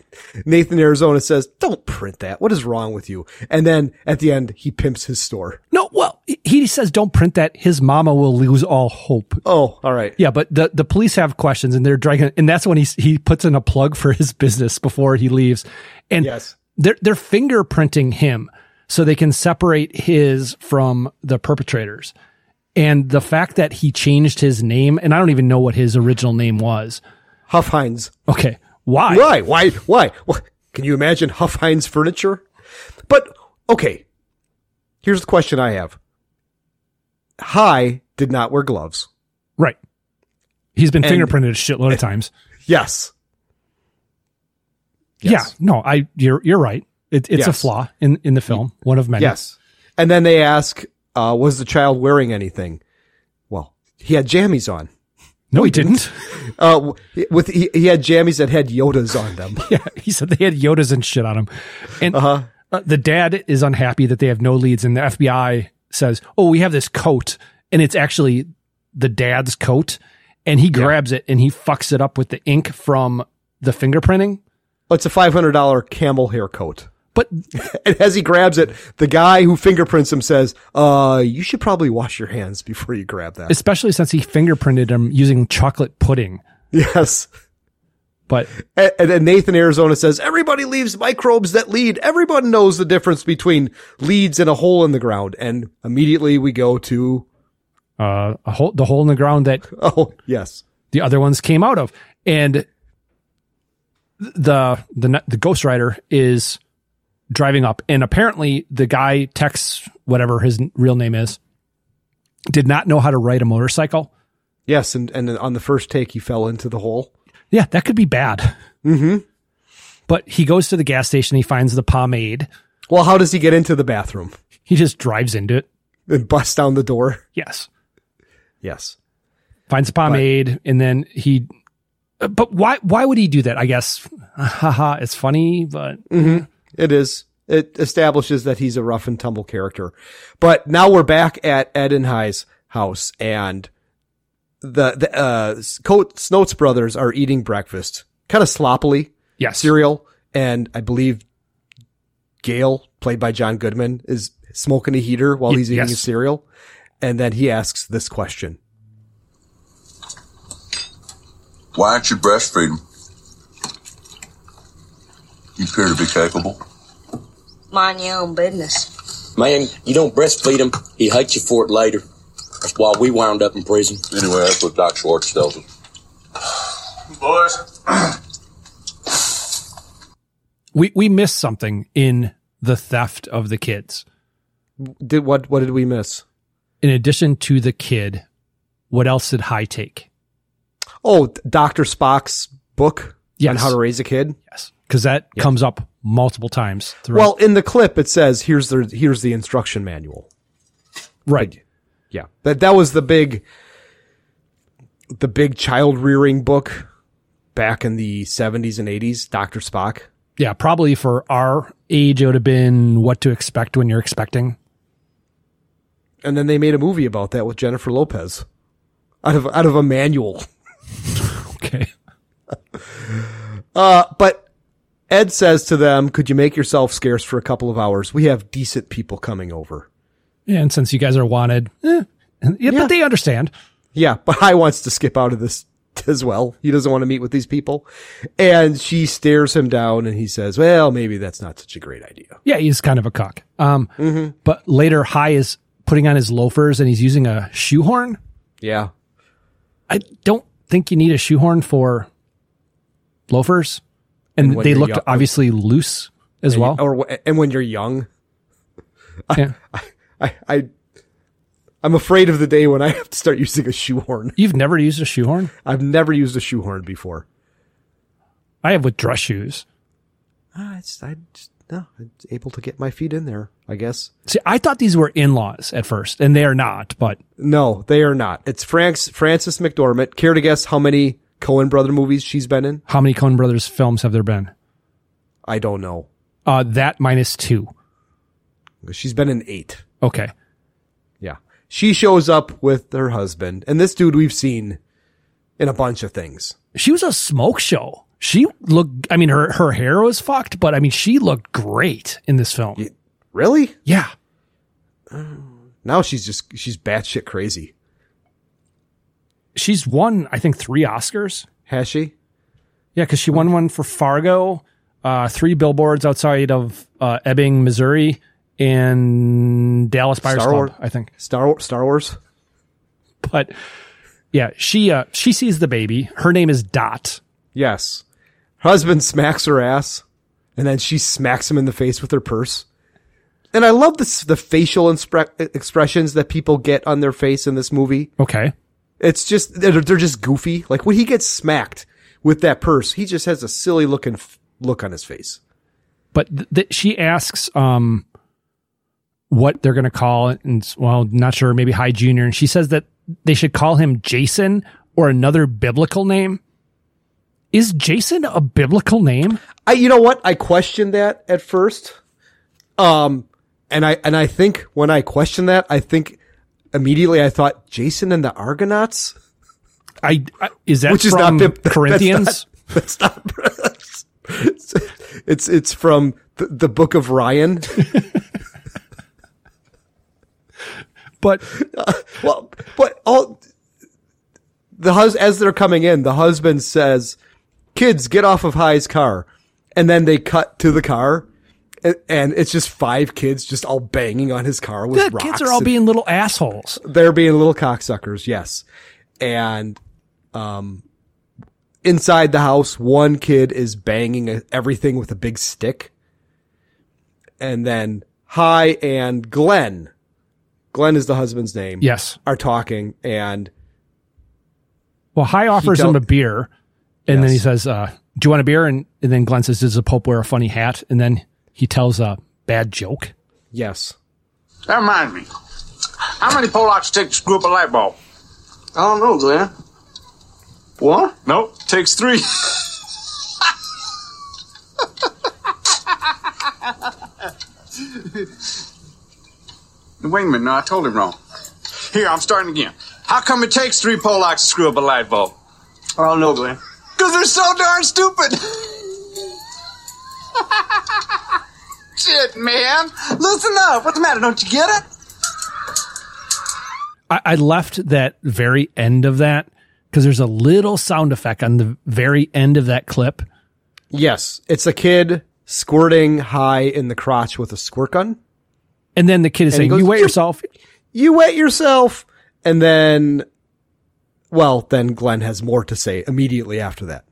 Speaker 2: Nathan Arizona says, "Don't print that. What is wrong with you?" And then at the end, he pimps his store.
Speaker 3: No, well, he says don't print that. His mama will lose all hope.
Speaker 2: Oh, all right.
Speaker 3: Yeah, but the, the police have questions and they're dragging, and that's when he he puts in a plug for his business before he leaves, and they're they're fingerprinting him so they can separate his from the perpetrators, and the fact that he changed his name, and I don't even know what his original name was,
Speaker 2: Huff Hines.
Speaker 3: Okay, why?
Speaker 2: Why? Why? Why? Why? Can you imagine Huff Hines furniture? But okay, here's the question I have. High did not wear gloves.
Speaker 3: Right. He's been
Speaker 2: And- eh,
Speaker 3: fingerprinted a shitload of times.
Speaker 2: Yes.
Speaker 3: Yeah, no, I you're you're right. It, it's a
Speaker 2: Yes.
Speaker 3: flaw in in the film, one of many.
Speaker 2: Yes. And then they ask, uh, was the child wearing anything? Well, he had jammies on.
Speaker 3: No, he didn't.
Speaker 2: <laughs> Uh, w- with he, he had jammies that had Yodas on them.
Speaker 3: <laughs> <laughs> yeah, he said they had Yodas and shit on him. And
Speaker 2: Uh-huh.
Speaker 3: uh, the dad is unhappy that they have no leads, and the FBI says, "Oh, we have this coat, and it's actually the dad's coat." And he grabs it and he fucks it up with the ink from the fingerprinting.
Speaker 2: Oh, It's a five hundred dollar camel hair coat.
Speaker 3: But
Speaker 2: and as he grabs it, the guy who fingerprints him says, "Uh, you should probably wash your hands before you grab that."
Speaker 3: especially since he fingerprinted him using chocolate pudding.
Speaker 2: Yes.
Speaker 3: But
Speaker 2: and, and then Nathan Arizona says, "Everybody leaves microbes that lead. Everyone knows the difference between leads and a hole in the ground." And immediately we go to
Speaker 3: uh, a hole, the hole in the ground that
Speaker 2: <laughs> oh yes,
Speaker 3: the other ones came out of, and the the the Ghost Rider is driving up, and apparently the guy texts whatever his n- real name is did not know how to ride a motorcycle.
Speaker 2: yes, and and on the first take he fell into the hole.
Speaker 3: Yeah, that could be bad.
Speaker 2: Mm-hmm.
Speaker 3: But he goes to the gas station. He finds the pomade.
Speaker 2: Well, how does he get into the bathroom?
Speaker 3: He just drives into it.
Speaker 2: And busts down the door.
Speaker 3: Yes.
Speaker 2: Yes.
Speaker 3: finds a pomade and then he uh, but why why would he do that i guess <laughs> haha it's funny but
Speaker 2: Mhm. It is. It establishes that he's a rough and tumble character. But now we're back at Ed and High's house and the, the, uh, Co- Snotes brothers are eating breakfast kind of sloppily.
Speaker 3: Yes.
Speaker 2: Cereal. And I believe Gail, played by John Goodman, is smoking a heater while
Speaker 3: Ye-
Speaker 2: he's eating
Speaker 3: yes.
Speaker 2: his cereal. And then he asks this question.
Speaker 14: Why aren't you breastfeeding? You appear to be capable.
Speaker 13: Mind your own business.
Speaker 6: Man, you don't breastfeed him. He hates you for it later. That's why we wound up in prison.
Speaker 14: Anyway, that's what Doc Schwartz tells us.
Speaker 6: Boys.
Speaker 3: we we missed something in the theft of the kids
Speaker 2: Did what, what did we miss?
Speaker 3: in addition to the kid what else did high take
Speaker 2: Oh, Dr. Spock's book on
Speaker 3: Yes.
Speaker 2: how to raise a kid.
Speaker 3: Yes. because that comes up multiple times throughout
Speaker 2: Well, in the clip, it says here's the here's the instruction manual.
Speaker 3: right
Speaker 2: Yeah, that that was the big, the big child rearing book back in the seventies and eighties. Doctor Spock.
Speaker 3: yeah probably for our age it would have been what to expect when you're expecting
Speaker 2: and then they made a movie about that with Jennifer Lopez, out of out of a manual.
Speaker 3: <laughs> okay.
Speaker 2: Uh, but Ed says to them, "Could you make yourself scarce for a couple of hours? We have decent people coming over."
Speaker 3: yeah and since you guys are wanted eh, yeah, but they understand
Speaker 2: Yeah, but High wants to skip out of this <laughs> as well. He doesn't want to meet with these people. And she stares him down and he says, Well, maybe that's not such a great idea.
Speaker 3: Yeah, he's kind of a cock. Um,
Speaker 2: Mm-hmm.
Speaker 3: But later, High is putting on his loafers and he's using a shoehorn.
Speaker 2: Yeah.
Speaker 3: I don't think you need a shoehorn for loafers,
Speaker 2: And
Speaker 3: and,
Speaker 2: when
Speaker 3: they
Speaker 2: you're
Speaker 3: looked
Speaker 2: young-
Speaker 3: obviously loose as
Speaker 2: And- <laughs>
Speaker 3: well.
Speaker 2: Or wh- and when you're young.
Speaker 3: Yeah.
Speaker 2: oh, I, I, I, I'm afraid of the day when I <laughs> have to start using a shoehorn.
Speaker 3: You've never used a shoehorn?
Speaker 2: I've never used a shoehorn before.
Speaker 3: I have with dress shoes.
Speaker 2: Ah, I just, I just, no, I'm able to get my feet in there, I guess.
Speaker 3: See, I thought these were in-laws at first, and they are not. But
Speaker 2: no, they are not. It's Frank's Frances McDormand. Care to guess how many Cohen brother movies she's been in?
Speaker 3: how many Coen Brothers films have there been?
Speaker 2: I don't know.
Speaker 3: Uh, that minus two.
Speaker 2: She's been in eight.
Speaker 3: Okay.
Speaker 2: Yeah. She shows up with her husband, and this dude we've seen in a bunch of things.
Speaker 3: She was a smoke show. She looked. I mean, her her hair was fucked, but I mean, she looked great in this film.
Speaker 2: Really? Uh,
Speaker 3: Yeah.
Speaker 2: Now she's just she's batshit crazy.
Speaker 3: She's won, I think, three Oscars.
Speaker 2: Has she?
Speaker 3: Yeah, because she won one for Fargo, uh, three billboards outside of uh, Ebbing, Missouri, and Dallas Buyers
Speaker 2: Star
Speaker 3: Club.
Speaker 2: Wars.
Speaker 3: I think.
Speaker 2: Star Star Wars.
Speaker 3: But yeah, she uh, she sees the baby. Her name is Dot.
Speaker 2: Yes. Husband smacks her ass, and then she smacks him in the face with her purse. And I love this, the facial inspre- expressions that people get on their face in this movie.
Speaker 3: Okay.
Speaker 2: It's just, they're, they're just goofy. Like when he gets smacked with that purse, he just has a silly looking f- look on his face.
Speaker 3: but th- th- she asks um what they're going to call it and s- well not sure maybe high junior and she says that they should call him jason or another biblical name is jason a biblical name
Speaker 2: I, you know what? I questioned that at first. Um, and I, and I think when I questioned that, I think immediately I thought Jason and the Argonauts,
Speaker 3: i, I is that
Speaker 2: which is
Speaker 3: from
Speaker 2: not bib- <laughs> that's
Speaker 3: corinthians
Speaker 2: not- That's not. it's, <laughs> it's it's from the, the Book of Ryan.
Speaker 3: <laughs> but
Speaker 2: <laughs> well, but all the hus as they're coming in, the husband says, "Kids, get off of High's car," and then they cut to the car. And, and it's just five kids just all banging on his car with
Speaker 3: the
Speaker 2: rocks.
Speaker 3: kids are all
Speaker 2: and-
Speaker 3: being little assholes
Speaker 2: they're being little cocksuckers, yes. And um inside the house, one kid is banging a- everything with a big stick. And then High and Glenn, Glenn is the husband's name.
Speaker 3: Yes.
Speaker 2: Are talking and
Speaker 3: well high offers him
Speaker 2: don't-
Speaker 3: a beer and then he
Speaker 2: Yes.
Speaker 3: says uh do you want a beer and, and then glenn says does the pope wear a funny hat and then he tells a bad joke
Speaker 2: yes.
Speaker 8: That reminds me. How many Polacks take to screw up a light bulb?
Speaker 18: I don't know, Glenn. What?
Speaker 8: Nope, takes three. <laughs> Wait a minute, no, I told him wrong. Here, I'm starting again. How come it takes three Polacks to screw up a light bulb?
Speaker 18: I don't know, Glenn.
Speaker 8: Because they're so darn stupid. Shit, man. Listen up. What's the matter? Don't you get it?
Speaker 3: I, I left that very end of that because there's a little sound effect on the very end of that clip.
Speaker 2: Yes. It's a kid squirting High in the crotch with a squirt gun.
Speaker 3: And then the kid is
Speaker 2: And
Speaker 3: saying,
Speaker 2: he goes,
Speaker 3: You wet
Speaker 2: "You-
Speaker 3: yourself.
Speaker 2: You wet yourself. And then well, then Glenn has more to say immediately after that.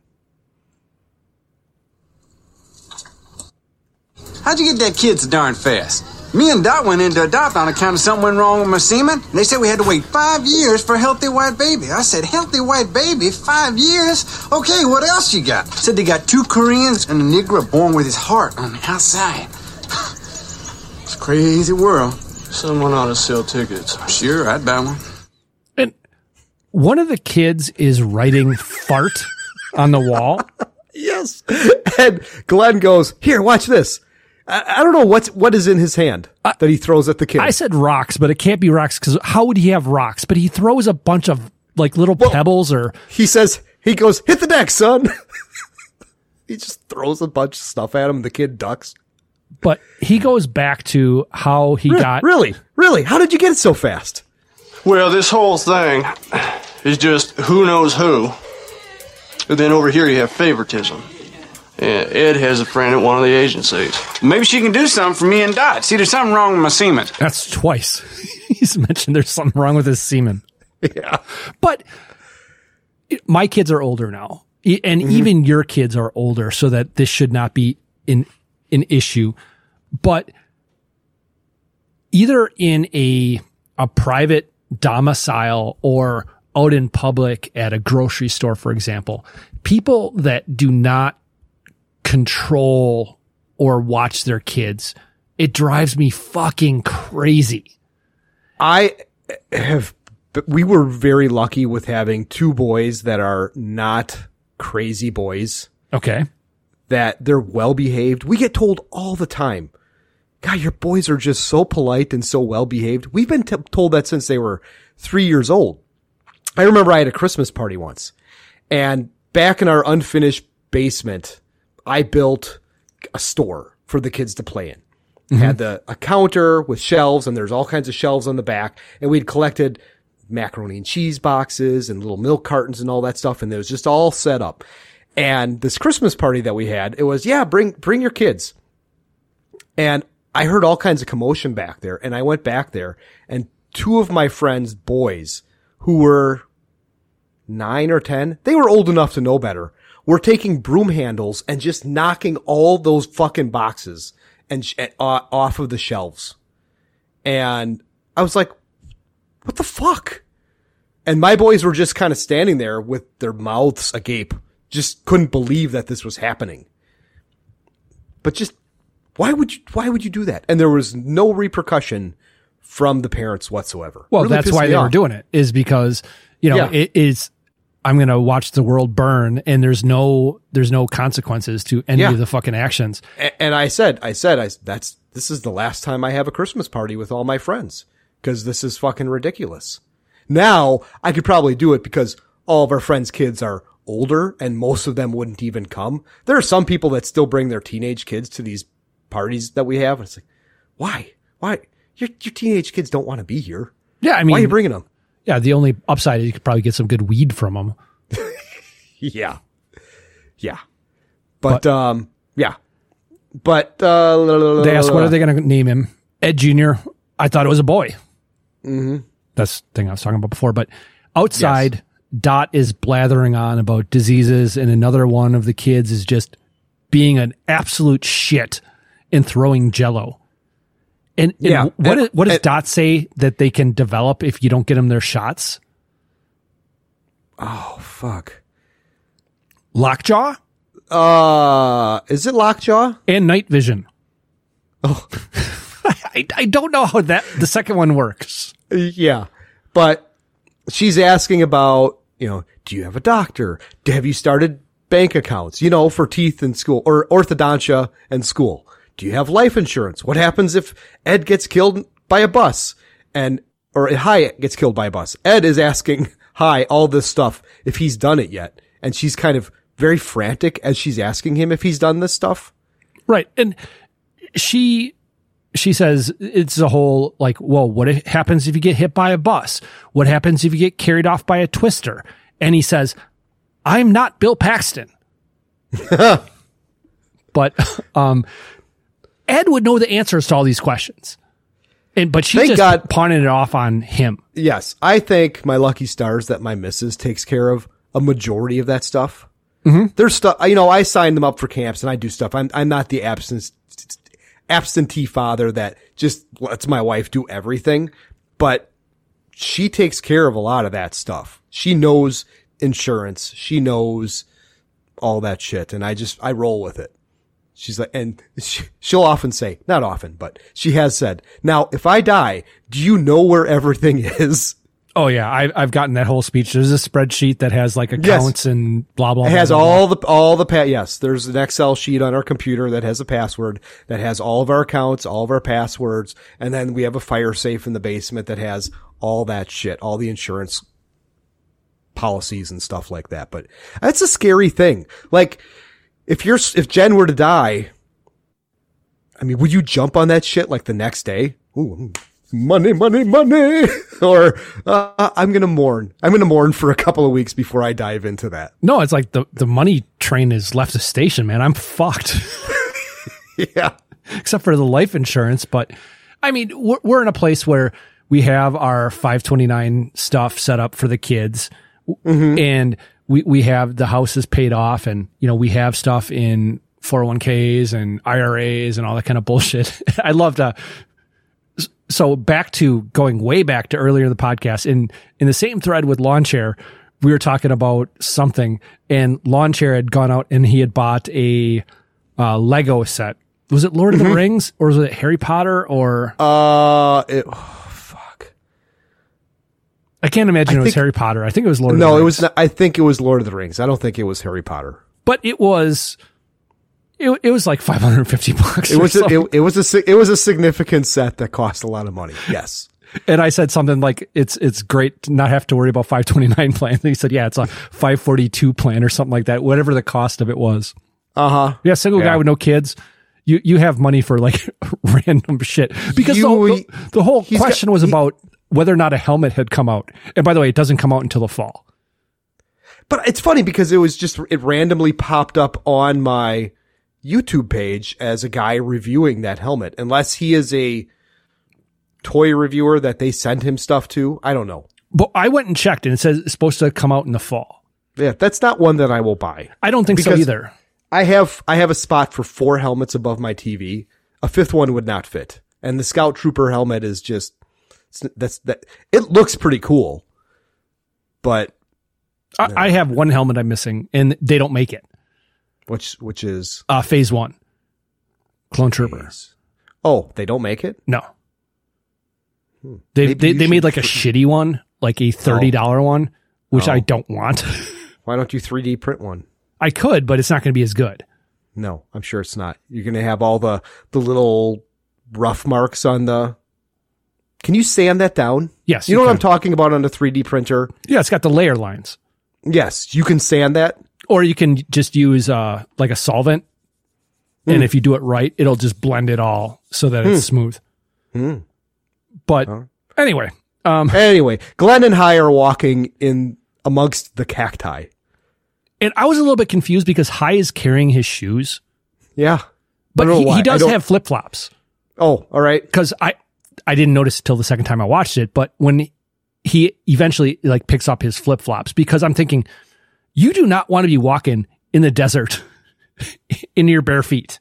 Speaker 8: How'd you get that kid so darn fast? Me and Dot went into adopt on account of something went wrong with my semen. and They said we had to wait five years for a healthy white baby. I said, healthy white baby? Five years? Okay, what else you got? Said they got two Koreans and a Negro born with his heart on the outside. it's a crazy world.
Speaker 18: Someone ought to sell tickets.
Speaker 8: Sure, I'd buy one.
Speaker 3: And one of the kids is writing fart on the wall.
Speaker 2: <laughs> Yes. And Glenn goes, here, watch this. I, I don't know what's, what is in his hand that he throws at the kid.
Speaker 3: I said rocks, but it can't be rocks because how would he have rocks? But he throws a bunch of like little pebbles or
Speaker 2: he says, he goes, hit the deck, son. he just throws a bunch of stuff at him. The kid ducks.
Speaker 3: but he goes back to how he
Speaker 2: Re-
Speaker 3: got
Speaker 2: really, really. How did you get it so fast?
Speaker 18: Well, this whole thing is just who knows who. And then over here you have favoritism. Yeah, Ed has a friend at one of the agencies.
Speaker 8: Maybe she can do something for me and Dot. See, there's something wrong with my semen.
Speaker 3: That's twice. <laughs> He's mentioned there's something wrong with his semen.
Speaker 2: Yeah.
Speaker 3: But it- my kids are older now. E- And even your kids are older so that this should not be an an issue. But either in a a private domicile or out in public at a grocery store for example, people that do not control or watch their kids. It drives me fucking crazy.
Speaker 2: I have, but we were very lucky with having two boys that are not crazy boys.
Speaker 3: Okay.
Speaker 2: That they're well behaved. We get told all the time, God, your boys are just so polite and so well behaved. We've been t- told that since they were three years old. I remember I had a Christmas party once and back in our unfinished basement, I built a store for the kids to play in. Mm-hmm. Had the a counter with shelves and there's all kinds of shelves on the back and we'd collected macaroni and cheese boxes and little milk cartons and all that stuff. And it was just all set up. And this Christmas party that we had, it was, yeah, bring, bring your kids. And I heard all kinds of commotion back there and I went back there and two of my friends' boys who were nine or 10, they were old enough to know better, were taking broom handles and just knocking all those fucking boxes and sh- uh, off of the shelves. And I was like, what the fuck? And my boys were just kind of standing there with their mouths agape, just couldn't believe that this was happening. But just why would you why would you do that? And there was no repercussion from the parents whatsoever.
Speaker 3: Well, really that's why they off. were doing it is because you know yeah. it is. I'm going to watch the world burn, and there's no there's no consequences to any yeah. of the fucking actions.
Speaker 2: A- and I said, I said, I that's this is the last time I have a Christmas party with all my friends because this is fucking ridiculous. Now I could probably do it because all of our friends' kids are older and most of them wouldn't even come. There are some people that still bring their teenage kids to these parties that we have. And it's like, why? Why? Your, your teenage kids don't want to be here.
Speaker 3: Yeah. I mean,
Speaker 2: why are you bringing them?
Speaker 3: Yeah. The only upside is you could probably get some good weed from them.
Speaker 2: <laughs> yeah. Yeah. But, but, um, yeah. But, uh,
Speaker 3: they asked, what are they going to name him? Ed Jr. I thought it was a boy.
Speaker 2: Mm-hmm.
Speaker 3: That's the thing I was talking about before. But outside, yes. Dot is blathering on about diseases, and another one of the kids is just being an absolute shit and throwing jello. And, and yeah, what, and, is, what does and, Dot say that they can develop if you don't get them their shots?
Speaker 2: Oh, fuck.
Speaker 3: Lockjaw?
Speaker 2: Uh, is it lockjaw?
Speaker 3: And night vision.
Speaker 2: Oh.
Speaker 3: <laughs> I, I, don't know how that the second one works.
Speaker 2: Yeah. But she's asking about, you know, do you have a doctor? Have you started bank accounts, you know, for teeth in school or orthodontia and school? Do you have life insurance? What happens if Ed gets killed by a bus and, or Hyatt gets killed by a bus? Ed is asking <laughs> Hi all this stuff if he's done it yet. And she's kind of very frantic as she's asking him if he's done this stuff.
Speaker 3: Right. And she she says it's a whole like, whoa, what happens if you get hit by a bus? What happens if you get carried off by a twister? And he says, I'm not Bill
Speaker 2: <laughs>
Speaker 3: Paxton. but um, Ed would know the answers to all these questions. And but she Thank just God. pawned it off on him.
Speaker 2: Yes. I think my lucky stars that my missus takes care of a majority of that stuff.
Speaker 3: Mm-hmm.
Speaker 2: There's stuff, you know, I sign them up for camps and I do stuff. I'm, I'm not the absence absentee father that just lets my wife do everything, but she takes care of a lot of that stuff. She knows insurance. She knows all that shit. And I just, I roll with it. She's like, and she, she'll often say, not often, but she has said, now, if I die, do you know where everything is?
Speaker 3: Oh yeah, I, I've gotten that whole speech. There's a spreadsheet that has like accounts yes. and blah blah.
Speaker 2: It has
Speaker 3: blah, blah,
Speaker 2: all blah. the all the pa- yes. There's an Excel sheet on our computer that has a password that has all of our accounts, all of our passwords, and then we have a fire safe in the basement that has all that shit, all the insurance policies and stuff like that. But that's a scary thing. Like if you're if Jen were to die, I mean, would you jump on that shit like the next day? Ooh, money, money, money, <laughs> or uh, I'm going to mourn. I'm going to mourn for a couple of weeks before I dive into that.
Speaker 3: No, it's like the, the money train has left the station, man. I'm fucked. <laughs>
Speaker 2: yeah.
Speaker 3: Except for the life insurance. But I mean, we're, we're in a place where we have our 529 stuff set up for the kids
Speaker 2: mm-hmm.
Speaker 3: and we, we have the house is paid off and, you know, we have stuff in 401ks and IRAs and all that kind of bullshit. <laughs> I uh, love to so back to going way back to earlier in the podcast in in the same thread with lawn chair we were talking about something and lawn chair had gone out and he had bought a uh, lego set Was it Lord of
Speaker 2: Mm-hmm.
Speaker 3: the Rings or was it Harry Potter or?
Speaker 2: Uh, it,
Speaker 3: I can't imagine
Speaker 2: I
Speaker 3: it was
Speaker 2: think-
Speaker 3: Harry Potter. I think it was Lord. of
Speaker 2: no,
Speaker 3: the
Speaker 2: it
Speaker 3: Rings.
Speaker 2: was. Not, I think it was Lord of the Rings. I don't think it was Harry Potter.
Speaker 3: But it was. It, it was like five hundred and fifty bucks.
Speaker 2: It
Speaker 3: or <laughs>
Speaker 2: was. A,
Speaker 3: something.
Speaker 2: it, it was a. si- It was a significant set that cost a lot of money. Yes.
Speaker 3: and I said something like, "It's it's great to not have to worry about five twenty nine plan." <laughs> And he said, "Yeah, it's a five forty two plan or something like that. Whatever the cost of it was."
Speaker 2: Uh huh.
Speaker 3: Yeah, single guy with no kids. You you have money for like <laughs> random shit because the,
Speaker 2: You-
Speaker 3: the, the whole
Speaker 2: he's got-
Speaker 3: question was about whether or not a helmet had come out. And by the way, it doesn't come out until the fall.
Speaker 2: But it's funny because it was just it randomly popped up on my YouTube page as a guy reviewing that helmet. Unless he is a toy reviewer that they send him stuff to, I don't know.
Speaker 3: But I went and checked, and it says it's supposed to come out in the fall.
Speaker 2: Yeah, that's not one that I will buy.
Speaker 3: I don't think so
Speaker 2: Because
Speaker 3: either.
Speaker 2: I have I have a spot for four helmets above my TV. A fifth one would not fit, and the Scout Trooper helmet is just it's- that's that. It looks pretty cool, but
Speaker 3: I, I have one helmet I'm missing, and they don't make it.
Speaker 2: Which which is
Speaker 3: uh, Phase One, Clone Trooper.
Speaker 2: oh, they don't make it. Hmm.
Speaker 3: No, they they, they made like a shitty one, like a thirty dollar one, which
Speaker 2: Oh.
Speaker 3: I don't want. <laughs>
Speaker 2: Why don't you 3D print one?
Speaker 3: I could, but it's not going to be as good.
Speaker 2: No, I'm sure it's not. You're going to have all the the little rough marks on the. Can you sand that down?
Speaker 3: Yes,
Speaker 2: You
Speaker 3: you
Speaker 2: know what
Speaker 3: can.
Speaker 2: I'm talking about on the 3D printer.
Speaker 3: Yeah, it's got the layer lines.
Speaker 2: Yes, you can sand that.
Speaker 3: Or you can just use uh, like a solvent, and
Speaker 2: Mm.
Speaker 3: if you do it right, it'll just blend it all so that
Speaker 2: Hmm.
Speaker 3: it's smooth.
Speaker 2: Hmm.
Speaker 3: But anyway, um, <laughs>
Speaker 2: anyway, Glenn and High are walking in amongst the cacti.
Speaker 3: and I was a little bit confused because High is carrying his shoes.
Speaker 2: Yeah,
Speaker 3: but
Speaker 2: don't know
Speaker 3: he,
Speaker 2: why. I
Speaker 3: he does
Speaker 2: don't-
Speaker 3: have flip flops.
Speaker 2: Oh, all right.
Speaker 3: Because I I didn't notice till the second time I watched it, but when he eventually like picks up his flip flops, because I'm thinking, you do not want to be walking in the desert <laughs> in your bare feet.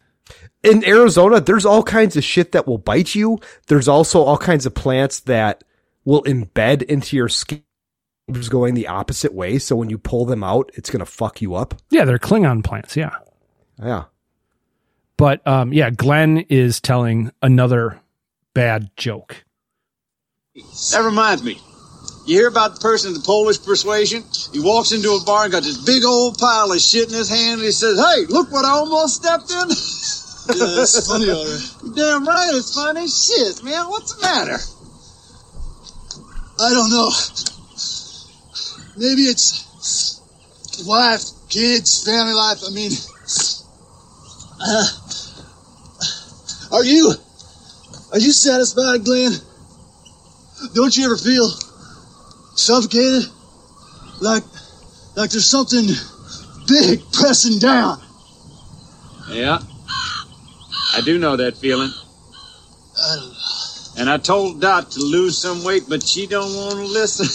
Speaker 2: in Arizona, there's all kinds of shit that will bite you. There's also all kinds of plants that will embed into your skin going the opposite way. So when you pull them out, it's going to fuck you up.
Speaker 3: Yeah, they're Klingon plants. Yeah,
Speaker 2: Yeah.
Speaker 3: but um, yeah, Glenn is telling another bad joke.
Speaker 15: That reminds me. You hear about the person of the Polish persuasion? He walks into a bar and got this big old pile of shit in his hand and he says, Hey, look what I almost stepped in.
Speaker 24: <laughs> Yeah, that's funny, all
Speaker 15: right. <laughs> Damn right, it's funny. Shit, man, what's the matter?
Speaker 24: I don't know. Maybe it's wife, kids, family life. I mean, uh, are you are you satisfied, Glenn? Don't you ever feel suffocated? Like like there's something big pressing down.
Speaker 15: Yeah. I do know that feeling. And I told Dot to lose some weight, but she don't want to listen.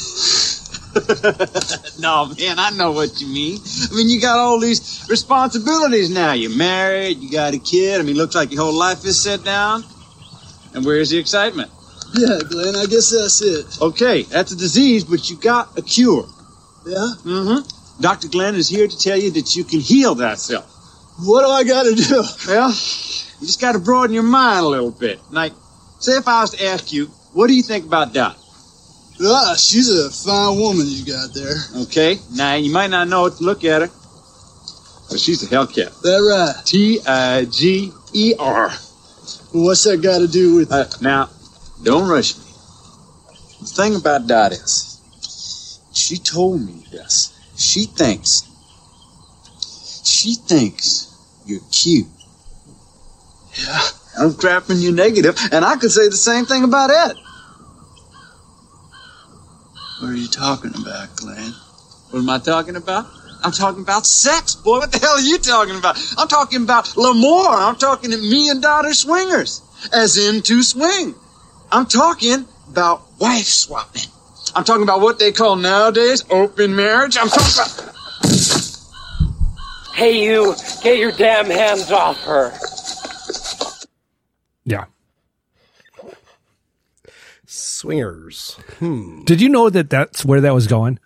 Speaker 15: <laughs> no, man, I know what you mean. I mean, you got all these responsibilities now. You're married, you got a kid. I mean, looks like your whole life is set down. And where's the excitement?
Speaker 24: Yeah, Glenn, I guess that's it.
Speaker 15: Okay, that's a disease, but you got a cure.
Speaker 24: Yeah?
Speaker 15: Mm-hmm. Dr. Glenn is here to tell you that you can heal thyself.
Speaker 24: What do I gotta do?
Speaker 15: Well, you just got to broaden your mind a little bit. Like, say if I was to ask you, what do you think about Dot?
Speaker 24: Ah, she's a fine woman you got there.
Speaker 15: Okay, now you might not know it to look at her, but she's a Hellcat.
Speaker 24: That right.
Speaker 15: T I G E R.
Speaker 24: What's that got to do with
Speaker 15: Uh, now, don't rush me. The thing about Dot is, she told me this. She thinks, she thinks you're cute. Yeah. I'm trapping you negative, and I could say the same thing about Ed.
Speaker 24: What are you talking about, Glenn?
Speaker 15: What am I talking about? I'm talking about sex, boy. What the hell are you talking about? I'm talking about Lamore. I'm talking to me and daughter swingers, as in to swing. I'm talking about wife swapping. I'm talking about what they call nowadays open marriage. I'm talking about.
Speaker 16: Hey, you, get your damn hands off her.
Speaker 3: Yeah.
Speaker 2: Swingers. <laughs> Hmm.
Speaker 3: Did you know that that's where that was going?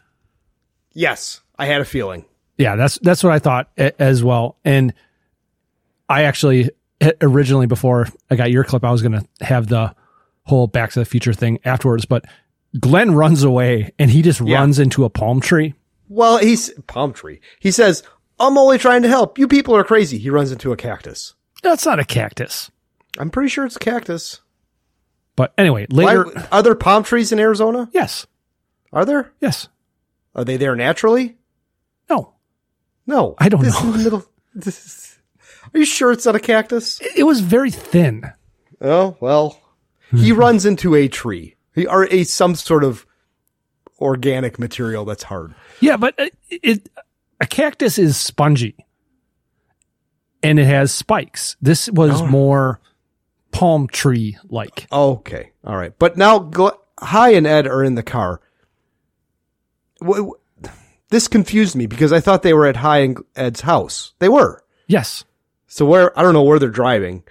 Speaker 2: Yes. I had a feeling.
Speaker 3: Yeah, that's that's what I thought a- as well. And I actually eh, originally before I got your clip, I was going to have the whole Back to the Future thing afterwards, but Glenn runs away and he just
Speaker 2: Yeah.
Speaker 3: runs into a palm tree.
Speaker 2: Well, he's palm tree. He says, "I'm only trying to help. You people are crazy." He runs into a cactus.
Speaker 3: That's not a cactus.
Speaker 2: I'm pretty sure it's a cactus.
Speaker 3: But anyway, later,
Speaker 2: Why- are there palm trees in Arizona?
Speaker 3: Yes.
Speaker 2: Are there?
Speaker 3: Yes.
Speaker 2: Are they there naturally?
Speaker 3: No.
Speaker 2: No.
Speaker 3: I don't
Speaker 2: This
Speaker 3: know.
Speaker 2: is the middle- this is- are you sure it's not a cactus?
Speaker 3: It, was very thin.
Speaker 2: Oh well. he
Speaker 3: Hmm.
Speaker 2: runs into a tree. He or a some sort of organic material that's hard.
Speaker 3: Yeah, but it, it, a cactus is spongy and it has spikes. This was more palm tree like.
Speaker 2: Okay. All right. But now Gl- Hi and Ed are in the car. W- w- This confused me because I thought they were at Hi and Ed's house. They were.
Speaker 3: Yes.
Speaker 2: So where I don't know where they're driving.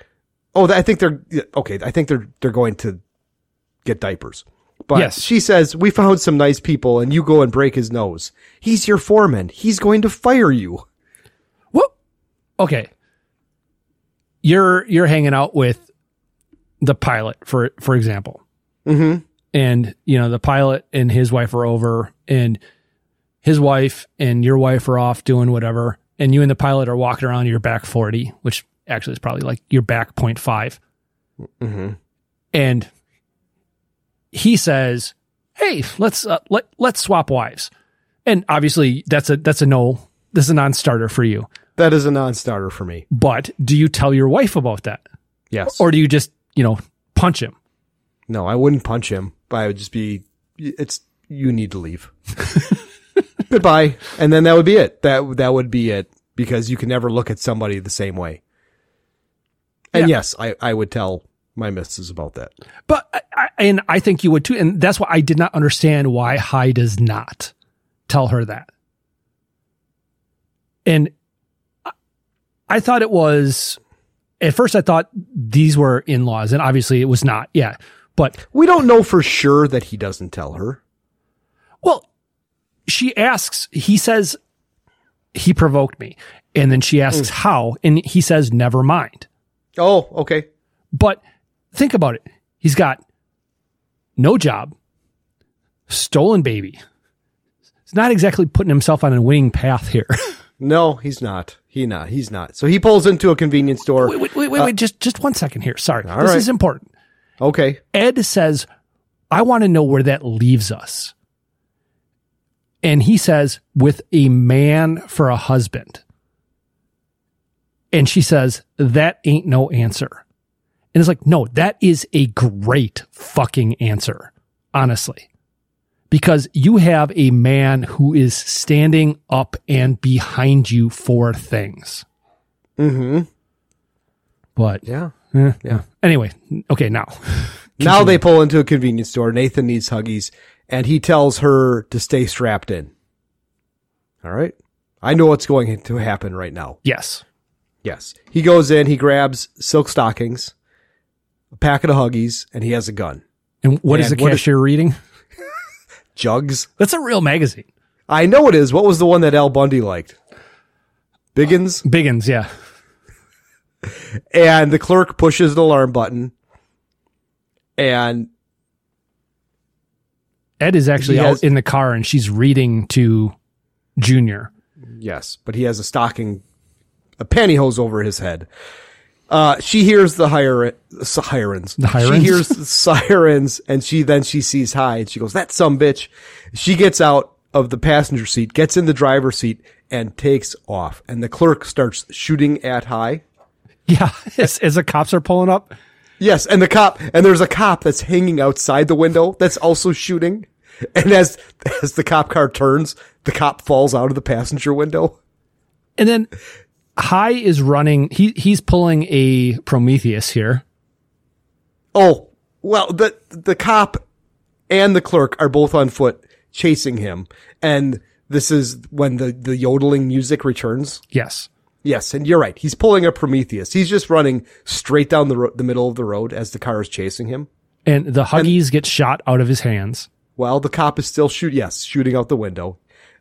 Speaker 2: Oh, I think they're yeah, okay. I think they're they're going to get diapers. But
Speaker 3: Yes.
Speaker 2: she says, "We found some nice people and you go and break his nose. He's your foreman. He's going to fire you."
Speaker 3: okay you're you're hanging out with the pilot for for example
Speaker 2: Mhm.
Speaker 3: and you know the pilot and his wife are over and his wife and your wife are off doing whatever and you and the pilot are walking around your back 40 which actually is probably like your back 0.5
Speaker 2: Mm-hmm.
Speaker 3: and he says hey let's uh, let let's swap wives and obviously that's a that's a no this is a non-starter for you
Speaker 2: That is a non-starter for me.
Speaker 3: but do you tell your wife about that?
Speaker 2: Yes.
Speaker 3: Or do you just, you know, punch him?
Speaker 2: No, I wouldn't punch him. But I would just be, it's you need to
Speaker 3: <laughs>
Speaker 2: leave. Goodbye, and then that would be it. That that would be it because you can never look at somebody the same way. And yes, I I would tell my missus about that.
Speaker 3: But, I- I, and I think you would too. And that's why I did not understand why High does not tell her that. And I- I thought it was, at first I thought these were in laws, and obviously it was not. Yeah. But,
Speaker 2: We don't know for sure that he doesn't tell her.
Speaker 3: well, she asks, he says, he provoked me. And then she
Speaker 2: Mm.
Speaker 3: asks how, and he says, never mind.
Speaker 2: Oh, okay.
Speaker 3: But think about it. He's got no job, stolen baby. He's not exactly putting himself on a winning path here. <laughs>
Speaker 2: No, he's not. He not. He's not. So he pulls into a convenience store.
Speaker 3: wait, wait, wait,
Speaker 2: Uh,
Speaker 3: wait. Just, just one second here. Sorry.
Speaker 2: All
Speaker 3: this
Speaker 2: right.
Speaker 3: is important.
Speaker 2: Okay.
Speaker 3: Ed says, I want to know where that leaves us. And he says, with a man for a husband. And she says, that ain't no answer. And it's like, no, that is a great fucking answer, honestly. Because you have a man who is standing up and behind you for things.
Speaker 2: Mm-hmm.
Speaker 3: But
Speaker 2: yeah.
Speaker 3: Eh, yeah. Anyway, okay, now.
Speaker 2: Now they pull into a convenience store. Nathan needs Huggies, and he tells her to stay strapped in. All right. I know what's going to happen right now.
Speaker 3: Yes.
Speaker 2: Yes. He goes in, he grabs silk stockings, a packet of Huggies, and he has a gun.
Speaker 3: And what is
Speaker 2: And
Speaker 3: the
Speaker 2: what is-
Speaker 3: cashier reading?
Speaker 2: <laughs> Jugs.
Speaker 3: That's a real magazine.
Speaker 2: I know it is. What was the one that Al Bundy liked? Biggins?
Speaker 3: Uh, Biggins, yeah.
Speaker 2: <laughs> And the clerk pushes the alarm button. And
Speaker 3: Ed is actually
Speaker 2: He
Speaker 3: out
Speaker 2: has-
Speaker 3: in the car and she's reading to Junior.
Speaker 2: Yes, but he has a stocking, a pantyhose over his head. Uh, she hears the hire, sirens.
Speaker 3: The hirons?
Speaker 2: She hears the sirens, and she then she sees High, and she goes, "That's some bitch." She gets out of the passenger seat, gets in the driver's seat, and takes off. And the clerk starts shooting at High.
Speaker 3: Yeah, <laughs> as, as the cops are pulling up.
Speaker 2: Yes, and the cop, and there's a cop that's hanging outside the window that's also shooting. And as as the cop car turns, the cop falls out of the passenger window.
Speaker 3: And then High is running. He he's pulling a Prometheus here.
Speaker 2: Oh, well, the the cop and the clerk are both on foot chasing him, and this is when the the yodeling music returns.
Speaker 3: Yes.
Speaker 2: Yes, and you're right. He's pulling a Prometheus. He's just running straight down the ro- the middle of the road as the car is chasing him.
Speaker 3: And the Huggies get shot out of his hands.
Speaker 2: While the cop is still shoot, yes, shooting out the window.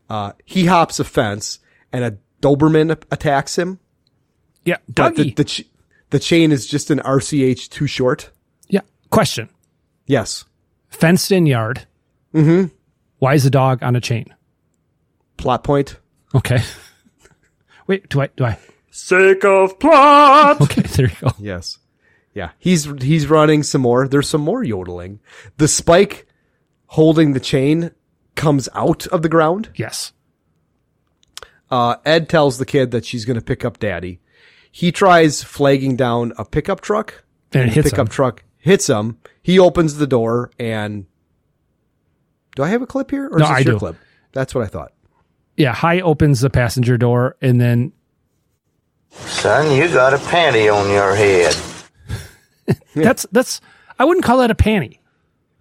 Speaker 2: Uh, he hops a fence, and a Doberman a- attacks him.
Speaker 3: Yeah,
Speaker 2: But
Speaker 3: Dougie.
Speaker 2: The, the, ch- the chain is just an RCH too short?
Speaker 3: Yeah. Question.
Speaker 2: Yes.
Speaker 3: Fenced in yard.
Speaker 2: Mm-hmm.
Speaker 3: Why is the dog on a chain?
Speaker 2: Plot point.
Speaker 3: Okay. <laughs> Wait, do I do I
Speaker 2: Sake of plot.
Speaker 3: Okay, there you go.
Speaker 2: Yes. Yeah. He's he's running some more. There's some more yodeling. The spike holding the chain comes out of the ground.
Speaker 3: Yes.
Speaker 2: Uh, Ed tells the kid that she's going to pick up daddy. He tries flagging down a pickup truck.
Speaker 3: And it hits
Speaker 2: the
Speaker 3: him.
Speaker 2: pickup truck hits him. He opens the door and do I have a clip here? Or
Speaker 3: No,
Speaker 2: is this
Speaker 3: I
Speaker 2: your
Speaker 3: do.
Speaker 2: clip? That's what I thought.
Speaker 3: Yeah, high opens the passenger door and then
Speaker 1: Son, you got a panty on your head.
Speaker 3: that's that's I wouldn't call that a panty.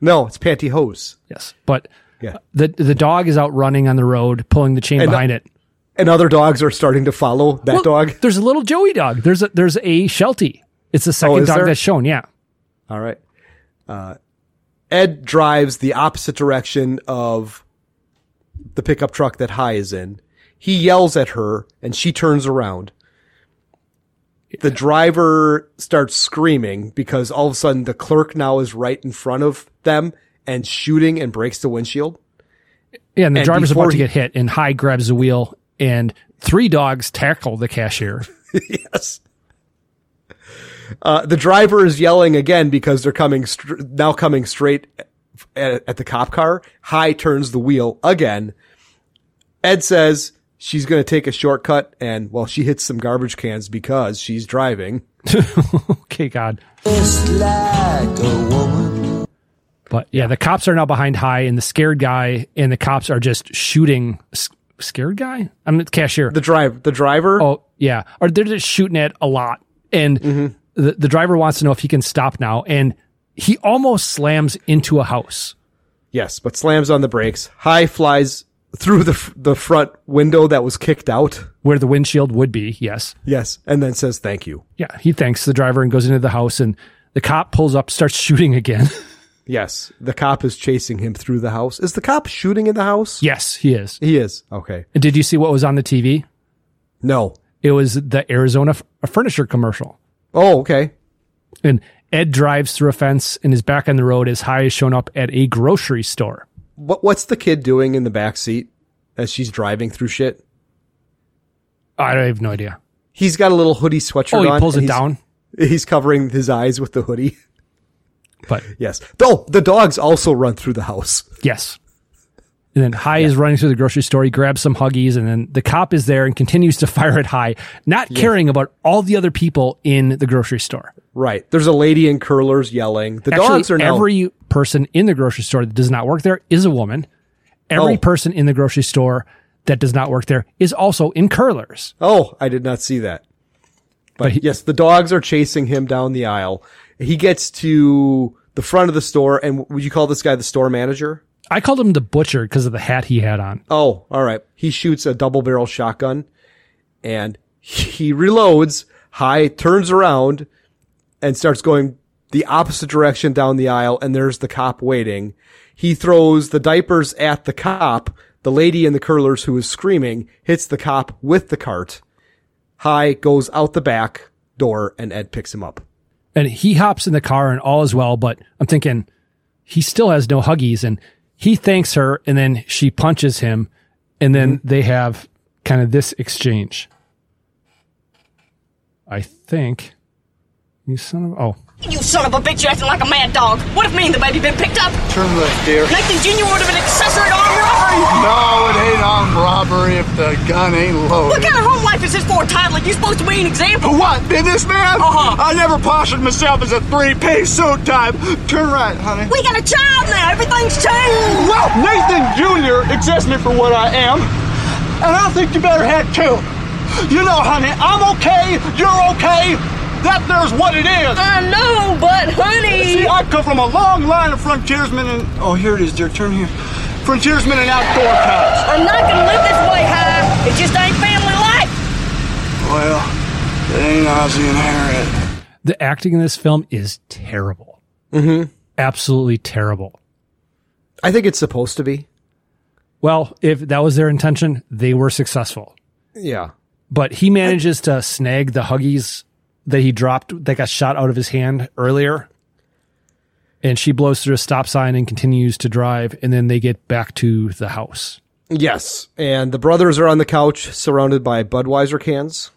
Speaker 2: No, Oh, it's pantyhose.
Speaker 3: Yes. But
Speaker 2: Yeah.
Speaker 3: the the dog is out running on the road, pulling the chain
Speaker 2: And-
Speaker 3: behind it.
Speaker 2: And other dogs are starting to follow that
Speaker 3: Well,
Speaker 2: dog.
Speaker 3: There's a little Joey dog. There's a there's a Sheltie. It's the second
Speaker 2: Oh, is
Speaker 3: dog
Speaker 2: there?
Speaker 3: that's shown. Yeah.
Speaker 2: All right. Uh, Ed drives the opposite direction of the pickup truck that High is in. He yells at her and she turns around. The driver starts screaming because all of a sudden the clerk now is right in front of them and shooting and breaks the windshield.
Speaker 3: Yeah, and the
Speaker 2: And
Speaker 3: driver's
Speaker 2: before
Speaker 3: about to
Speaker 2: he-
Speaker 3: get hit, and High grabs the wheel, and three dogs tackle the cashier.
Speaker 2: <laughs> yes. Uh, the driver is yelling again because they're coming str- now coming straight at, at the cop car. High turns the wheel again. Ed says she's going to take a shortcut and well, she hits some garbage cans because she's driving.
Speaker 3: <laughs> okay, God.
Speaker 10: It's like a woman.
Speaker 3: But yeah, the cops are now behind High, and the scared guy and the cops are just shooting. S- scared guy? I'm the cashier.
Speaker 2: The drive, the driver.
Speaker 3: Oh yeah, or they're just shooting at a lot, and
Speaker 2: Mm-hmm.
Speaker 3: the the driver wants to know if he can stop now, and he almost slams into a house.
Speaker 2: Yes, but slams on the brakes. High flies through the f- the front window that was kicked out.
Speaker 3: Where the windshield would be, yes.
Speaker 2: Yes, and then says thank you.
Speaker 3: Yeah, he thanks the driver and goes into the house, and the cop pulls up, starts <laughs> shooting again.
Speaker 2: Yes, the cop is chasing him through the house. Is the cop shooting in the house?
Speaker 3: yes, he is.
Speaker 2: He is. Okay.
Speaker 3: And Did you see what was on the TV?
Speaker 2: No.
Speaker 3: It was the Arizona f- furniture commercial.
Speaker 2: Oh, okay.
Speaker 3: And Ed drives through a fence and is back on the road as High is shown up at a grocery store.
Speaker 2: What what's the kid doing in the back seat as she's driving through shit?
Speaker 3: I have no idea.
Speaker 2: He's got a little hoodie sweatshirt
Speaker 3: Oh,
Speaker 2: on.
Speaker 3: he pulls
Speaker 2: and
Speaker 3: it
Speaker 2: he's-
Speaker 3: down.
Speaker 2: He's covering his eyes with the hoodie.
Speaker 3: But
Speaker 2: <laughs> Yes. Though the dogs also run through the house.
Speaker 3: yes. And then High is running through the grocery store. He grabs some Huggies, and then the cop is there and continues to <laughs> fire at High, not caring about all the other people in the grocery store.
Speaker 2: Right. There's a lady in curlers yelling. The
Speaker 3: Actually,
Speaker 2: dogs are now
Speaker 3: every person in the grocery store that does not work there is a woman. Every
Speaker 2: Oh.
Speaker 3: person in the grocery store that does not work there is also in curlers.
Speaker 2: Oh, I did not see that. But,
Speaker 3: But he-
Speaker 2: yes, the dogs are chasing him down the aisle. He gets to the front of the store and would you call this guy the store manager?
Speaker 3: I called him the butcher because of the hat he had on.
Speaker 2: Oh, all right. He shoots a double barrel shotgun and he reloads. High turns around and starts going the opposite direction down the aisle. And there's the cop waiting. He throws the diapers at the cop. The lady in the curlers who is screaming hits the cop with the cart. High goes out the back door and Ed picks him up.
Speaker 3: And he hops in the car and all is well, but I'm thinking he still has no huggies and he thanks her and then she punches him and then
Speaker 2: Mm-hmm.
Speaker 3: they have kind of this exchange. I think you son of oh
Speaker 22: You son of a bitch, you acting like a mad dog. What if me and the baby been picked up?
Speaker 21: Turn left, dear.
Speaker 22: Nathan Jr. would have been accessory to armed robbery.
Speaker 21: No, it ain't armed robbery if the gun ain't
Speaker 22: What
Speaker 21: loaded.
Speaker 22: kind of home life is this for a toddler? You supposed to be an example.
Speaker 21: What, did this man?
Speaker 22: Uh-huh.
Speaker 21: I never postured myself as a three-piece suit type. Turn right, honey.
Speaker 22: We got a child now. Everything's changed.
Speaker 21: Well, Nathan Jr. accepts me for what I am, and I think you better head too. You know, honey, I'm okay, you're okay, that there's what it is.
Speaker 22: I know, but honey.
Speaker 21: See, I come from a long line of frontiersmen and. Oh, here it is, dear, turn here. Frontiersmen and outdoor cops.
Speaker 22: I'm not gonna live this way, high. It just ain't family life.
Speaker 21: Well, it ain't Ozzy and Harriet.
Speaker 3: the acting in this film is terrible.
Speaker 2: Mm-hmm.
Speaker 3: Absolutely terrible.
Speaker 2: I think it's supposed to be.
Speaker 3: Well, if that was their intention, they were successful.
Speaker 2: Yeah.
Speaker 3: But he manages to snag the Huggies that he dropped that got shot out of his hand earlier. And she blows through a stop sign and continues to drive, and then they get back to the house.
Speaker 2: Yes. And the brothers are on the couch surrounded by Budweiser cans.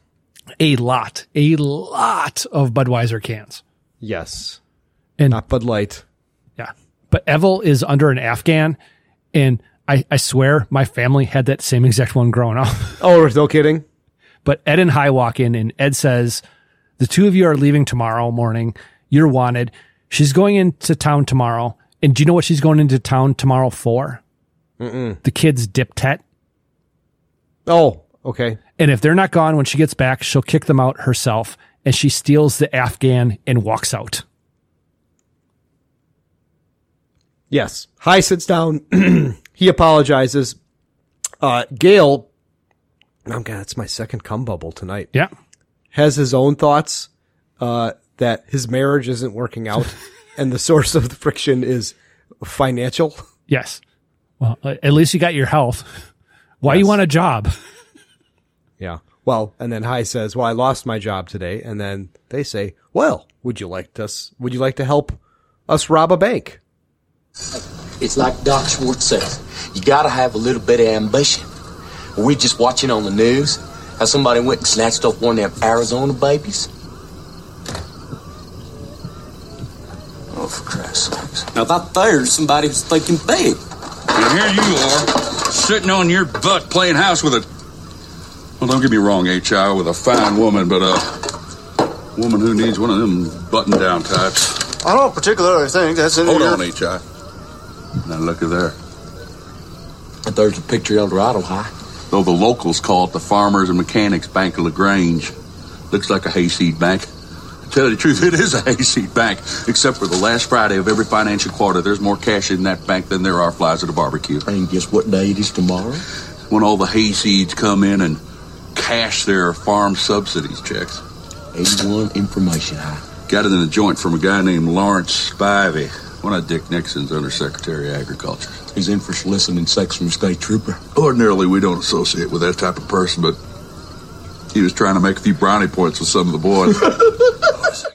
Speaker 3: A lot, a lot of Budweiser cans.
Speaker 2: Yes.
Speaker 3: And
Speaker 2: not Bud Light.
Speaker 3: Yeah. But Evel is under an Afghan, and I, I swear my family had that same exact one growing up. <laughs>
Speaker 2: Oh, no kidding.
Speaker 3: But Ed and High walk in, and Ed says, The two of you are leaving tomorrow morning. You're wanted. She's going into town tomorrow. And do you know what she's going into town tomorrow for?
Speaker 2: Mm-mm.
Speaker 3: The kid's diptet.
Speaker 2: Oh, okay.
Speaker 3: And if they're not gone when she gets back, she'll kick them out herself. And she steals the Afghan and walks out.
Speaker 2: Yes. High sits down. <clears throat> he apologizes. Uh, Gail, oh God, it's my second cum bubble tonight.
Speaker 3: Yeah.
Speaker 2: Has his own thoughts, uh, that his marriage isn't
Speaker 3: <laughs>
Speaker 2: working out and the source of the friction is financial.
Speaker 3: Yes. Well, uh, at least you got your health. <laughs> Why you want a job?
Speaker 2: Yeah. Well, and then High says, well, I lost my job today. And then they say, well, would you like us, would you like to help us rob a bank?
Speaker 6: It's like Doc Schwartz says you gotta have a little bit of ambition. We're just watching on the news how somebody went and snatched off one of them Arizona babies.
Speaker 14: Oh, for Christ's sakes.
Speaker 6: Now, if I fired somebody who's thinking big,
Speaker 5: And here you are, sitting on your butt playing house with a. Well, don't get me wrong, H.I., with a fine woman, but a woman who needs one of them button down types.
Speaker 18: I don't particularly think that's in
Speaker 5: Hold
Speaker 18: here.
Speaker 5: on, H.I. Now, look at there.
Speaker 6: there's a picture of El Dorado High.
Speaker 5: Though the locals call it the Farmers and Mechanics Bank of LaGrange. Looks like a hayseed bank. To tell you the truth, <laughs> it is a hayseed bank, except for the last Friday of every financial quarter. There's more cash in that bank than there are flies at a barbecue.
Speaker 6: And guess what day it is tomorrow?
Speaker 5: When all the hayseeds come in and cash their farm subsidies checks.
Speaker 6: A1 information high.
Speaker 5: Got it in a joint from a guy named Lawrence Spivey, one of Dick Nixon's Undersecretary of Agriculture.
Speaker 6: He's in for soliciting sex from a state trooper.
Speaker 5: Ordinarily, we don't associate with that type of person, but he was trying to make a few brownie points with some of the
Speaker 14: <laughs>
Speaker 5: boys.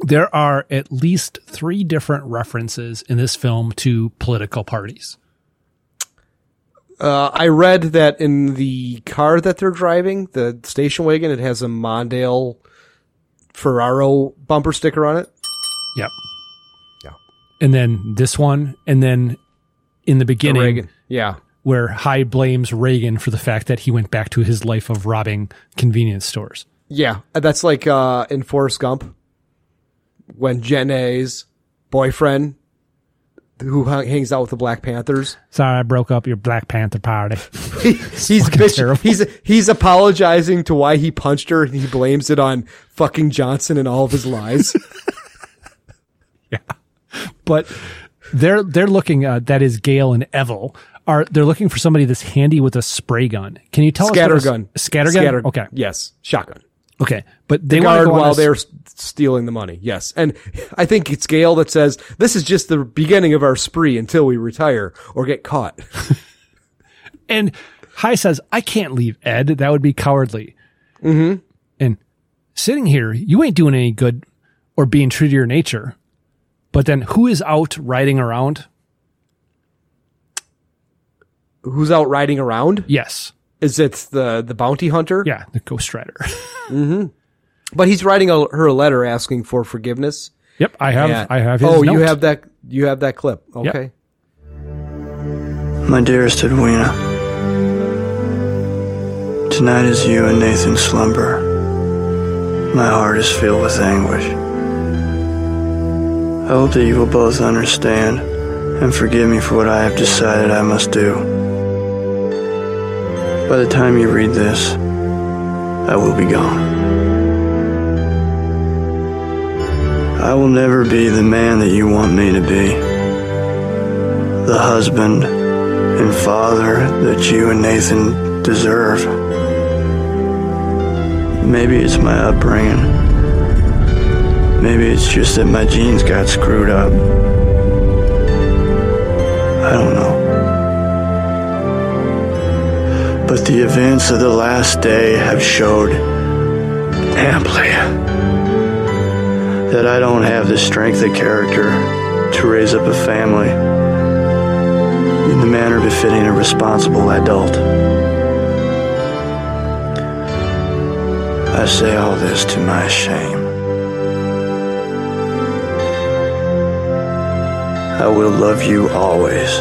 Speaker 3: There are at least three different references in this film to political parties.
Speaker 2: Uh, I read that in the car that they're driving, the station wagon, it has a Mondale Ferraro bumper sticker on it.
Speaker 3: Yep. Yeah. And then this one, and then in the beginning,
Speaker 2: Reagan. Yeah.
Speaker 3: where Hyde blames Reagan for the fact that he went back to his life of robbing convenience stores.
Speaker 2: Yeah. That's like uh, in Forrest Gump when Jen A's boyfriend, who hung- hangs out with the Black Panthers,
Speaker 3: Sorry, I broke up your Black Panther
Speaker 2: <laughs>
Speaker 3: party.
Speaker 2: he's bitch- he's he's apologizing to why he punched her and he blames it on fucking Johnson and all of his lies.
Speaker 3: but they're they're looking. Uh, that is Gail and Evel. Are they're looking for somebody that's handy with a spray gun? Can you <laughs> tell us? what a
Speaker 2: Scattergun.
Speaker 3: s- Scattergun.
Speaker 2: Scatter-
Speaker 3: Okay.
Speaker 2: Yes. Shotgun.
Speaker 3: Okay. But they want to
Speaker 2: guard
Speaker 3: go on a
Speaker 2: while
Speaker 3: s-
Speaker 2: they're s- stealing the money. Yes. And I think it's Gail that says, this is just the beginning of our spree until we retire or
Speaker 3: <laughs>
Speaker 2: get caught. <laughs>
Speaker 3: And High says, I can't leave Ed. That would be cowardly.
Speaker 2: Mm-hmm.
Speaker 3: And sitting here, you ain't doing any good or being true to your nature. But then who is out riding around?
Speaker 2: Who's out riding around?
Speaker 3: Yes.
Speaker 2: Is it the, the bounty hunter?
Speaker 3: Yeah. The Ghost Rider.
Speaker 2: Mm-hmm. But he's writing a, her a letter asking for forgiveness.
Speaker 3: yep. I have,
Speaker 2: And-
Speaker 3: I have his
Speaker 2: Oh, you
Speaker 3: note.
Speaker 2: have that, you have that clip. Okay.
Speaker 23: My dearest Edwina, tonight as you and Nathan slumber, my heart is filled with anguish. I hope that you will both understand and forgive me for what I have decided I must do. By the time you read this, I will be gone. I will never be the man that you want me to be, the husband and father that you and Nathan deserve. Maybe it's my upbringing. Maybe it's just that my genes got screwed up. I don't know. But the events of the last day have showed amply that I don't have the strength of character to raise up a family in the manner befitting a responsible adult. I say all this to my shame. I will love you always,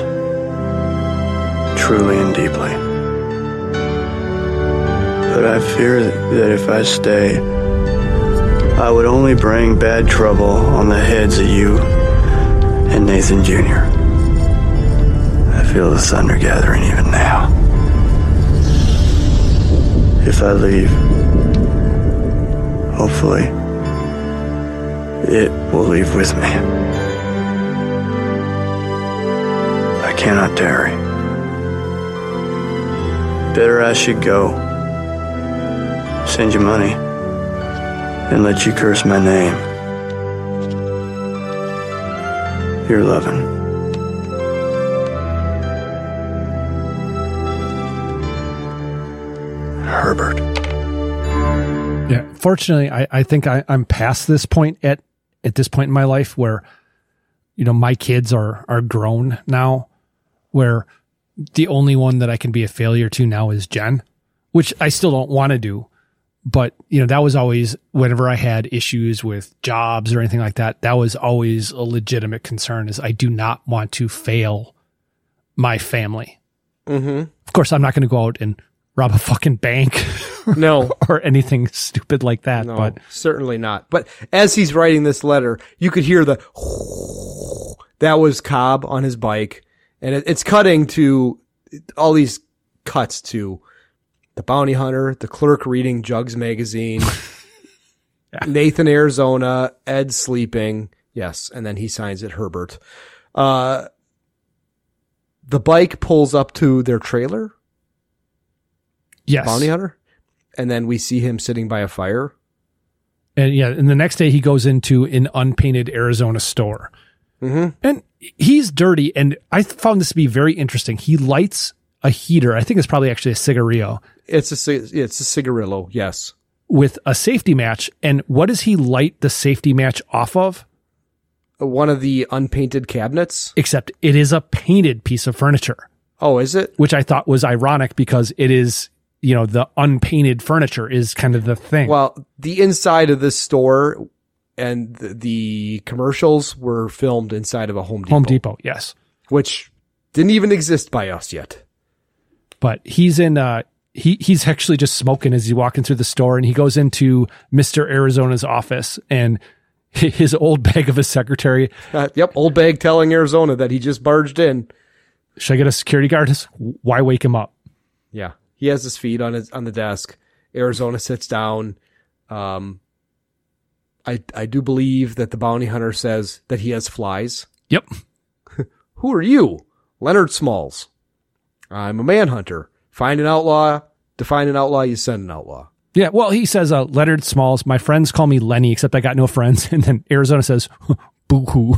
Speaker 23: truly and deeply. But I fear that if I stay, I would only bring bad trouble on the heads of you and Nathan Jr. I feel the thunder gathering even now. If I leave, hopefully, it will leave with me. I cannot tarry. Better I should go, send you money, and let you curse my name. Your loving. Herbert.
Speaker 3: Yeah. Fortunately, I, I think I, I'm past this point at at this point in my life where, you know, my kids are are grown now, where the only one that I can be a failure to now is Jen, which I still don't want to do. But, you know, that was always whenever I had issues with jobs or anything like that, that was always a legitimate concern is I do not want to fail my family.
Speaker 2: Mm-hmm.
Speaker 3: Of course, I'm not going to go out and rob a fucking bank.
Speaker 2: No.
Speaker 3: <laughs> or anything stupid like that.
Speaker 2: No,
Speaker 3: But
Speaker 2: certainly not. But as he's writing this letter, you could hear the that was Cobb on his bike, and it, it's cutting to all these cuts to the bounty hunter, the clerk reading Jugs magazine, Nathan Arizona, Ed sleeping. Yes, and then he signs it Herbert. Uh, the bike pulls up to their trailer.
Speaker 3: Yes.
Speaker 2: bounty hunter, and then we see him sitting by a fire.
Speaker 3: and yeah, and the next day he goes into an unpainted Arizona store.
Speaker 2: Mm-hmm.
Speaker 3: And he's dirty, and I found this to be very interesting. He lights a heater. I think it's probably actually a cigarillo
Speaker 2: It's a ci- it's a cigarillo. Yes.
Speaker 3: with a safety match. And what does he light the safety match off of?
Speaker 2: Uh, One of the unpainted cabinets.
Speaker 3: Except it is a painted piece of furniture.
Speaker 2: Oh, is it?
Speaker 3: Which I thought was ironic because it is, you know, the unpainted furniture is kind of the thing.
Speaker 2: Well, the inside of this store and the, the commercials were filmed inside of a Home Depot,
Speaker 3: Home Depot, yes.
Speaker 2: which didn't even exist by us yet.
Speaker 3: but he's in uh he he's actually just smoking as he's walking through the store and he goes into Mr. Arizona's office and <laughs> hi- his old bag of a secretary.
Speaker 2: Uh, yep, old bag telling Arizona that he just barged in.
Speaker 3: Should I get a security guard? Why wake him up?
Speaker 2: Yeah, he has his feet on his on the desk. Arizona sits down. Um, I I do believe that the bounty hunter says that he has flies.
Speaker 3: Yep.
Speaker 2: <laughs> Who are you, Leonard Smalls? I'm a manhunter. Find an outlaw. To find an outlaw, you send an outlaw.
Speaker 3: Yeah, well, he says, uh, Leonard Smalls, my friends call me Lenny, except I got no friends. <laughs> And then Arizona says, boo hoo.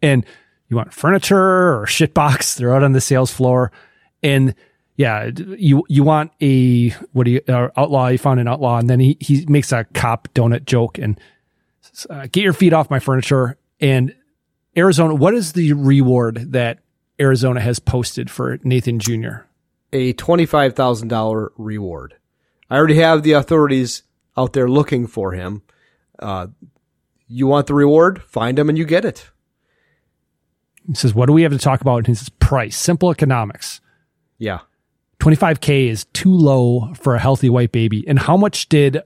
Speaker 3: And you want furniture or shit box? They're out on the sales floor. And yeah, d- you, you want a, what do you, uh, outlaw? You found an outlaw. And then he, he makes a cop donut joke and s- uh, get your feet off my furniture. And Arizona, what is the reward that Arizona has posted for Nathan Jr.?
Speaker 2: a $25,000 reward. I already have the authorities out there looking for him. Uh, you want the reward? Find him and you get it.
Speaker 3: He says, What do we have to talk about? And he says, Price, simple economics.
Speaker 2: Yeah.
Speaker 3: 25K is too low for a healthy white baby. And how much did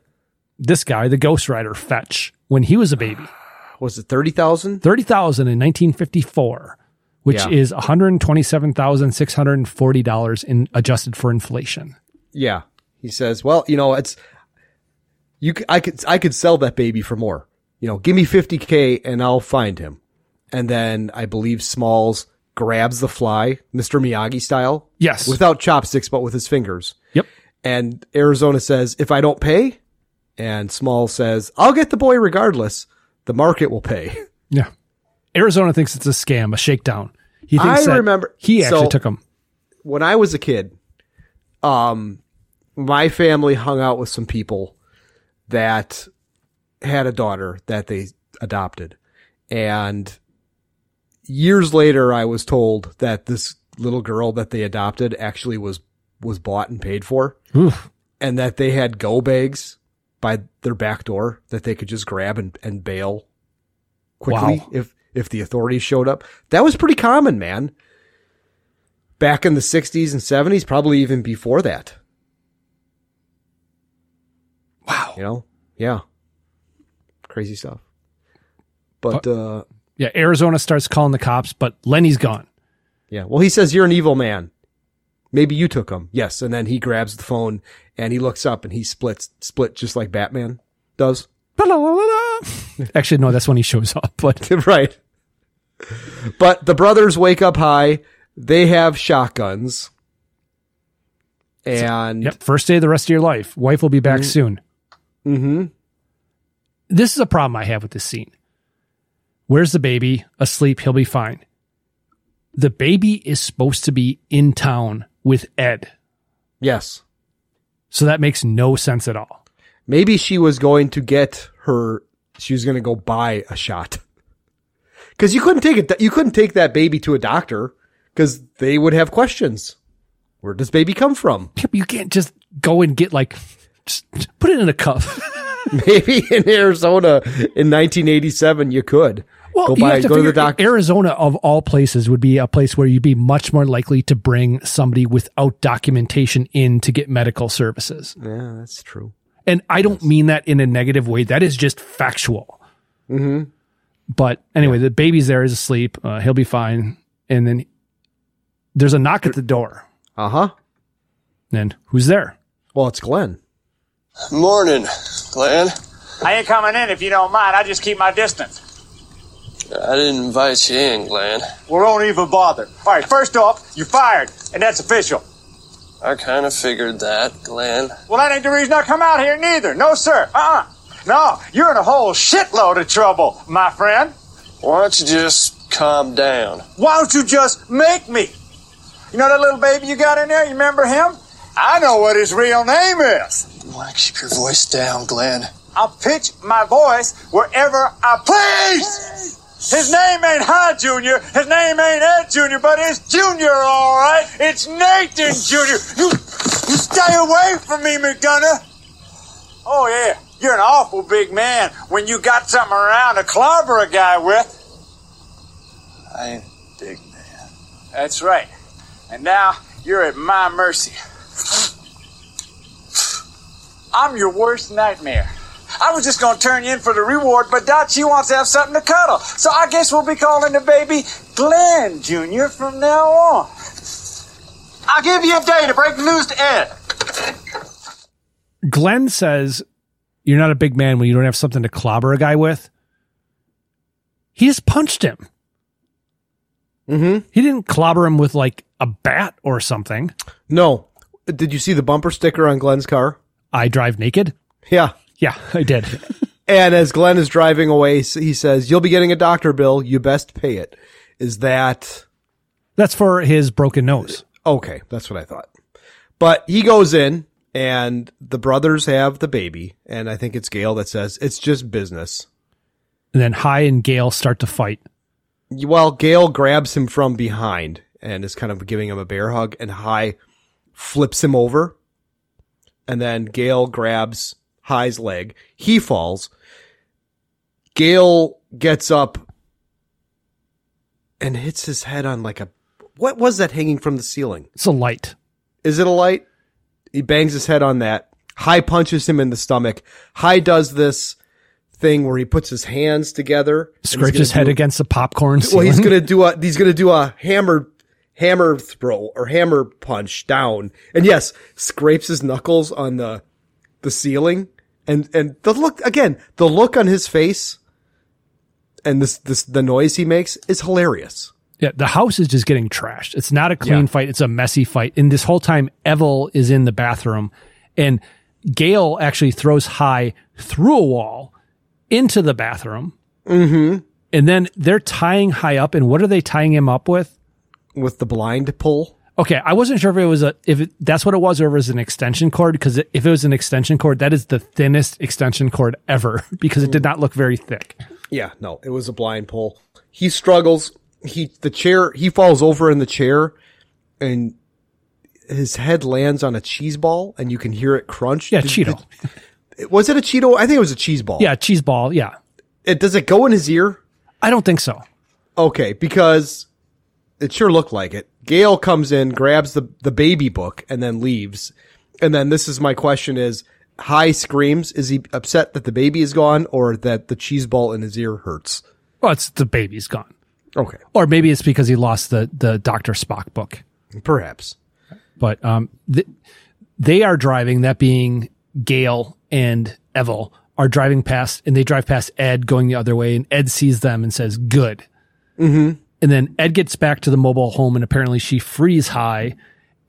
Speaker 3: this guy, the Ghost Rider, fetch when he was a baby?
Speaker 2: <sighs> Was it 30,000?
Speaker 3: 30,000 in 1954, which
Speaker 2: Yeah.
Speaker 3: is $127,640 in adjusted for inflation.
Speaker 2: Yeah. He says, well, you know, it's, you, c- I could, I could sell that baby for more. You know, give me 50K and I'll find him. And then I believe Smalls grabs the fly, Mr. Miyagi style.
Speaker 3: Yes.
Speaker 2: Without chopsticks, but with his fingers.
Speaker 3: Yep.
Speaker 2: And Arizona says, if I don't pay, and Small says, I'll get the boy regardless. The market will pay. <laughs>
Speaker 3: Yeah. Arizona thinks it's a scam, a shakedown. He thinks
Speaker 2: I
Speaker 3: that
Speaker 2: remember-
Speaker 3: he actually
Speaker 2: so-
Speaker 3: took him.
Speaker 2: when I was a kid, um, my family hung out with some people that had a daughter that they adopted. And years later, I was told that this little girl that they adopted actually was, was bought and paid for
Speaker 3: Oof.
Speaker 2: and that they had go bags by their back door that they could just grab and, and bail quickly
Speaker 3: Wow.
Speaker 2: if, if the authorities showed up. That was pretty common, man. Back in the 60s and 70s, probably even before that. Wow. You know? Yeah. Crazy stuff. But, uh,
Speaker 3: Yeah, Arizona starts calling the cops, but Lenny's gone. <laughs>
Speaker 2: yeah. Well, he says, You're an evil man. Maybe you took him. Yes. And then he grabs the phone and he looks up and he splits, split just like Batman does.
Speaker 3: Actually, no, that's when he shows up. But
Speaker 2: <laughs> right. But the brothers wake up high. They have shotguns. And
Speaker 3: Yep, first day of the rest of your life. Wife will be back
Speaker 2: Mhm.
Speaker 3: soon.
Speaker 2: Mm-hmm.
Speaker 3: This is a problem I have with this scene. Where's the baby? Asleep, he'll be fine. The baby is supposed to be in town with Ed.
Speaker 2: Yes.
Speaker 3: So that makes no sense at all.
Speaker 2: maybe she was going to get her, she was going to go buy a shot. <laughs> Cause you couldn't take it, you couldn't take that baby to a doctor because they would have questions. Where does baby come from?
Speaker 3: You can't just go and get like, just put it in a cup. <laughs>
Speaker 2: Maybe in Arizona in 1987, you could
Speaker 3: Well,
Speaker 2: go
Speaker 3: you
Speaker 2: buy,
Speaker 3: have to
Speaker 2: go to the
Speaker 3: figure
Speaker 2: doctor.
Speaker 3: Arizona, of all places, would be a place where you'd be much more likely to bring somebody without documentation in to get medical services.
Speaker 2: Yeah, that's true.
Speaker 3: And I don't mean that in a negative way. That is just factual.
Speaker 2: Mm-hmm.
Speaker 3: But anyway, the baby's there, is asleep. Uh, he'll be fine. And then there's a knock at the door.
Speaker 2: Uh huh.
Speaker 3: And who's there?
Speaker 2: Well, it's Glenn.
Speaker 23: Morning, Glenn.
Speaker 15: I ain't coming in if you don't mind. I just keep my distance.
Speaker 23: I didn't invite you in, Glenn.
Speaker 15: Well, don't even bother. All right, first off, you're fired, and that's official.
Speaker 23: I kind of figured that, Glenn.
Speaker 15: Well, that ain't the reason I come out here neither. No, sir. Uh-uh. No, you're in a whole shitload of trouble, my friend.
Speaker 23: Why don't you just calm down?
Speaker 15: Why don't you just make me? You know that little baby you got in there? You remember him? I know what his real name is.
Speaker 23: You want to keep your voice down, Glenn.
Speaker 15: I'll pitch my voice wherever I please. His name ain't High Junior. His name ain't Ed Junior, but it's Junior, all right. It's Nathan Junior. You, you stay away from me, McDonough. Oh yeah, you're an awful big man when you got something around to clobber a guy with.
Speaker 23: I ain't big man.
Speaker 15: That's right. And now you're at my mercy. I'm your worst nightmare. I was just gonna turn you in for the reward, but Dot, she wants to have something to cuddle. So I guess we'll be calling the baby Glenn Jr. from now on. I'll give you a day to break the news to Ed.
Speaker 3: Glenn says, You're not a big man when you don't have something to clobber a guy with. He just punched him.
Speaker 2: Mm-hmm.
Speaker 3: He didn't clobber him with like a bat or something.
Speaker 2: No. Did you see the bumper sticker on Glenn's car?
Speaker 3: I drive naked.
Speaker 2: Yeah.
Speaker 3: Yeah, I did.
Speaker 2: and as Glenn is driving away, s- he says, "You'll be getting a doctor bill. You best pay it." Is that
Speaker 3: That's for his broken nose.
Speaker 2: okay? That's what I thought. But he goes in, and the brothers have the baby, and I think it's Gail that says it's just business.
Speaker 3: And then High and Gale start to fight.
Speaker 2: While Gail grabs him from behind and is kind of giving him a bear hug, and High flips him over, and then Gail grabs High's leg. He falls. Gail gets up and hits his head on like a what was that hanging from the ceiling?
Speaker 3: It's a light.
Speaker 2: Is it a light? He bangs his head on that. High punches him in the stomach. High does this thing where he puts his hands together, and he's
Speaker 3: Scrapes
Speaker 2: gonna
Speaker 3: his head
Speaker 2: do-
Speaker 3: against the popcorn
Speaker 2: Well, he's
Speaker 3: ceiling.
Speaker 2: gonna do a he's gonna do a hammer hammer throw or hammer punch down, and yes, scrapes his knuckles on the the ceiling, and and the look again, the look on his face, and this this the noise he makes is hilarious.
Speaker 3: Yeah, the house is just getting trashed. It's not a clean
Speaker 2: Yeah.
Speaker 3: fight. It's a messy fight. And this whole time, Evel is in the bathroom and Gail actually throws High through a wall into the bathroom.
Speaker 2: Mm-hmm.
Speaker 3: And then they're tying High up. And what are they tying him up with?
Speaker 2: With the blind pull.
Speaker 3: Okay, I wasn't sure if it was a if it, that's what it was or if it was an extension cord because if it was an extension cord, that is the thinnest extension cord ever <laughs> because
Speaker 2: Mm.
Speaker 3: it did not look very thick.
Speaker 2: Yeah, no, it was a blind pull. He struggles. He the chair. He falls over in the chair, and his head lands on a cheese ball, and you can hear it crunch.
Speaker 3: Yeah,
Speaker 2: Did-
Speaker 3: Cheeto.
Speaker 2: did- was it a Cheeto? I think it was a cheese ball.
Speaker 3: Yeah, cheese ball. Yeah.
Speaker 2: It does it go in his ear?
Speaker 3: I don't think so.
Speaker 2: Okay, because it sure looked like it. Gail comes in, grabs the the baby book, and then leaves. And then this is my question: Is High screams? Is he upset that the baby is gone, or that the cheese ball in his ear hurts?
Speaker 3: Well, it's the baby's gone.
Speaker 2: Okay.
Speaker 3: Or maybe it's because he lost the the Doctor Spock book.
Speaker 2: Perhaps.
Speaker 3: But um, th- they are driving. That being Gail and Evel are driving past, and they drive past Ed going the other way, and Ed sees them and says, "Good."
Speaker 2: Mm-hmm.
Speaker 3: And then Ed gets back to the mobile home, and apparently she frees high,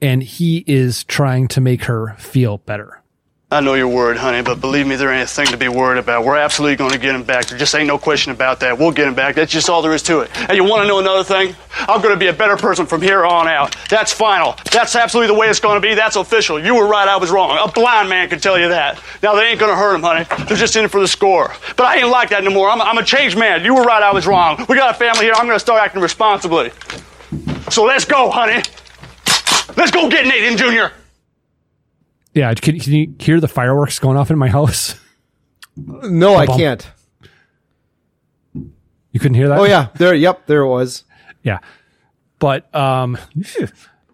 Speaker 3: and he is trying to make her feel better.
Speaker 4: I know you're worried, honey, but believe me, there ain't a thing to be worried about. We're absolutely going to get him back. There just ain't no question about that. We'll get him back. That's just all there is to it. And you want to know another thing? I'm going to be a better person from here on out. That's final. That's absolutely the way it's going to be. That's official. You were right. I was wrong. A blind man could tell you that. Now, they ain't going to hurt him, honey. They're just in it for the score. But I ain't like that no more. I'm, I'm a changed man. You were right. I was wrong. We got a family here. I'm going to start acting responsibly. So let's go, honey. Let's go get Nathan Jr.
Speaker 3: Yeah, can, can you hear the fireworks going off in my house?
Speaker 2: No, I
Speaker 3: Ba-bum.
Speaker 2: can't.
Speaker 3: You couldn't hear that?
Speaker 2: Oh yeah, there. Yep, there it was.
Speaker 3: Yeah. But um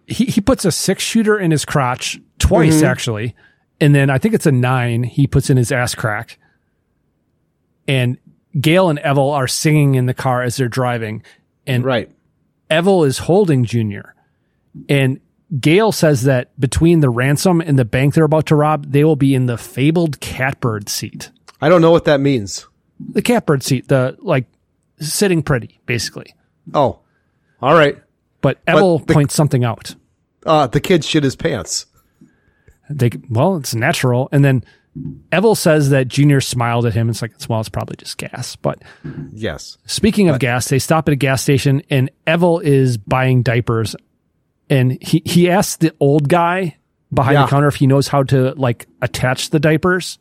Speaker 3: he, he puts a six shooter in his crotch twice
Speaker 2: Mhm.
Speaker 3: actually. And then I think it's a nine he puts in his ass crack. And Gail and Evel are singing in the car as they're driving. And
Speaker 2: right.
Speaker 3: Evel is holding Junior. And Gail says that between the ransom and the bank they're about to rob, they will be in the fabled catbird seat.
Speaker 2: I don't know what that means.
Speaker 3: The catbird seat, the like sitting pretty, basically.
Speaker 2: Oh, all right.
Speaker 3: But
Speaker 2: But
Speaker 3: Evel
Speaker 2: the-
Speaker 3: points something out.
Speaker 2: Uh, the kid shit his pants.
Speaker 3: they well, it's natural. And then Evel says that Junior smiled at him. It's like, well, it's probably just gas. But
Speaker 2: Yes.
Speaker 3: speaking of gas, they stop at a gas station and Evel is buying diapers. And he, he asks the old guy behind
Speaker 2: Yeah.
Speaker 3: the counter if he knows how to like attach the diapers.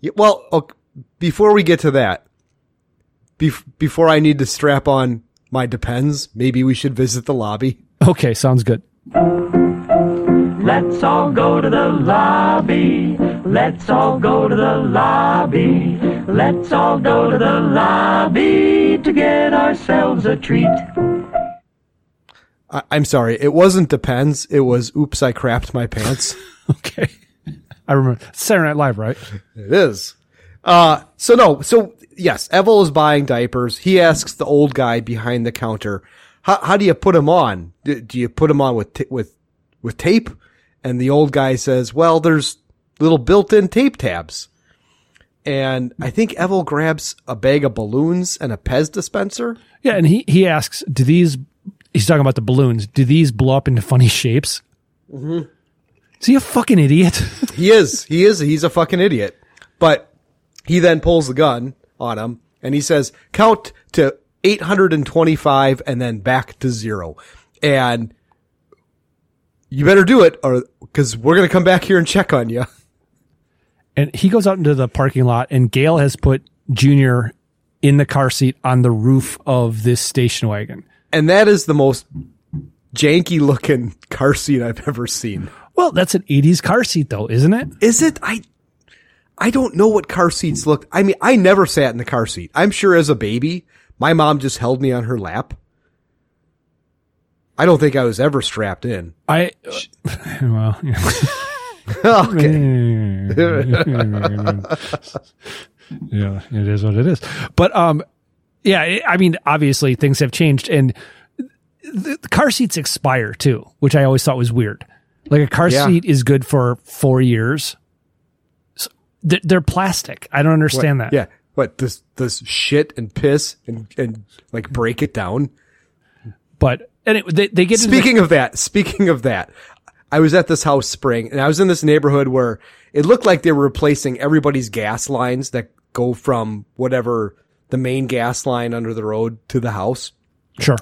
Speaker 2: Yeah, well, ok before we get to that, bef- before I need to strap on my depends, maybe we should visit the lobby.
Speaker 3: Okay, sounds good.
Speaker 11: Let's all go to the lobby. Let's all go to the lobby. Let's all go to the lobby to get ourselves a treat.
Speaker 2: I- I'm sorry, it wasn't depends. It was oops, I crapped my pants.
Speaker 3: <laughs> okay, I remember Saturday Night Live, right?
Speaker 2: It is. Uh, so no, so yes, Evel is buying diapers. He asks the old guy behind the counter, "How, how do you put them on? Do, do you put them on with t- with with tape?" And the old guy says, "Well, there's little built-in tape tabs." And I think Evel grabs a bag of balloons and a Pez dispenser.
Speaker 3: Yeah, and he he asks, do these? He's talking about the balloons. Do these blow up into funny shapes? Mm-hmm.
Speaker 2: Mhm.
Speaker 3: Is he a fucking idiot?
Speaker 2: he is. He is. He's a fucking idiot. But he then pulls the gun on him and he says, count to 825 and then back to zero. And you better do it or because we're going to come back here and check on you.
Speaker 3: And he goes out into the parking lot, and Gail has put Junior in the car seat on the roof of this station wagon.
Speaker 2: And that is the most janky looking car seat I've ever seen.
Speaker 3: Well, that's an 80s car seat though, isn't it?
Speaker 2: Is it? I I don't know what car seats look. I mean, I never sat in the car seat. I'm sure as a baby, my mom just held me on her lap. I don't think I was ever strapped in.
Speaker 3: I <laughs> well,
Speaker 2: <laughs>
Speaker 3: yeah. <laughs> yeah, it is what it is. But um, yeah, it, I mean, obviously things have changed, and the, the car seats expire too, which I always thought was weird. Like a car
Speaker 2: Yeah.
Speaker 3: seat is good for four years. So they're, they're plastic. I don't understand
Speaker 2: What-
Speaker 3: that.
Speaker 2: Yeah. What this this shit and piss and and like break it down.
Speaker 3: But and it, they they get into the-
Speaker 2: speaking of that. Speaking of that, I was at this house spring and I was in this neighborhood where it looked like they were replacing everybody's gas lines that go from whatever the main gas line under the road to the house.
Speaker 3: Sure.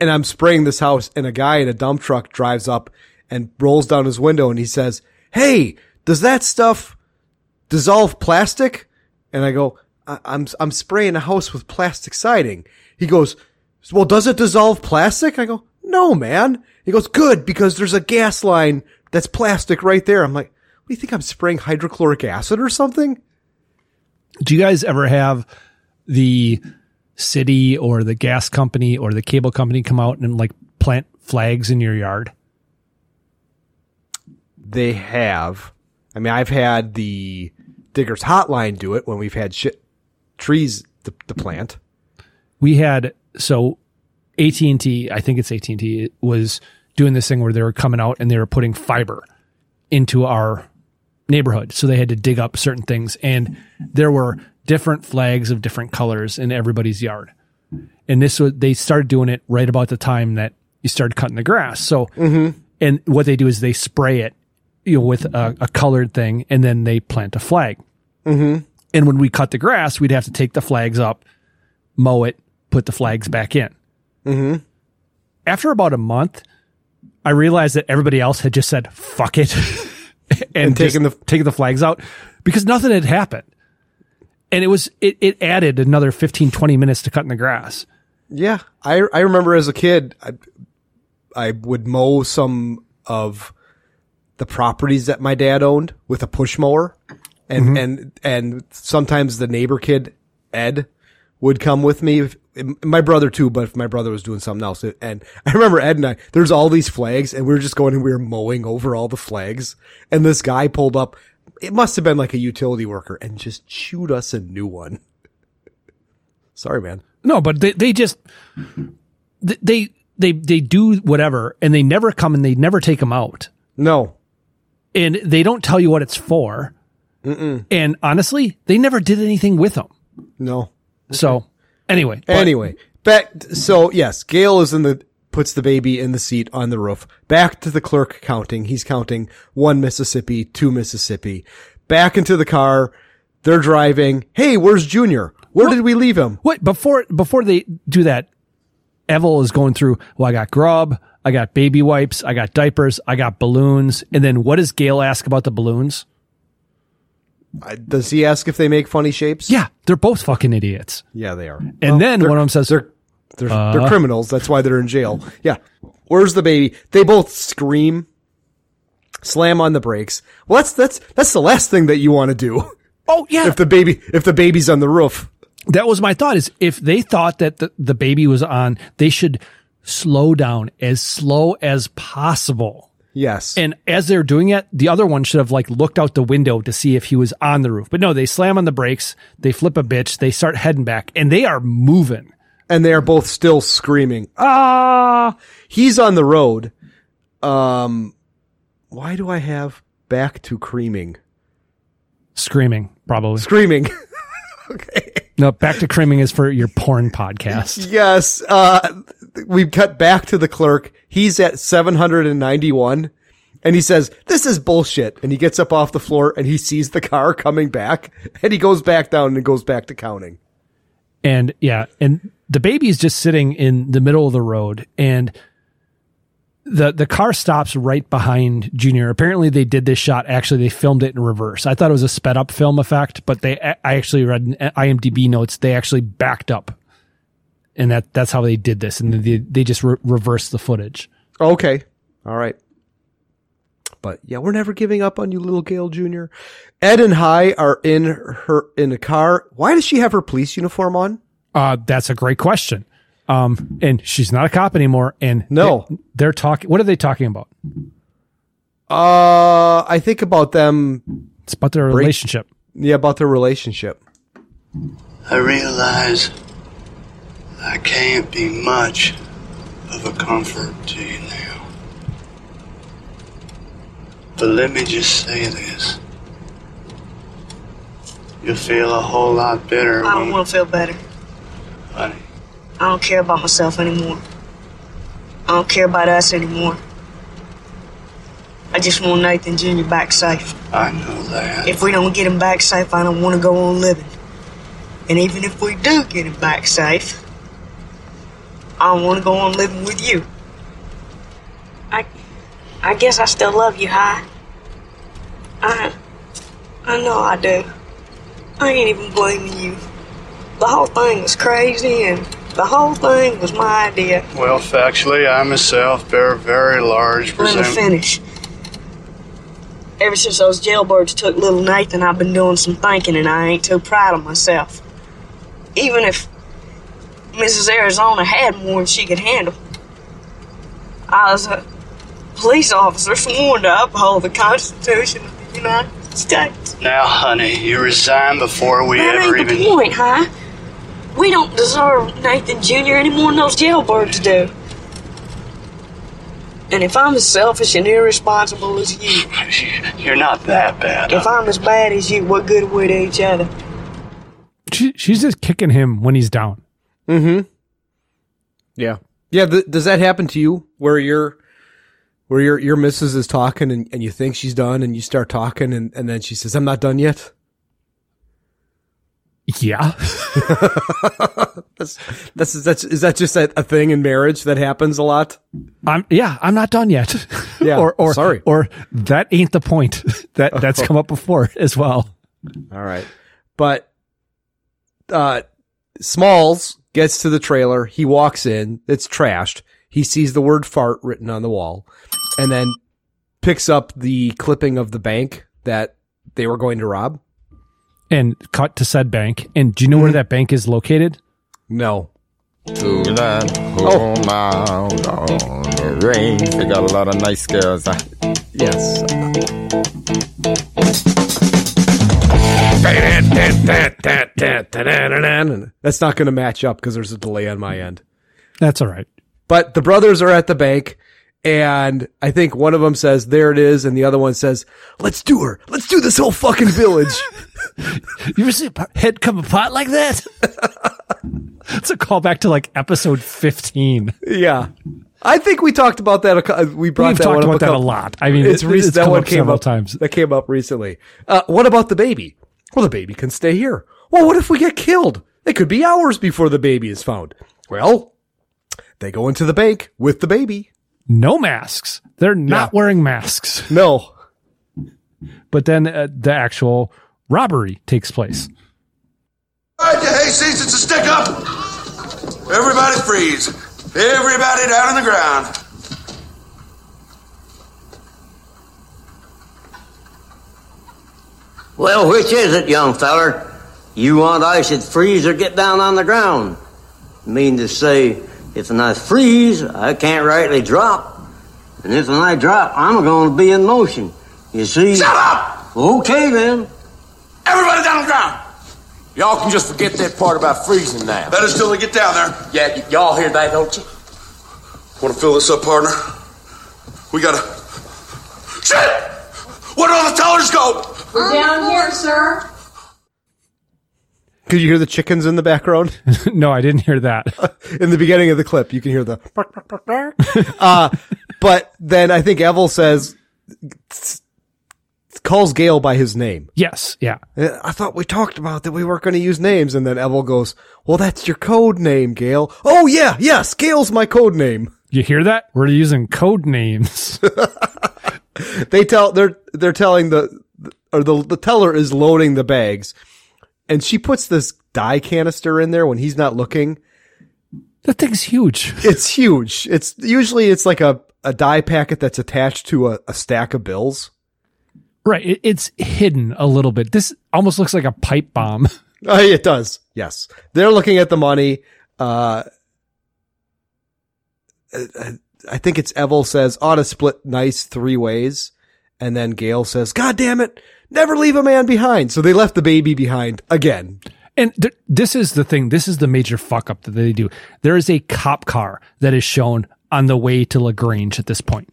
Speaker 2: and I'm spraying this house, and a guy in a dump truck drives up and rolls down his window, and he says, "Hey, does that stuff dissolve plastic?" And I go, I- "I'm I'm spraying a house with plastic siding." He goes, "Well, does it dissolve plastic?" I go, "No, man." He goes, "Good, because there's a gas line that's plastic right there." I'm like, "What do you think I'm spraying hydrochloric acid or something?"
Speaker 3: Do you guys ever have the city or the gas company or the cable company come out and like plant flags in your yard?
Speaker 2: they have. I mean, I've had the Diggers Hotline do it when we've had shit trees to, to plant.
Speaker 3: we had so AT&T, I think it's AT&T was doing this thing where they were coming out and they were putting fiber into our neighborhood. So they had to dig up certain things and there were different flags of different colors in everybody's yard. And this was they started doing it right about the time that you started cutting the grass. So and what they do is they spray it you know with a, a colored thing and then they plant a flag.
Speaker 2: Mm-hmm.
Speaker 3: And when we cut the grass, we'd have to take the flags up, mow it, put the flags back in.
Speaker 2: Mm-hmm.
Speaker 3: After about a month, I realized that everybody else had just said "fuck it" <laughs> and, taken the taken the flags out because nothing had happened. And it was it, it added another 15, 20 minutes to cutting the grass.
Speaker 2: Yeah, I I remember as a kid, I I would mow some of the properties that my dad owned with a push mower, and
Speaker 3: Mhm.
Speaker 2: and and sometimes the neighbor kid Ed would come with me. If, my brother too, but if my brother was doing something else, and I remember Ed and I. There's all these flags, and we were just going and we were mowing over all the flags. And this guy pulled up. It must have been like a utility worker, and just chewed us a new one. <laughs> Sorry, man.
Speaker 3: No, but they, they just th- they they they do whatever and they never come and they never take them out.
Speaker 2: No.
Speaker 3: And they don't tell you what it's for. And honestly, they never did anything with them.
Speaker 2: No.
Speaker 3: So, anyway. but-
Speaker 2: Anyway, back. So yes, Gail is in the puts the baby in the seat on the roof. Back to the clerk counting. He's counting one Mississippi, two Mississippi. Back into the car. They're driving. Hey, where's Junior? Where did we leave him?
Speaker 3: What before before they do that? Evel is going through. Well, I got grub, I got baby wipes, I got diapers, I got balloons, and then what does Gail ask about the balloons?
Speaker 2: I- Uh, Does he ask if they make funny shapes?
Speaker 3: Yeah, they're both fucking idiots.
Speaker 2: Yeah, they are.
Speaker 3: And then one of them says "Uh,
Speaker 2: they're they're,
Speaker 3: Uh-huh.
Speaker 2: they're criminals. That's why they're in jail. Yeah. Where's the baby? They both scream, slam on the brakes. Well, that's that's that's the last thing that you want to do.
Speaker 3: Oh yeah.
Speaker 2: If the baby if the baby's on the roof.
Speaker 3: That was my thought. Is if they thought that the, the baby was on, they should slow down as slow as possible.
Speaker 2: Yes.
Speaker 3: And as they're doing it, the other one should have like looked out the window to see if he was on the roof. But no, they slam on the brakes, they flip a bitch, they start heading back, and they are moving.
Speaker 2: and they are both still screaming. Ah, he's on the road. Um, why do I have back to creaming?
Speaker 3: Screaming, probably.
Speaker 2: Screaming. <laughs>
Speaker 3: No, back to creaming is for your porn podcast.
Speaker 2: yes. Uh, we cut back to the clerk. He's at 791 and he says, this is bullshit. And he gets up off the floor and he sees the car coming back and he goes back down and goes back to counting.
Speaker 3: And yeah, and the baby is just sitting in the middle of the road and the the car stops right behind Junior. Apparently they did this shot actually they filmed it in reverse. I thought it was a sped up film effect, but they I actually read in IMDb notes they actually backed up. And that that's how they did this and they they just re- reversed the footage.
Speaker 2: Okay. All right. But yeah, we're never giving up on you, little Gail Jr. Ed and High are in her in a car. Why does she have her police uniform on?
Speaker 3: Uh, that's a great question. Um, and she's not a cop anymore. And
Speaker 2: No.
Speaker 3: they, are talking. What are they talking about?
Speaker 2: Uh, I think about them.
Speaker 3: It's about their relationship.
Speaker 2: Yeah, about their relationship.
Speaker 12: I realize I can't be much of a comfort to you now. But let me just say this. You'll feel a whole lot better
Speaker 7: I
Speaker 12: when
Speaker 7: will feel better.
Speaker 12: Honey.
Speaker 7: I don't care about myself anymore. I don't care about us anymore. I just want Nathan Jr. back safe.
Speaker 12: I know that.
Speaker 7: If we don't get him back safe, I don't want to go on living. And even if we do get him back safe, I want to go on living with you. I, I guess I still love you, High. I, I know I do. I ain't even blaming you. The whole thing was crazy, and the whole thing was my idea.
Speaker 12: Well, factually, I myself bear very large
Speaker 7: Let me
Speaker 12: resentment.
Speaker 7: finish. Ever since those jailbirds took little Nathan, I've been doing some thinking, and I ain't too proud of myself. Even if Mrs. Arizona had more than she could handle, I was a police officer sworn to uphold the Constitution of the United States.
Speaker 12: Now, honey, you resign before we
Speaker 7: that
Speaker 12: ever
Speaker 7: ain't
Speaker 12: even.
Speaker 7: the point, huh? We don't deserve Nathan Jr. any more than those jailbirds do. And if I'm as selfish and irresponsible as you,
Speaker 12: You're not that bad.
Speaker 7: if I'm as bad as you, what good are we to each other?
Speaker 3: She, she's just kicking him when he's down.
Speaker 2: Mm-hmm. Yeah. Yeah. Th- does that happen to you where you're, where your your missus is talking and, and you think she's done and you start talking and, and then she says, I'm not done yet?
Speaker 3: Yeah.
Speaker 2: <laughs> that's, that's, that's, is that just a, a thing in marriage that happens a lot?
Speaker 3: I'm yeah, I'm not done <laughs> yet.
Speaker 2: Yeah.
Speaker 3: or or
Speaker 2: sorry.
Speaker 3: or that ain't the point. <laughs> that that's come up before <laughs> as well.
Speaker 2: All right. But uh Smalls gets to the trailer, he walks in, it's trashed. He sees the word fart written on the wall and then picks up the clipping of the bank that they were going to rob.
Speaker 3: And cut to said bank. And do you know where that bank is located?
Speaker 2: No.
Speaker 9: To that home out Oh, on the range. They got a lot of nice girls.
Speaker 2: Yes. That's not going to match up because there's a delay on my end.
Speaker 3: That's all right.
Speaker 2: But the brothers are at the bank, and I think one of them says, "There it is," and the other one says, "Let's do her. Let's do this whole
Speaker 3: <laughs>
Speaker 2: fucking village."
Speaker 3: <laughs> you ever see a head come apart like that? <laughs> it's a callback to like episode fifteen. <laughs>
Speaker 2: yeah, I think we talked about that. A, cou- uh, we brought
Speaker 3: We've
Speaker 2: that
Speaker 3: talked
Speaker 2: one up
Speaker 3: about that a
Speaker 2: couple-
Speaker 3: lot. I mean, it's-
Speaker 2: recent-
Speaker 3: it's come up several times.
Speaker 2: That came up recently. Uh, what about the baby? Well, the baby can stay here. Well, what if we get killed? It could be hours before the baby is found. Well, they go into the bank with the baby.
Speaker 3: No masks. They're not wearing masks.
Speaker 2: No.
Speaker 3: But then uh, the actual robbery takes place.
Speaker 14: All right, you hayseeds, it's a stick up. Everybody freeze. Everybody down on the ground.
Speaker 13: Well, which is it, young feller? You want I should freeze or get down on the ground? Mean to say, if I freeze, I can't rightly drop. And if I drop, I'm going to be in motion. You see? Shut up! Okay, then.
Speaker 14: Everybody down on the ground.
Speaker 6: Y'all can just forget that part about freezing now.
Speaker 14: Let us till they get down there.
Speaker 6: Yeah, y- y'all hear that, don't you?
Speaker 14: Want to fill this up, partner? We gotta. Shit! Where did all the tellers go?
Speaker 19: We're down here, sir.
Speaker 2: Could you hear the chickens in the background?
Speaker 3: <laughs> no, I didn't hear that.
Speaker 2: <laughs> in the beginning of the clip, you can hear the. <laughs> Uh, but then I think Evel says, calls Gale by his name.
Speaker 3: Yes. Yeah.
Speaker 2: Uh, I thought we talked about that we weren't going to use names. And then Evel goes, well, that's your code name, Gale. Oh, yeah, yes, Gale's my code name.
Speaker 3: You hear that? We're using code names. <laughs>
Speaker 2: <laughs> They tell, they're, they're telling the, or the, the teller is loading the bags and she puts this dye canister in there when he's not looking.
Speaker 3: That thing's huge. <laughs>
Speaker 2: It's huge. It's usually, it's like a, a dye packet that's attached to a, a stack of bills.
Speaker 3: Right. It, it's hidden a little bit. This almost looks like a pipe bomb. <laughs>
Speaker 2: <laughs> Uh, it does. Yes. They're looking at the money. Uh, uh, I think it's Evel says, ought to split nice three ways. And then Gail says, God damn it. Never leave a man behind. So they left the baby behind again.
Speaker 3: And th- this is the thing. This is the major fuck up that they do. There is a cop car that is shown on the way to Lagrange at this point.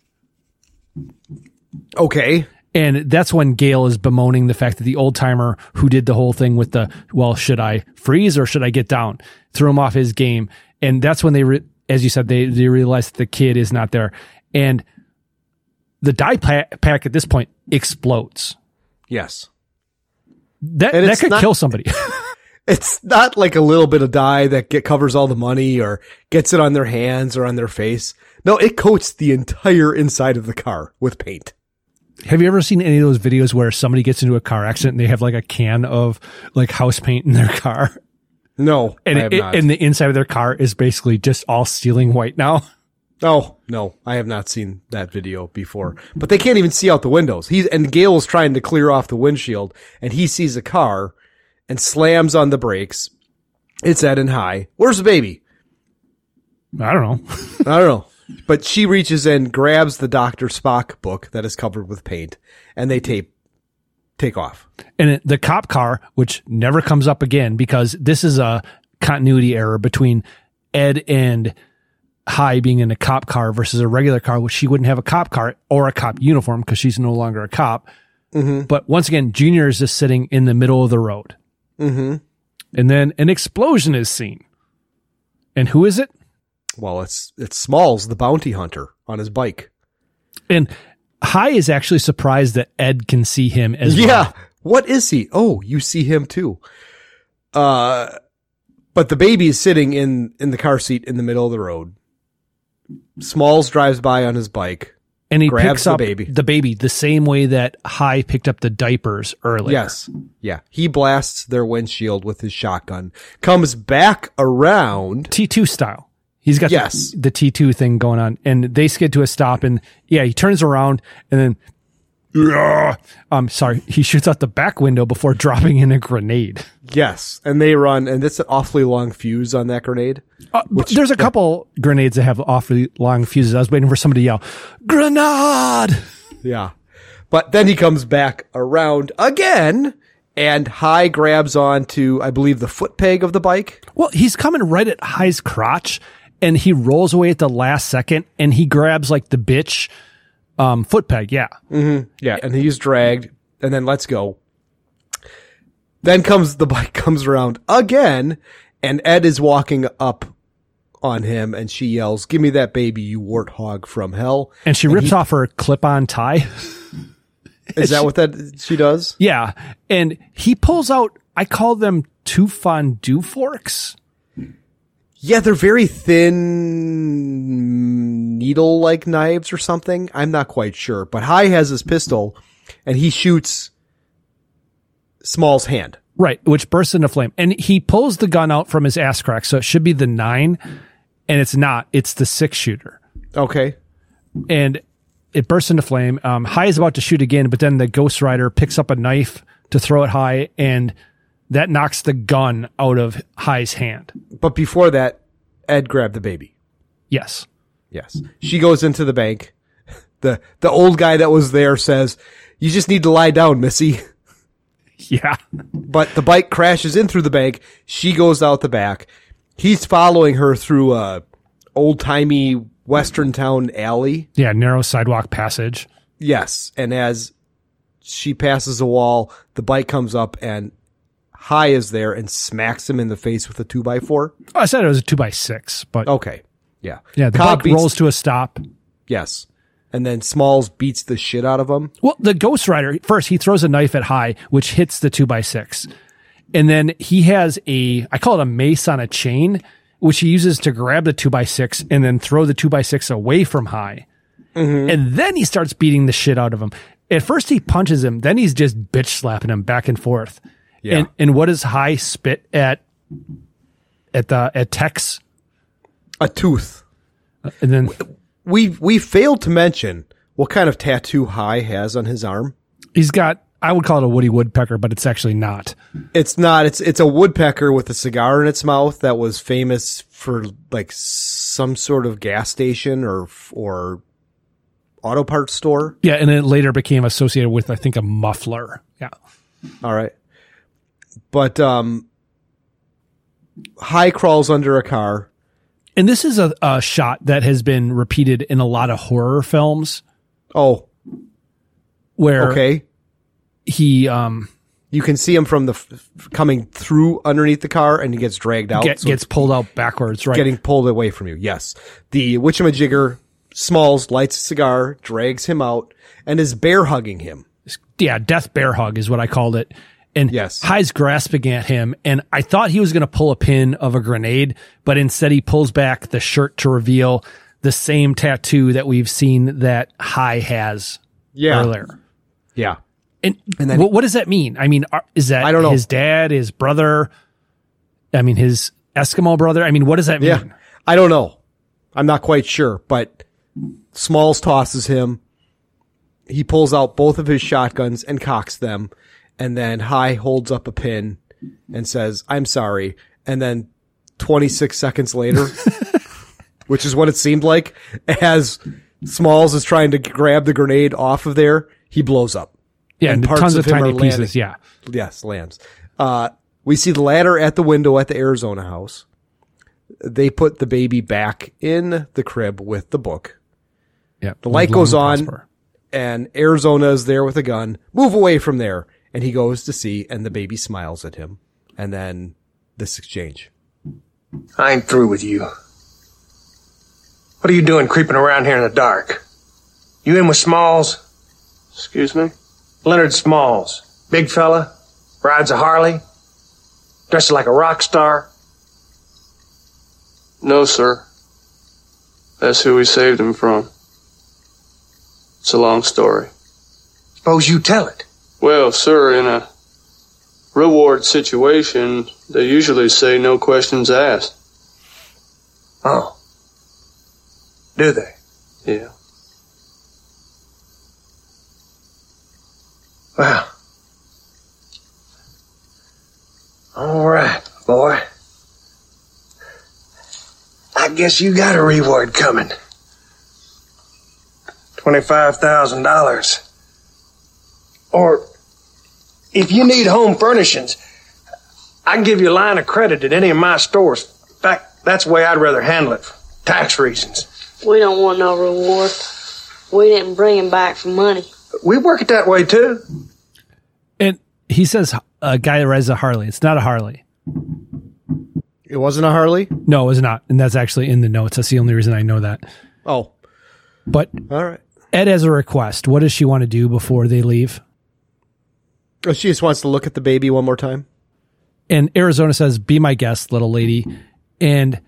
Speaker 2: Okay.
Speaker 3: And that's when Gail is bemoaning the fact that the old timer who did the whole thing with the, well, should I freeze or should I get down? Threw him off his game. And that's when they, re- as you said, they, they realize that the kid is not there. And the die pa- pack at this point explodes.
Speaker 2: Yes.
Speaker 3: That,
Speaker 2: And
Speaker 3: that
Speaker 2: it's
Speaker 3: could
Speaker 2: not-
Speaker 3: kill somebody.
Speaker 2: It's not like a little bit of dye that get, covers all the money or gets it on their hands or on their face. No, it coats the entire inside of the car with paint.
Speaker 3: Have you ever seen any of those videos where somebody gets into a car accident and they have like a can of like house paint in their car?
Speaker 2: No,
Speaker 3: And
Speaker 2: I have
Speaker 3: it-
Speaker 2: not.
Speaker 3: and the inside of their car is basically just all stealing white now. <laughs>
Speaker 2: Oh no, I have not seen that video before. But they can't even see out the windows. He's and Gale's trying to clear off the windshield, and he sees a car and slams on the brakes. It's at an high. Where's the baby?
Speaker 3: I don't know.
Speaker 2: <laughs> I don't know. But she reaches in, grabs the Doctor Spock book that is covered with paint, and they tape take off.
Speaker 3: and it, the cop car, which never comes up again because this is a continuity error between Ed and High being in a cop car versus a regular car, which she wouldn't have a cop car or a cop uniform because she's no longer a cop. But once again, Junior is just sitting in the middle of the road.
Speaker 2: Mm-hmm.
Speaker 3: And then an explosion is seen. And who is it?
Speaker 2: Well, it's it's Smalls, the bounty hunter, on his bike.
Speaker 3: And High is actually surprised that Ed can see him as well.
Speaker 2: yeah. What is he? Oh, you see him too. Uh, but the baby is sitting in in the car seat in the middle of the road. Smalls drives by on his bike
Speaker 3: and he
Speaker 2: grabs
Speaker 3: picks
Speaker 2: the
Speaker 3: up
Speaker 2: baby.
Speaker 3: the baby the same way that High picked up the diapers earlier.
Speaker 2: Yes. Yeah. He blasts their windshield with his shotgun. Comes back around
Speaker 3: T2 style. He's got
Speaker 2: Yes.
Speaker 3: the, the T2 thing going on and they skid to a stop and yeah, he turns around and then Yeah. I'm sorry, he shoots out the back window before <laughs> dropping in a grenade.
Speaker 2: Yes, and they run, and it's an awfully long fuse on that grenade.
Speaker 3: But There's a couple grenades that have awfully long fuses. I was waiting for somebody to yell, "Grenade!"
Speaker 2: Yeah. But then he comes back around again and High grabs onto, I believe, the foot peg of the bike.
Speaker 3: Well, he's coming right at High's crotch and he rolls away at the last second and he grabs like the bitch um foot peg, yeah.
Speaker 2: Mm-hmm. Yeah. And he's dragged and then let's go. Then comes the bike <laughs> comes around again and Ed is walking up on him and she yells, give me that baby, you warthog from hell.
Speaker 3: And she rips
Speaker 2: he-
Speaker 3: off her clip-on tie. <laughs>
Speaker 2: Is that what that she does?
Speaker 3: Yeah. And he pulls out, I call them two fondue forks.
Speaker 2: Yeah, they're very thin needle like knives or something. I'm not quite sure. But High has his pistol and he shoots Small's hand.
Speaker 3: Right. Which bursts into flame. And he pulls the gun out from his ass crack. So it should be the nine. And it's not. It's the six shooter.
Speaker 2: Okay.
Speaker 3: And it bursts into flame. Um, high is about to shoot again, but then the Ghost Rider picks up a knife to throw at High. And that knocks the gun out of High's hand.
Speaker 2: But before that, Ed grabbed the baby.
Speaker 3: Yes.
Speaker 2: Yes. She goes into the bank. <laughs> The the old guy that was there says, You just need to lie down, Missy. <laughs>
Speaker 3: Yeah.
Speaker 2: But the bike crashes in through the bank. She goes out the back. He's following her through a old timey western town alley.
Speaker 3: Yeah. Narrow sidewalk passage.
Speaker 2: Yes. And as she passes a wall, the bike comes up and High is there and smacks him in the face with a two by four.
Speaker 3: I said it was a two by six, but
Speaker 2: Okay. Yeah.
Speaker 3: yeah, the
Speaker 2: Cop
Speaker 3: bike
Speaker 2: beats-
Speaker 3: rolls to a stop.
Speaker 2: Yes. And then Smalls beats the shit out of him.
Speaker 3: Well, the Ghost Rider first he throws a knife at High, which hits the two by six, and then he has a I call it a mace on a chain, which he uses to grab the two by six and then throw the two by six away from High,
Speaker 2: Mm-hmm.
Speaker 3: and then he starts beating the shit out of him. At first he punches him, then he's just bitch slapping him back and forth.
Speaker 2: Yeah.
Speaker 3: And and what does High spit at at the at Tex?
Speaker 2: A tooth.
Speaker 3: Uh, And then
Speaker 2: We we failed to mention what kind of tattoo High has on his arm.
Speaker 3: he's got I would call it a Woody Woodpecker, but it's actually not.
Speaker 2: It's not. It's it's a woodpecker with a cigar in its mouth that was famous for like some sort of gas station or or auto parts store.
Speaker 3: Yeah, and it later became associated with I think a muffler. Yeah.
Speaker 2: All right. But um High crawls under a car.
Speaker 3: And this is a, a shot that has been repeated in a lot of horror films
Speaker 2: Oh,
Speaker 3: where
Speaker 2: okay.
Speaker 3: he um
Speaker 2: You can see him from the f- f- coming through underneath the car and he gets dragged out.
Speaker 3: get,
Speaker 2: so
Speaker 3: gets
Speaker 2: it's
Speaker 3: pulled out backwards, right?
Speaker 2: getting pulled away from you. Yes. The Witchamajigger Smalls lights a cigar, drags him out and is bear hugging him.
Speaker 3: yeah, death bear hug is what I called it. And yes. High's grasping at him, and I thought he was going to pull a pin of a grenade, but instead he pulls back the shirt to reveal the same tattoo that we've seen that High has
Speaker 2: Yeah.
Speaker 3: earlier.
Speaker 2: Yeah.
Speaker 3: And, what, what does that mean? I mean, are, is that
Speaker 2: I don't know.
Speaker 3: his dad, his brother? I mean, his Eskimo brother? I mean, what does that mean?
Speaker 2: Yeah. I don't know. I'm not quite sure, but Smalls tosses him. He pulls out both of his shotguns and cocks them. And then High holds up a pin and says, I'm sorry. And then 26
Speaker 3: <laughs>
Speaker 2: seconds later, which is what it seemed like, as Smalls is trying to grab the grenade off of there, he blows up.
Speaker 3: Yeah, and tons of tiny pieces, yeah.
Speaker 2: Yes, lands. Uh, we see the ladder at the window at the Arizona house. They put the baby back in the crib with the book.
Speaker 3: Yeah.
Speaker 2: The light goes on, and Arizona is there with a gun. Move away from there. And he goes to see, and the baby smiles at him. And then this exchange.
Speaker 8: I'm through with you. What are you doing creeping around here in the dark? You in with Smalls? Excuse me? Leonard Smalls. Big fella. Rides a Harley. Dresses like a rock star.
Speaker 12: No, sir. That's who we saved him from. It's a long story.
Speaker 8: Suppose you tell it.
Speaker 12: Well, sir, in a reward situation, they usually say no questions asked.
Speaker 8: Oh. Do they?
Speaker 12: Yeah.
Speaker 8: Wow. All right, boy. I guess you got a reward coming. $25,000. Or if you need home furnishings, I can give you a line of credit at any of my stores. In fact, that's the way I'd rather handle it for tax reasons.
Speaker 15: We don't want no reward. We didn't bring him back for money.
Speaker 8: We work it that way too.
Speaker 3: And he says a guy that rides a Harley. It's not a Harley.
Speaker 2: It wasn't a Harley?
Speaker 3: No, it was not. And that's actually in the notes. That's the only reason I know that.
Speaker 2: Oh.
Speaker 3: But
Speaker 2: all right.
Speaker 3: Ed has a request. What does she want to do before they leave?
Speaker 2: Oh, She just wants to look at the baby one more time.
Speaker 3: And Arizona says, Be my guest, little lady. And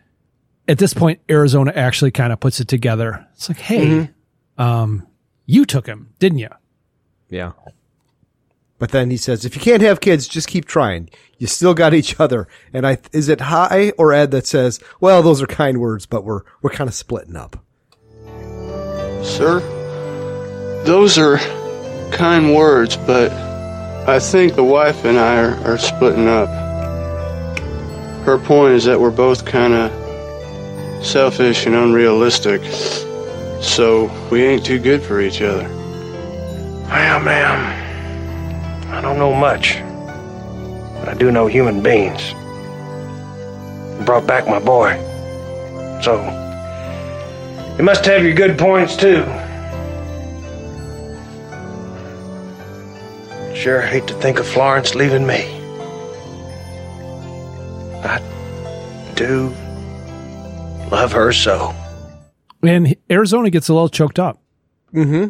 Speaker 3: at this point, Arizona actually kind of puts it together. It's like, hey,
Speaker 2: Mm-hmm.
Speaker 3: um, you took him, didn't you?
Speaker 2: Yeah. But then he says, if you can't have kids, just keep trying. You still got each other. And I, is it high or Ed that says, well, those are kind words, but we're, we're kind of splitting up.
Speaker 12: Sir, those are kind words, but I think the wife and I are, are splitting up. Her point is that we're both kind of selfish and unrealistic, so we ain't too good for each other.
Speaker 8: Well, ma'am, I don't know much, but I do know human beings. You brought back my boy, so you must have your good points too. Sure, hate to think of Florence leaving me. I do love her so.
Speaker 3: And Arizona gets a little choked up.
Speaker 2: Mm-hmm.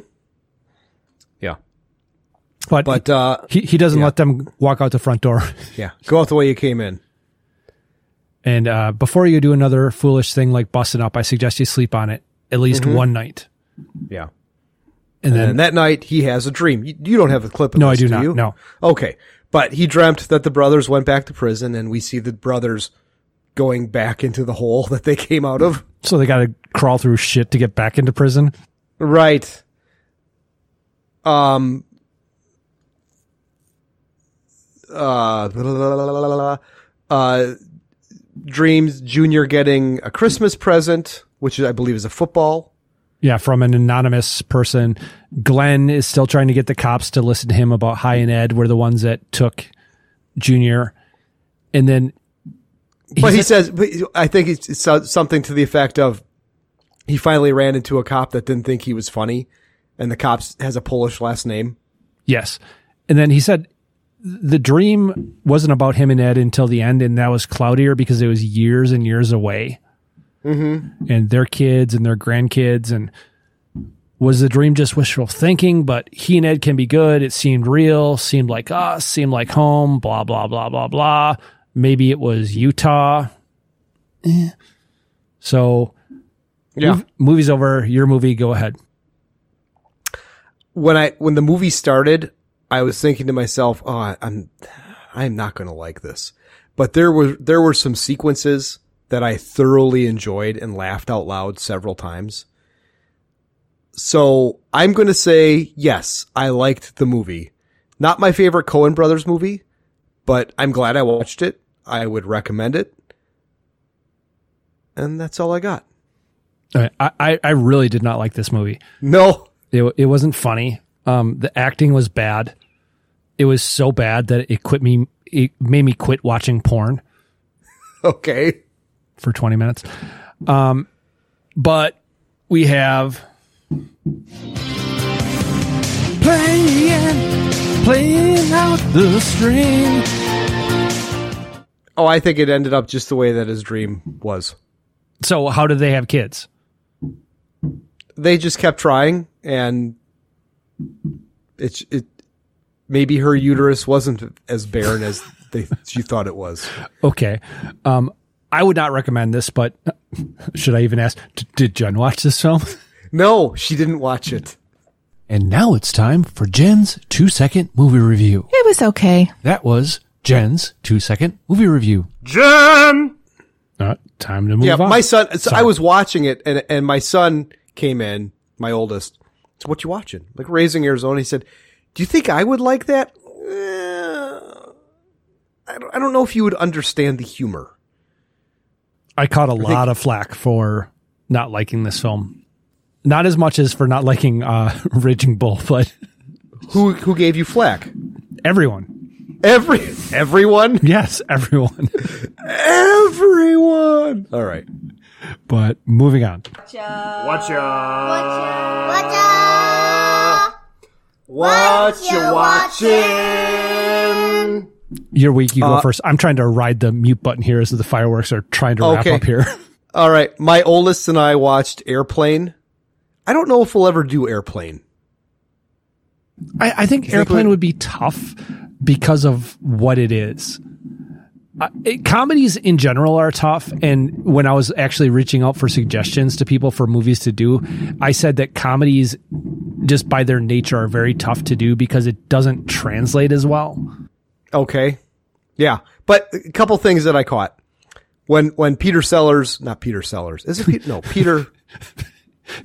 Speaker 3: But,
Speaker 2: but uh,
Speaker 3: he, he doesn't
Speaker 2: yeah.
Speaker 3: let them walk out the front door. <laughs>
Speaker 2: Yeah. Go out the way you came in.
Speaker 3: And uh, before you do another foolish thing like busting up, I suggest you sleep on it at least
Speaker 2: Mhm.
Speaker 3: one night.
Speaker 2: Yeah.
Speaker 3: And
Speaker 2: And
Speaker 3: then-
Speaker 2: then that night he has a dream. You, you don't have a clip of
Speaker 3: No, I
Speaker 2: this,
Speaker 3: do not,
Speaker 2: you?
Speaker 3: no.
Speaker 2: Okay. But he dreamt that the brothers went back to prison and we see the brothers going back into the hole <laughs> that they came out of.
Speaker 3: So they got to crawl through shit to get back into prison.
Speaker 2: Right. Um. Uh, <laughs> uh, dreams junior getting a Christmas present, which I believe is a football.
Speaker 3: Yeah, from an anonymous person. Glenn is still trying to get the cops to listen to him about High and Ed were the ones that took Junior. And then
Speaker 2: But he says, but I think it's it's so- something to the effect of he finally ran into a cop that didn't think he was funny, and the cops has a Polish last name.
Speaker 3: Yes. And then he said the dream wasn't about him and Ed until the end, and that was cloudier because it was years and years away.
Speaker 2: Mm-hmm.
Speaker 3: And their kids and their grandkids and Was the dream just wishful thinking? But he and Ed can be good. It seemed real, seemed like us, seemed like home, blah, blah, blah, blah, blah. Maybe it was Utah. Eh. So,
Speaker 2: Yeah.
Speaker 3: mov- movie's over. Your movie, go ahead.
Speaker 2: when I when the movie started, I was thinking to myself, "Oh, I- I'm I'm not going to like this." But there were there were some sequences that I thoroughly enjoyed and laughed out loud several times. So, I'm going to say yes, I liked the movie. Not my favorite Coen Brothers movie, but I'm glad I watched it. I would recommend it. And that's all I got.
Speaker 3: All right. I, I, I really did not like this movie.
Speaker 2: No.
Speaker 3: It, it wasn't funny. Um, the acting was bad. It was so bad that it quit me. It made me quit watching porn
Speaker 2: Okay.
Speaker 3: for 20 minutes. Um, but we have playing, playing out the string.
Speaker 2: Oh, I think it ended up just the way that his dream was.
Speaker 3: So, how did they have kids?
Speaker 2: They just kept trying, and it's it. Maybe her uterus wasn't as barren as they she thought it was.
Speaker 3: Okay. Um, I would not recommend this, but <laughs> should I even ask? D- did Jen watch this film? <laughs>
Speaker 2: No, she didn't watch it.
Speaker 3: And now it's time for Jen's two second movie review.
Speaker 1: It was okay.
Speaker 3: That was Jen's two second movie review.
Speaker 2: Jen.
Speaker 3: Uh, time to move
Speaker 2: yeah,
Speaker 3: on.
Speaker 2: my son. So I was watching it, and and my son came in, my oldest. So what you watching? Like Raising Arizona. He said, "Do you think I would like that?" Eh, I don't, I don't know if you would understand the humor.
Speaker 3: I caught a
Speaker 2: think-
Speaker 3: lot of flack for not liking this film. Not as much as for not liking uh, <laughs> Raging Bull, but
Speaker 2: who who gave you flack?
Speaker 3: Everyone.
Speaker 2: Every everyone?
Speaker 3: Yes, everyone.
Speaker 2: Everyone. All right.
Speaker 3: But moving on.
Speaker 17: Watcha. Watcha. What you watching?
Speaker 3: Your week, you go
Speaker 2: Uh,
Speaker 3: first. I'm trying to ride the mute button here as the fireworks are trying to wrap up here. <laughs>
Speaker 2: All right. My oldest and I watched Airplane. I don't know if we'll ever do Airplane.
Speaker 3: I, I think
Speaker 2: You think
Speaker 3: Airplane
Speaker 2: we-
Speaker 3: would be tough because of what it is. Uh, it, comedies in general are tough. And when I was actually reaching out for suggestions to people for movies to do, I said that comedies, just by their nature, are very tough to do because it doesn't translate as well.
Speaker 2: Okay. Yeah. But a couple things that I caught. When when Peter Sellers, not Peter Sellers. Is it Peter? No, Peter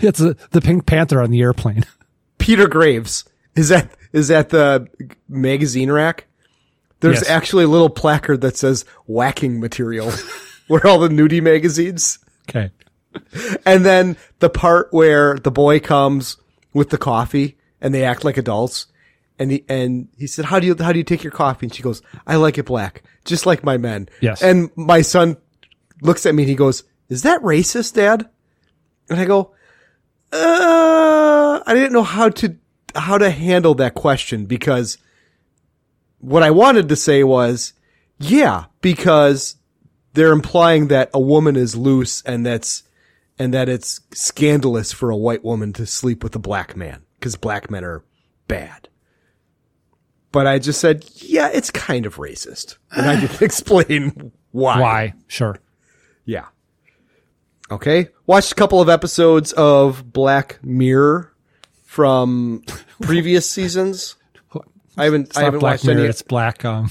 Speaker 3: It's the the Pink Panther on the airplane.
Speaker 2: Peter Graves. Is that is that the magazine rack? There's
Speaker 3: Yes.
Speaker 2: actually a little placard that says whacking material <laughs> where all the nudie magazines.
Speaker 3: Okay.
Speaker 2: <laughs> And then the part where the boy comes with the coffee and they act like adults. And he, and he said, how do you, how do you take your coffee? And she goes, I like it black, just like my men.
Speaker 3: Yes.
Speaker 2: And my son looks at me and he goes, is that racist, dad? And I go, uh, I didn't know how to, how to handle that question because what I wanted to say was, yeah, because they're implying that a woman is loose and that's, and that it's scandalous for a white woman to sleep with a black man because black men are bad. But I just said, yeah, it's kind of racist. And I didn't <laughs> explain why.
Speaker 3: <laughs> Why? Sure.
Speaker 2: Yeah. Okay. Watched a couple of episodes of Black Mirror from previous <laughs> seasons. I haven't,
Speaker 3: It's
Speaker 2: I
Speaker 3: not
Speaker 2: haven't
Speaker 3: Black
Speaker 2: watched
Speaker 3: Mirror,
Speaker 2: any.
Speaker 3: It's black.
Speaker 2: <laughs>
Speaker 3: Um,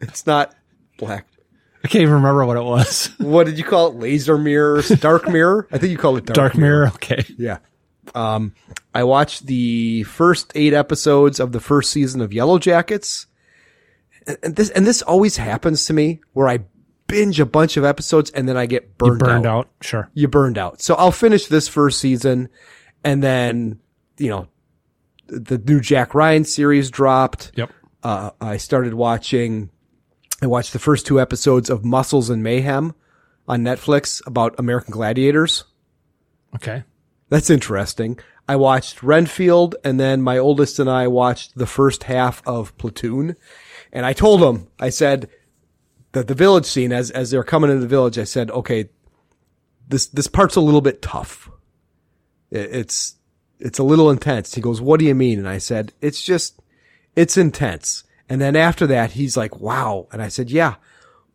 Speaker 2: It's not black.
Speaker 3: I can't even remember what it was.
Speaker 2: What did you call it? Laser mirror, dark mirror. I think you call it dark,
Speaker 3: Dark Mirror. Okay.
Speaker 2: <laughs> Yeah. Um, I watched the first eight episodes of the first season of Yellow Jackets. And- And this, and this always happens to me where I binge a bunch of episodes and then I get
Speaker 3: You
Speaker 2: burned,
Speaker 3: burned out. Sure.
Speaker 2: You burned out. So I'll finish this first season and then, you know, the new Jack Ryan series dropped.
Speaker 3: Yep.
Speaker 2: Uh, I started watching, I watched the first two episodes of Muscles and Mayhem on Netflix about American gladiators.
Speaker 3: Okay.
Speaker 2: That's interesting. I watched Renfield, and then my oldest and I watched the first half of Platoon. And I told him, I said that the village scene, as as they're coming into the village, I said, okay, this this part's a little bit tough. It, it's it's a little intense. He goes, what do you mean? And I said, it's just, it's intense. And then after that, he's like, wow. And I said, yeah,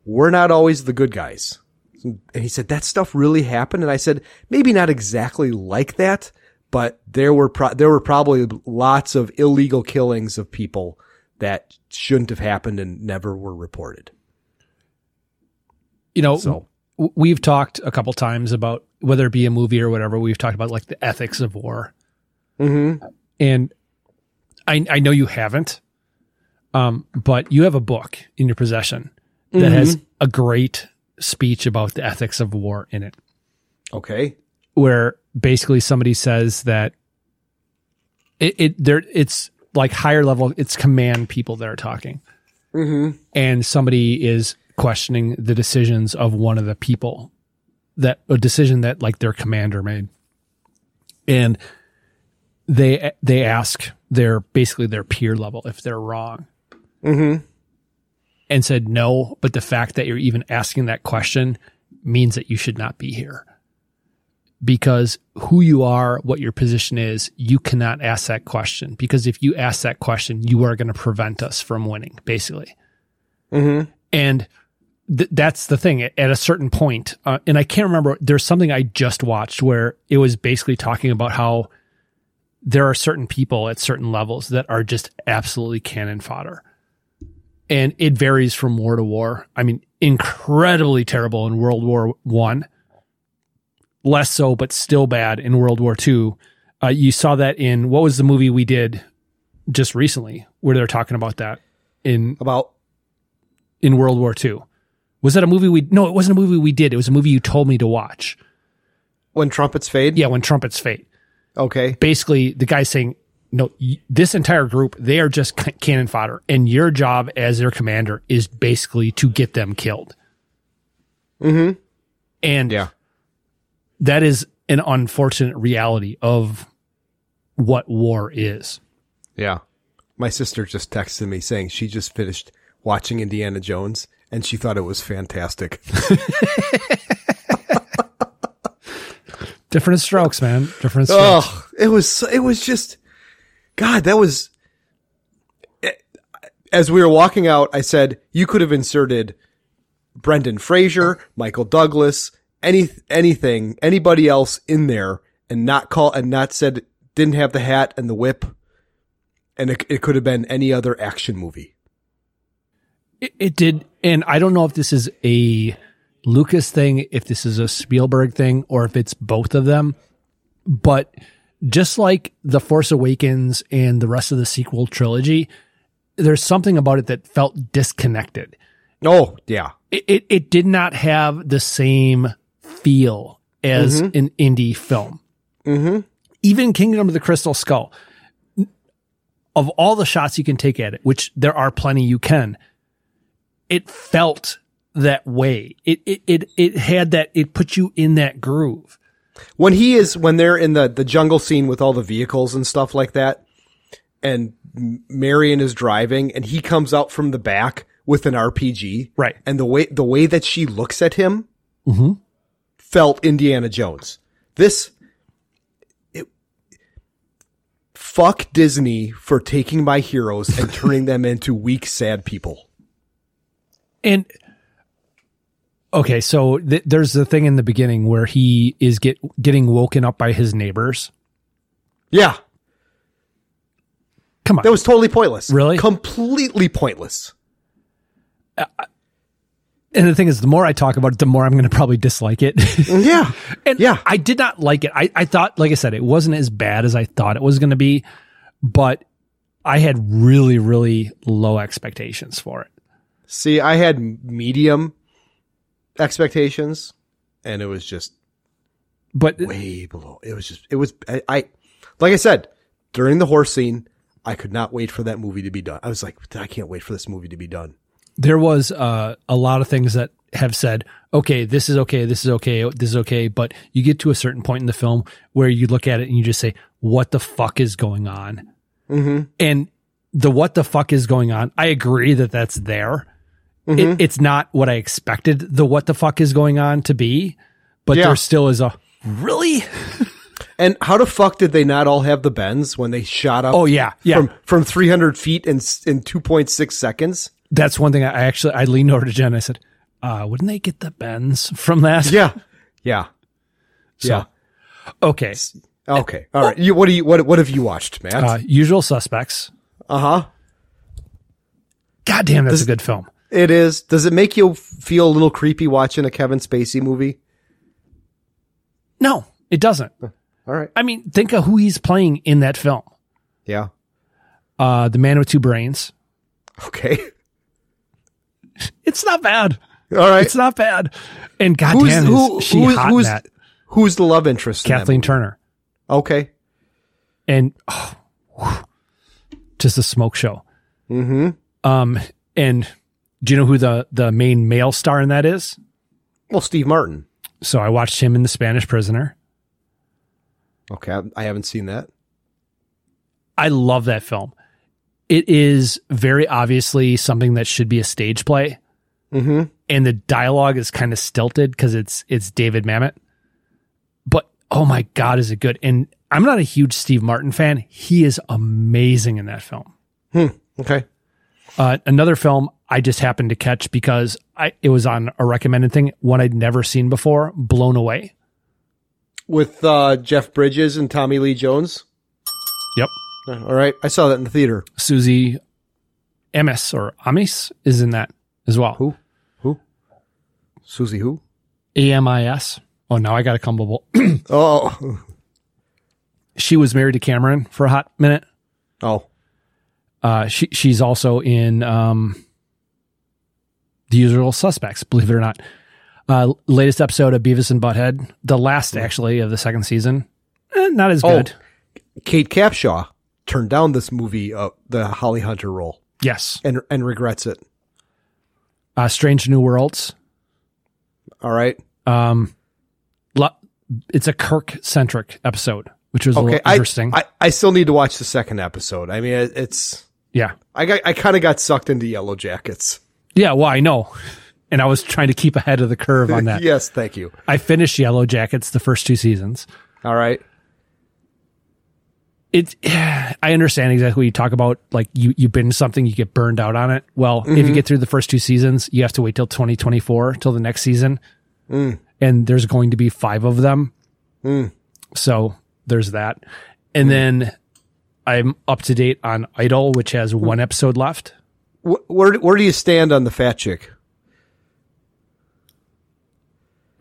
Speaker 2: we're not always the good guys. And he said, that stuff really happened. And I said, maybe not exactly like that, but there were, pro- there were probably lots of illegal killings of people that shouldn't have happened and never were reported.
Speaker 3: you know w- we've talked a couple times about whether it be a movie or whatever we've talked about like the ethics of war
Speaker 2: Mm-hmm.
Speaker 3: and i i know you haven't um but you have a book in your possession that has
Speaker 2: Mhm.
Speaker 3: a great speech about the ethics of war in it
Speaker 2: Okay.
Speaker 3: where basically somebody says that it, it there it's like higher level it's command people that are talking
Speaker 2: Mm-hmm.
Speaker 3: and somebody is questioning the decisions of one of the people that a decision that like their commander made and they they ask their basically their peer level if they're wrong
Speaker 2: Mm-hmm.
Speaker 3: and said no but the fact that you're even asking that question means that you should not be here because who you are what your position is you cannot ask that question because if you ask that question you are going to prevent us from winning basically
Speaker 2: Mm-hmm.
Speaker 3: and th- that's the thing at a certain point uh, and i can't remember there's something i just watched where it was basically talking about how there are certain people at certain levels that are just absolutely cannon fodder and it varies from war to war i mean incredibly terrible in world war one less so but still bad in world war two uh, you saw that in what was the movie we did just recently where they're talking about that in
Speaker 2: about
Speaker 3: in World War II. Was that a movie we? No, it wasn't a movie we did. It was a movie you told me to watch.
Speaker 2: When trumpets fade.
Speaker 3: Yeah, when trumpets fade.
Speaker 2: Okay.
Speaker 3: Basically, the guy's saying, "No, y- this entire group they are just c- cannon fodder, and your job as their commander is basically to get them killed."
Speaker 2: Mm-hmm.
Speaker 3: And
Speaker 2: yeah,
Speaker 3: that is an unfortunate reality of what war is.
Speaker 2: Yeah. My sister just texted me saying she just finished watching Indiana Jones and she thought it was fantastic.
Speaker 3: Different strokes, man. Different strokes.
Speaker 2: oh, it was it was just God, that was eh, as we were walking out, I said, you could have inserted Brendan Fraser, Michael Douglas, any anything, anybody else in there and not call and not said didn't have the hat and the whip and it, it could have been any other action movie.
Speaker 3: It, it did, and I don't know if this is a Lucas thing, if this is a Spielberg thing, or if it's both of them. But just like The Force Awakens and the rest of the sequel trilogy, there's something about it that felt disconnected.
Speaker 2: No, Oh, yeah.
Speaker 3: It it, it did not have the same feel as
Speaker 2: Mhm.
Speaker 3: an indie film.
Speaker 2: Mm-hmm.
Speaker 3: Even Kingdom of the Crystal Skull, of all the shots you can take at it, which there are plenty you can, it felt that way. It it it, it had that it put you in that groove.
Speaker 2: when he is when they're in the the jungle scene with all the vehicles and stuff like that and M- Marion is driving and he comes out from the back with an RPG
Speaker 3: right
Speaker 2: and the way the way that she looks at him
Speaker 3: Mm-hmm.
Speaker 2: felt Indiana Jones this it- fuck Disney for taking my
Speaker 3: <laughs>
Speaker 2: heroes and turning them into weak sad people
Speaker 3: And okay, so th- there's the thing in the beginning where he is get getting woken up by his neighbors.
Speaker 2: yeah
Speaker 3: come on
Speaker 2: that was totally pointless
Speaker 3: Really?
Speaker 2: completely pointless
Speaker 3: And the thing is, the more I talk about it, the more I'm going to probably dislike it.
Speaker 2: yeah.
Speaker 3: <laughs> and yeah. I did not like it. I, I thought, like I said, it wasn't as bad as I thought it was going to be, but I had really, really low expectations for it.
Speaker 2: See, I had medium expectations, and it was just
Speaker 3: but
Speaker 2: way below. It was just it was I, I like I said during the horse scene, I could not wait for that movie to be done. I was like, I can't wait for this movie to be done.
Speaker 3: There was uh, a lot of things that have said, okay, this is okay, this is okay, this is okay. But you get to a certain point in the film where you look at it and you just say, what the fuck is going on?
Speaker 2: Mm-hmm.
Speaker 3: and the what the fuck is going on i agree that that's there
Speaker 2: Mhm.
Speaker 3: it, it's not what i expected the what the fuck is going on to be but
Speaker 2: Yeah.
Speaker 3: there still is a really
Speaker 2: <laughs> And how the fuck did they not all have the bends when they shot up?
Speaker 3: Oh, yeah, yeah.
Speaker 2: From from 300 feet in s- in 2.6 seconds.
Speaker 3: That's one thing I I actually I leaned over to Jen. I said, uh, "Wouldn't they get the bends from that?"
Speaker 2: Yeah, yeah,
Speaker 3: So, Okay.
Speaker 2: Okay, all right. You, what do you what what have you watched, Matt?
Speaker 3: Uh, Usual Suspects.
Speaker 2: Uh huh.
Speaker 3: <laughs> God damn, that's a good film.
Speaker 2: It is. Does it make you feel a little creepy watching a Kevin Spacey movie?
Speaker 3: No, it doesn't. All
Speaker 2: right.
Speaker 3: I mean, think of who he's playing in that film.
Speaker 2: Yeah.
Speaker 3: Uh, the Man with Two Brains.
Speaker 2: Okay.
Speaker 3: <laughs> It's not bad.
Speaker 2: All right.
Speaker 3: It's not bad. And goddamn, is she hot
Speaker 2: who's,
Speaker 3: in that?
Speaker 2: who's the love interest? in that
Speaker 3: Kathleen
Speaker 2: movie?
Speaker 3: Turner.
Speaker 2: Okay.
Speaker 3: And oh, whew, just a smoke show.
Speaker 2: Mm-hmm.
Speaker 3: Um, and do you know who the the main male star in that is?
Speaker 2: Well, Steve Martin.
Speaker 3: So I watched him in The Spanish Prisoner.
Speaker 2: Okay, I, I haven't seen that.
Speaker 3: I love that film. It is very obviously something that should be a stage play,
Speaker 2: Mm-hmm.
Speaker 3: and the dialogue is kind of stilted because it's it's David Mamet. But oh my god, is it good? And I'm not a huge Steve Martin fan. He is amazing in that film.
Speaker 2: Hmm. Okay.
Speaker 3: Uh, another film I just happened to catch because I it was on a recommended thing, one I'd never seen before, Blown Away.
Speaker 2: With uh, Jeff Bridges and Tommy Lee Jones.
Speaker 3: Yep.
Speaker 2: All right, I saw that in the theater.
Speaker 3: Susie Amis or Amis is in that as well. Who?
Speaker 2: Who? Susie who?
Speaker 3: A M I S. Oh, now I got a cumble.
Speaker 2: oh.
Speaker 3: <clears throat> She was married to Cameron for a hot minute.
Speaker 2: Oh.
Speaker 3: Uh, she she's also in um, the usual suspects. Believe it or not, uh, latest episode of Beavis and Butthead, the last
Speaker 2: Mm-hmm.
Speaker 3: actually of the second season. Eh, not as
Speaker 2: Oh.
Speaker 3: good.
Speaker 2: Kate Capshaw turned down this movie, uh, the Holly Hunter role,
Speaker 3: Yes.
Speaker 2: and and regrets it.
Speaker 3: Uh, Strange New Worlds.
Speaker 2: All right.
Speaker 3: Um, lo- it's a Kirk centric episode, which was a
Speaker 2: Okay.
Speaker 3: little
Speaker 2: I,
Speaker 3: interesting.
Speaker 2: I I still need to watch the second episode. I mean, it, it's
Speaker 3: yeah.
Speaker 2: I got I kind of got sucked into Yellow Jackets.
Speaker 3: Yeah. Well, I know. And I was trying to keep ahead of the curve
Speaker 2: <laughs>
Speaker 3: on that.
Speaker 2: yes, thank you.
Speaker 3: I finished Yellow Jackets the first two seasons.
Speaker 2: All right.
Speaker 3: It, <sighs> I understand exactly what you talk about. Like you, you binge something, you get burned out on it. Well, if you
Speaker 2: Mhm.
Speaker 3: get through the first two seasons, you have to wait till 2024 till the next season. And there's going to be five of them.
Speaker 2: Mm.
Speaker 3: So there's that. And then I'm up to date on Idol, which has
Speaker 2: Mm.
Speaker 3: one episode left.
Speaker 2: Wh- Where where do you stand on the fat chick?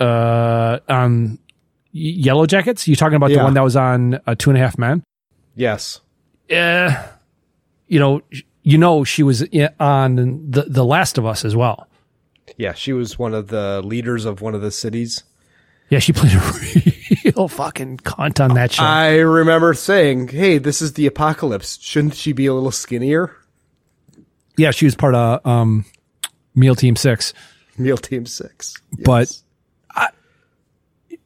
Speaker 3: Uh, on Yellow Jackets, you talking about the
Speaker 2: Yeah.
Speaker 3: one that was on uh, Two and a Half Men?
Speaker 2: Yes.
Speaker 3: Yeah, you know, you know, she was i- on the the Last of Us as well.
Speaker 2: Yeah, she was one of the leaders of one of the cities.
Speaker 3: Yeah, she played a <laughs> real fucking cunt on that show.
Speaker 2: I remember saying, "Hey, this is the apocalypse. Shouldn't she be a little skinnier?" <laughs>
Speaker 3: yeah, she was part of um, Meal Team Six,
Speaker 2: Meal Team Six.
Speaker 3: but I,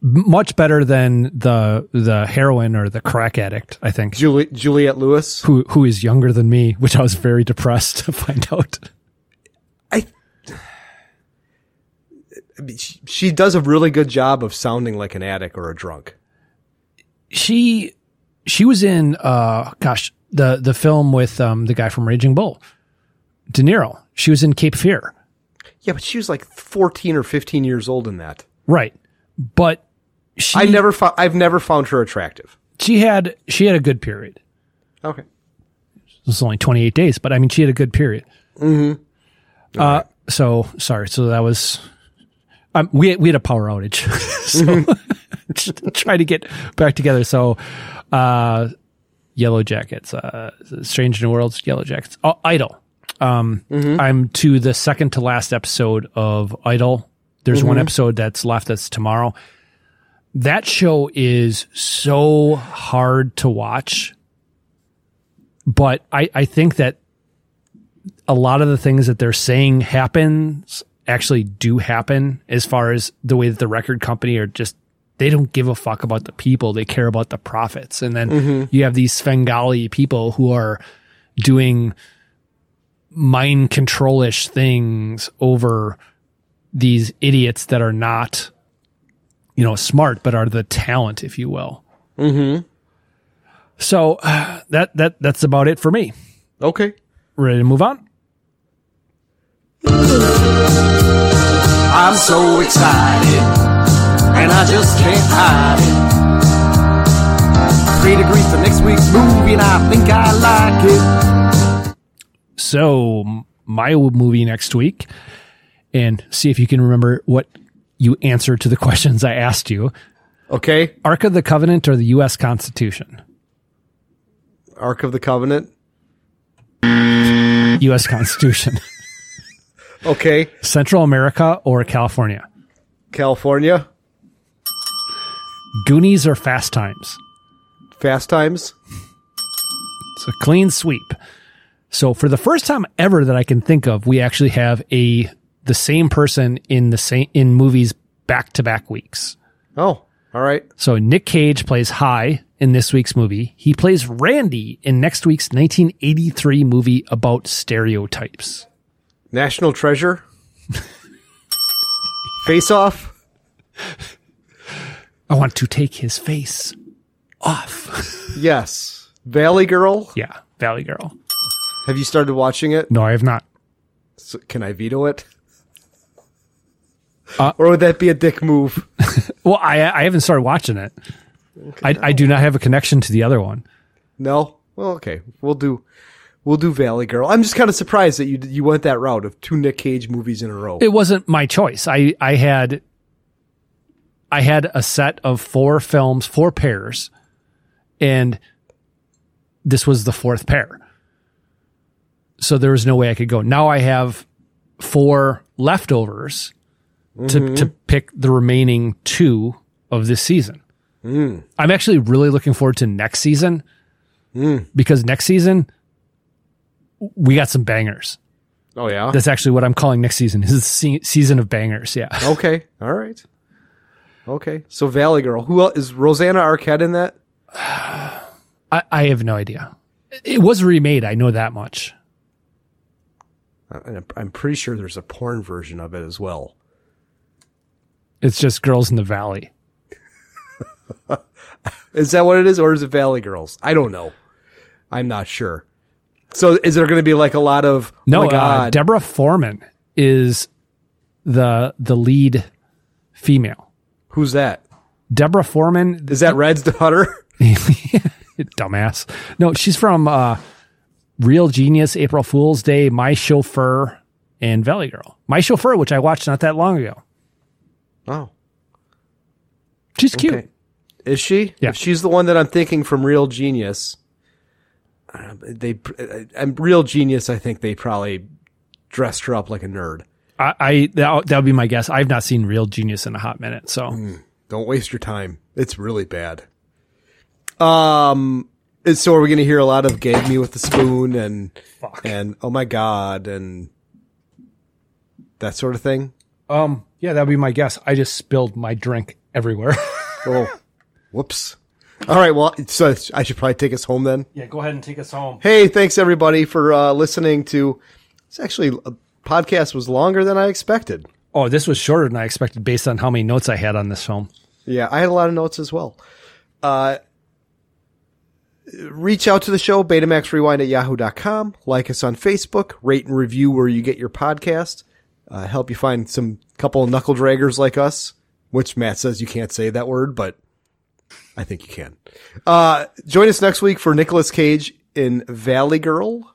Speaker 3: much better than the the heroin or the crack addict. I think
Speaker 2: Julie, Juliet Lewis.
Speaker 3: who who is younger than me, which I was very depressed <laughs> to find out.
Speaker 2: I mean, she, she does a really good job of sounding like an addict or a drunk.
Speaker 3: she she was in uh gosh the the film with um the guy from Raging Bull, De Niro. She was in Cape Fear,
Speaker 2: Yeah, but she was like fourteen or fifteen years old in that.
Speaker 3: right? But she
Speaker 2: I never found. I've never found her attractive.
Speaker 3: she had she had a good period.
Speaker 2: Okay.
Speaker 3: It was only twenty eight days, but I mean she had a good period.
Speaker 2: Mm-hmm.
Speaker 3: Uh, so sorry. So that was um, we we had a power outage, <laughs> so <laughs> just try to get back together. So, uh, Yellow Jackets, uh, Strange New Worlds, Yellow Jackets, oh, Idol. Um, I'm to the second to last episode of Idol. There's one
Speaker 2: Mhm.
Speaker 3: episode that's left. That's tomorrow. That show is so hard to watch, but I, I think that a lot of the things that they're saying happens actually do happen as far as the way that the record company are just they don't give a fuck about the people they care about the profits and then
Speaker 2: Mhm.
Speaker 3: you have these svengali people who are doing mind controlish things over these idiots that are not you know smart but are the talent if you will Mm-hmm. So uh, that that that's about it for me.
Speaker 2: Okay.
Speaker 3: Ready to move on?
Speaker 1: I'm so excited, and I just can't hide it. Three degrees for next week's movie, and I think I like it.
Speaker 3: So m- my movie next week, and see if you can remember what you answered to the <laughs> questions I asked you.
Speaker 2: Okay.
Speaker 3: Ark of the Covenant or the U.S. Constitution?
Speaker 2: Ark of the Covenant.
Speaker 3: U.S. Constitution. <laughs>
Speaker 2: Okay.
Speaker 3: Central America or California?
Speaker 2: California.
Speaker 3: Goonies or Fast Times?
Speaker 2: Fast Times.
Speaker 3: It's a clean sweep. So for the first time ever that I can think of, we actually have a the same person in the same in movies back to back weeks.
Speaker 2: Oh, all right.
Speaker 3: So Nick Cage plays High in this week's movie. He plays Randy in next week's 1983 movie about stereotypes. <laughs>
Speaker 2: National Treasure. Face Off.
Speaker 3: I want to take his face off.
Speaker 2: Yes. Valley Girl.
Speaker 3: yeah, Valley Girl.
Speaker 2: Have you started watching it?
Speaker 3: No, I have not.
Speaker 2: So can I veto it?
Speaker 3: Uh,
Speaker 2: or would that be a dick move?
Speaker 3: Well, I I haven't started watching it. I, I do not have a connection to the other one.
Speaker 2: <laughs> No. Well, okay. We'll do. We'll do Valley Girl. I'm just kind of surprised that you you went that route of two Nick Cage movies in a row.
Speaker 3: It wasn't my choice. I I had I had a set of four films, four pairs, and this was the fourth pair. So there was no way I could go. Now I have four leftovers to
Speaker 2: Mhm.
Speaker 3: to pick the remaining two of this season.
Speaker 2: Mm.
Speaker 3: I'm actually really looking forward to next season because next season we got some bangers.
Speaker 2: Oh yeah.
Speaker 3: That's actually what I'm calling next season is the se- season of bangers. Yeah.
Speaker 2: <laughs> okay. All right. Okay. So Valley Girl. Who else is Rosanna Arquette in that?
Speaker 3: I, I have no idea. It was remade. I know that much.
Speaker 2: Uh, And I'm- I'm pretty sure there's a porn version of it as well.
Speaker 3: It's just girls in the valley.
Speaker 2: Oh Is that what it is, or is it Valley Girls? I don't know. I'm not sure. So is there going to be like a lot of
Speaker 3: No,
Speaker 2: oh my
Speaker 3: uh,
Speaker 2: God,
Speaker 3: Deborah Foreman is the the lead female.
Speaker 2: Who's that?
Speaker 3: Deborah Foreman.
Speaker 2: Is that Red's daughter?
Speaker 3: <laughs>
Speaker 2: <laughs>
Speaker 3: dumbass? No, she's from uh, Real Genius, April Fool's Day, My Chauffeur, and Valley Girl. My Chauffeur, which I watched not that long ago.
Speaker 2: Oh,
Speaker 3: she's cute.
Speaker 2: Okay. Is she?
Speaker 3: Yeah.
Speaker 2: If she's the one that I'm thinking from Real Genius, uh, they I'm Real Genius. I think they probably dressed her up like a nerd.
Speaker 3: I, I that that would be my guess. I've not seen Real Genius in a hot minute, so
Speaker 2: Don't waste your time. It's really bad. Um. and So are we going to hear a lot of "Gave Me with the Spoon" and and "Oh my God" and that sort of thing?
Speaker 3: um, yeah, that'd be my guess. I just spilled my drink everywhere. <laughs>
Speaker 2: oh, whoops. All right. Well, so I should probably take us home then.
Speaker 3: yeah, go ahead and take us home.
Speaker 2: Hey, thanks everybody for uh, listening to. It's actually a podcast was longer than I expected.
Speaker 3: Oh, this was shorter than I expected based on how many notes I had on this film.
Speaker 2: Yeah, I had a lot of notes as well. Uh, reach out to the show, betamaxrewind at yahoo.com. Like us on Facebook, rate and review where you get your podcast. Uh, help you find some couple of knuckle draggers like us, which Matt says you can't say that word, but I think you can. Uh, join us next week for Nicolas Cage in Valley Girl.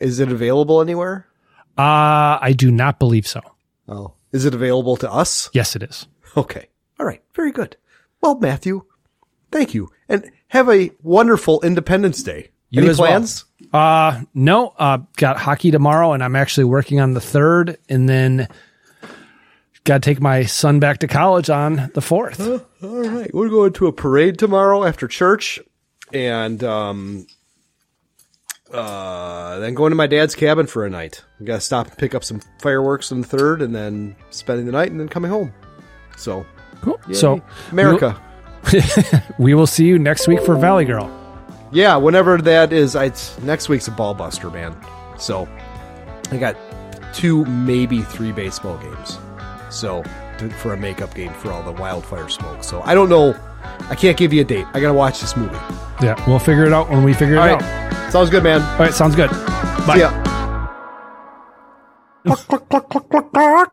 Speaker 2: Is it available anywhere?
Speaker 3: Uh, I do not believe so.
Speaker 2: Oh, is it available to us?
Speaker 3: Yes, it is.
Speaker 2: Okay. All right. Very good. Well, Matthew, thank you. And have a wonderful Independence Day.
Speaker 3: You
Speaker 2: Any
Speaker 3: as well.
Speaker 2: plans?
Speaker 3: Uh, no, uh, got hockey tomorrow and I'm actually working on the third and then got to take my son back to college on the fourth.
Speaker 2: All right. We're going to a parade tomorrow after church and um uh then going to my dad's cabin for a night. We gotta stop and pick up some fireworks on the third and then spending the night and then coming home. So
Speaker 3: cool.
Speaker 2: So
Speaker 3: So-
Speaker 2: America.
Speaker 3: We will <laughs> see you next week for Valley Girl.
Speaker 2: yeah, whenever that is, I, it's- next week's a ball buster, man. So I got two, maybe three baseball games. So to, for a makeup game for all the wildfire smoke. So I don't know. I can't give you a date. I gotta watch this movie.
Speaker 3: Yeah, we'll figure it out when we figure it
Speaker 2: All
Speaker 3: out.
Speaker 2: right. Sounds good, man.
Speaker 3: All right, sounds good. Bye.
Speaker 2: See ya.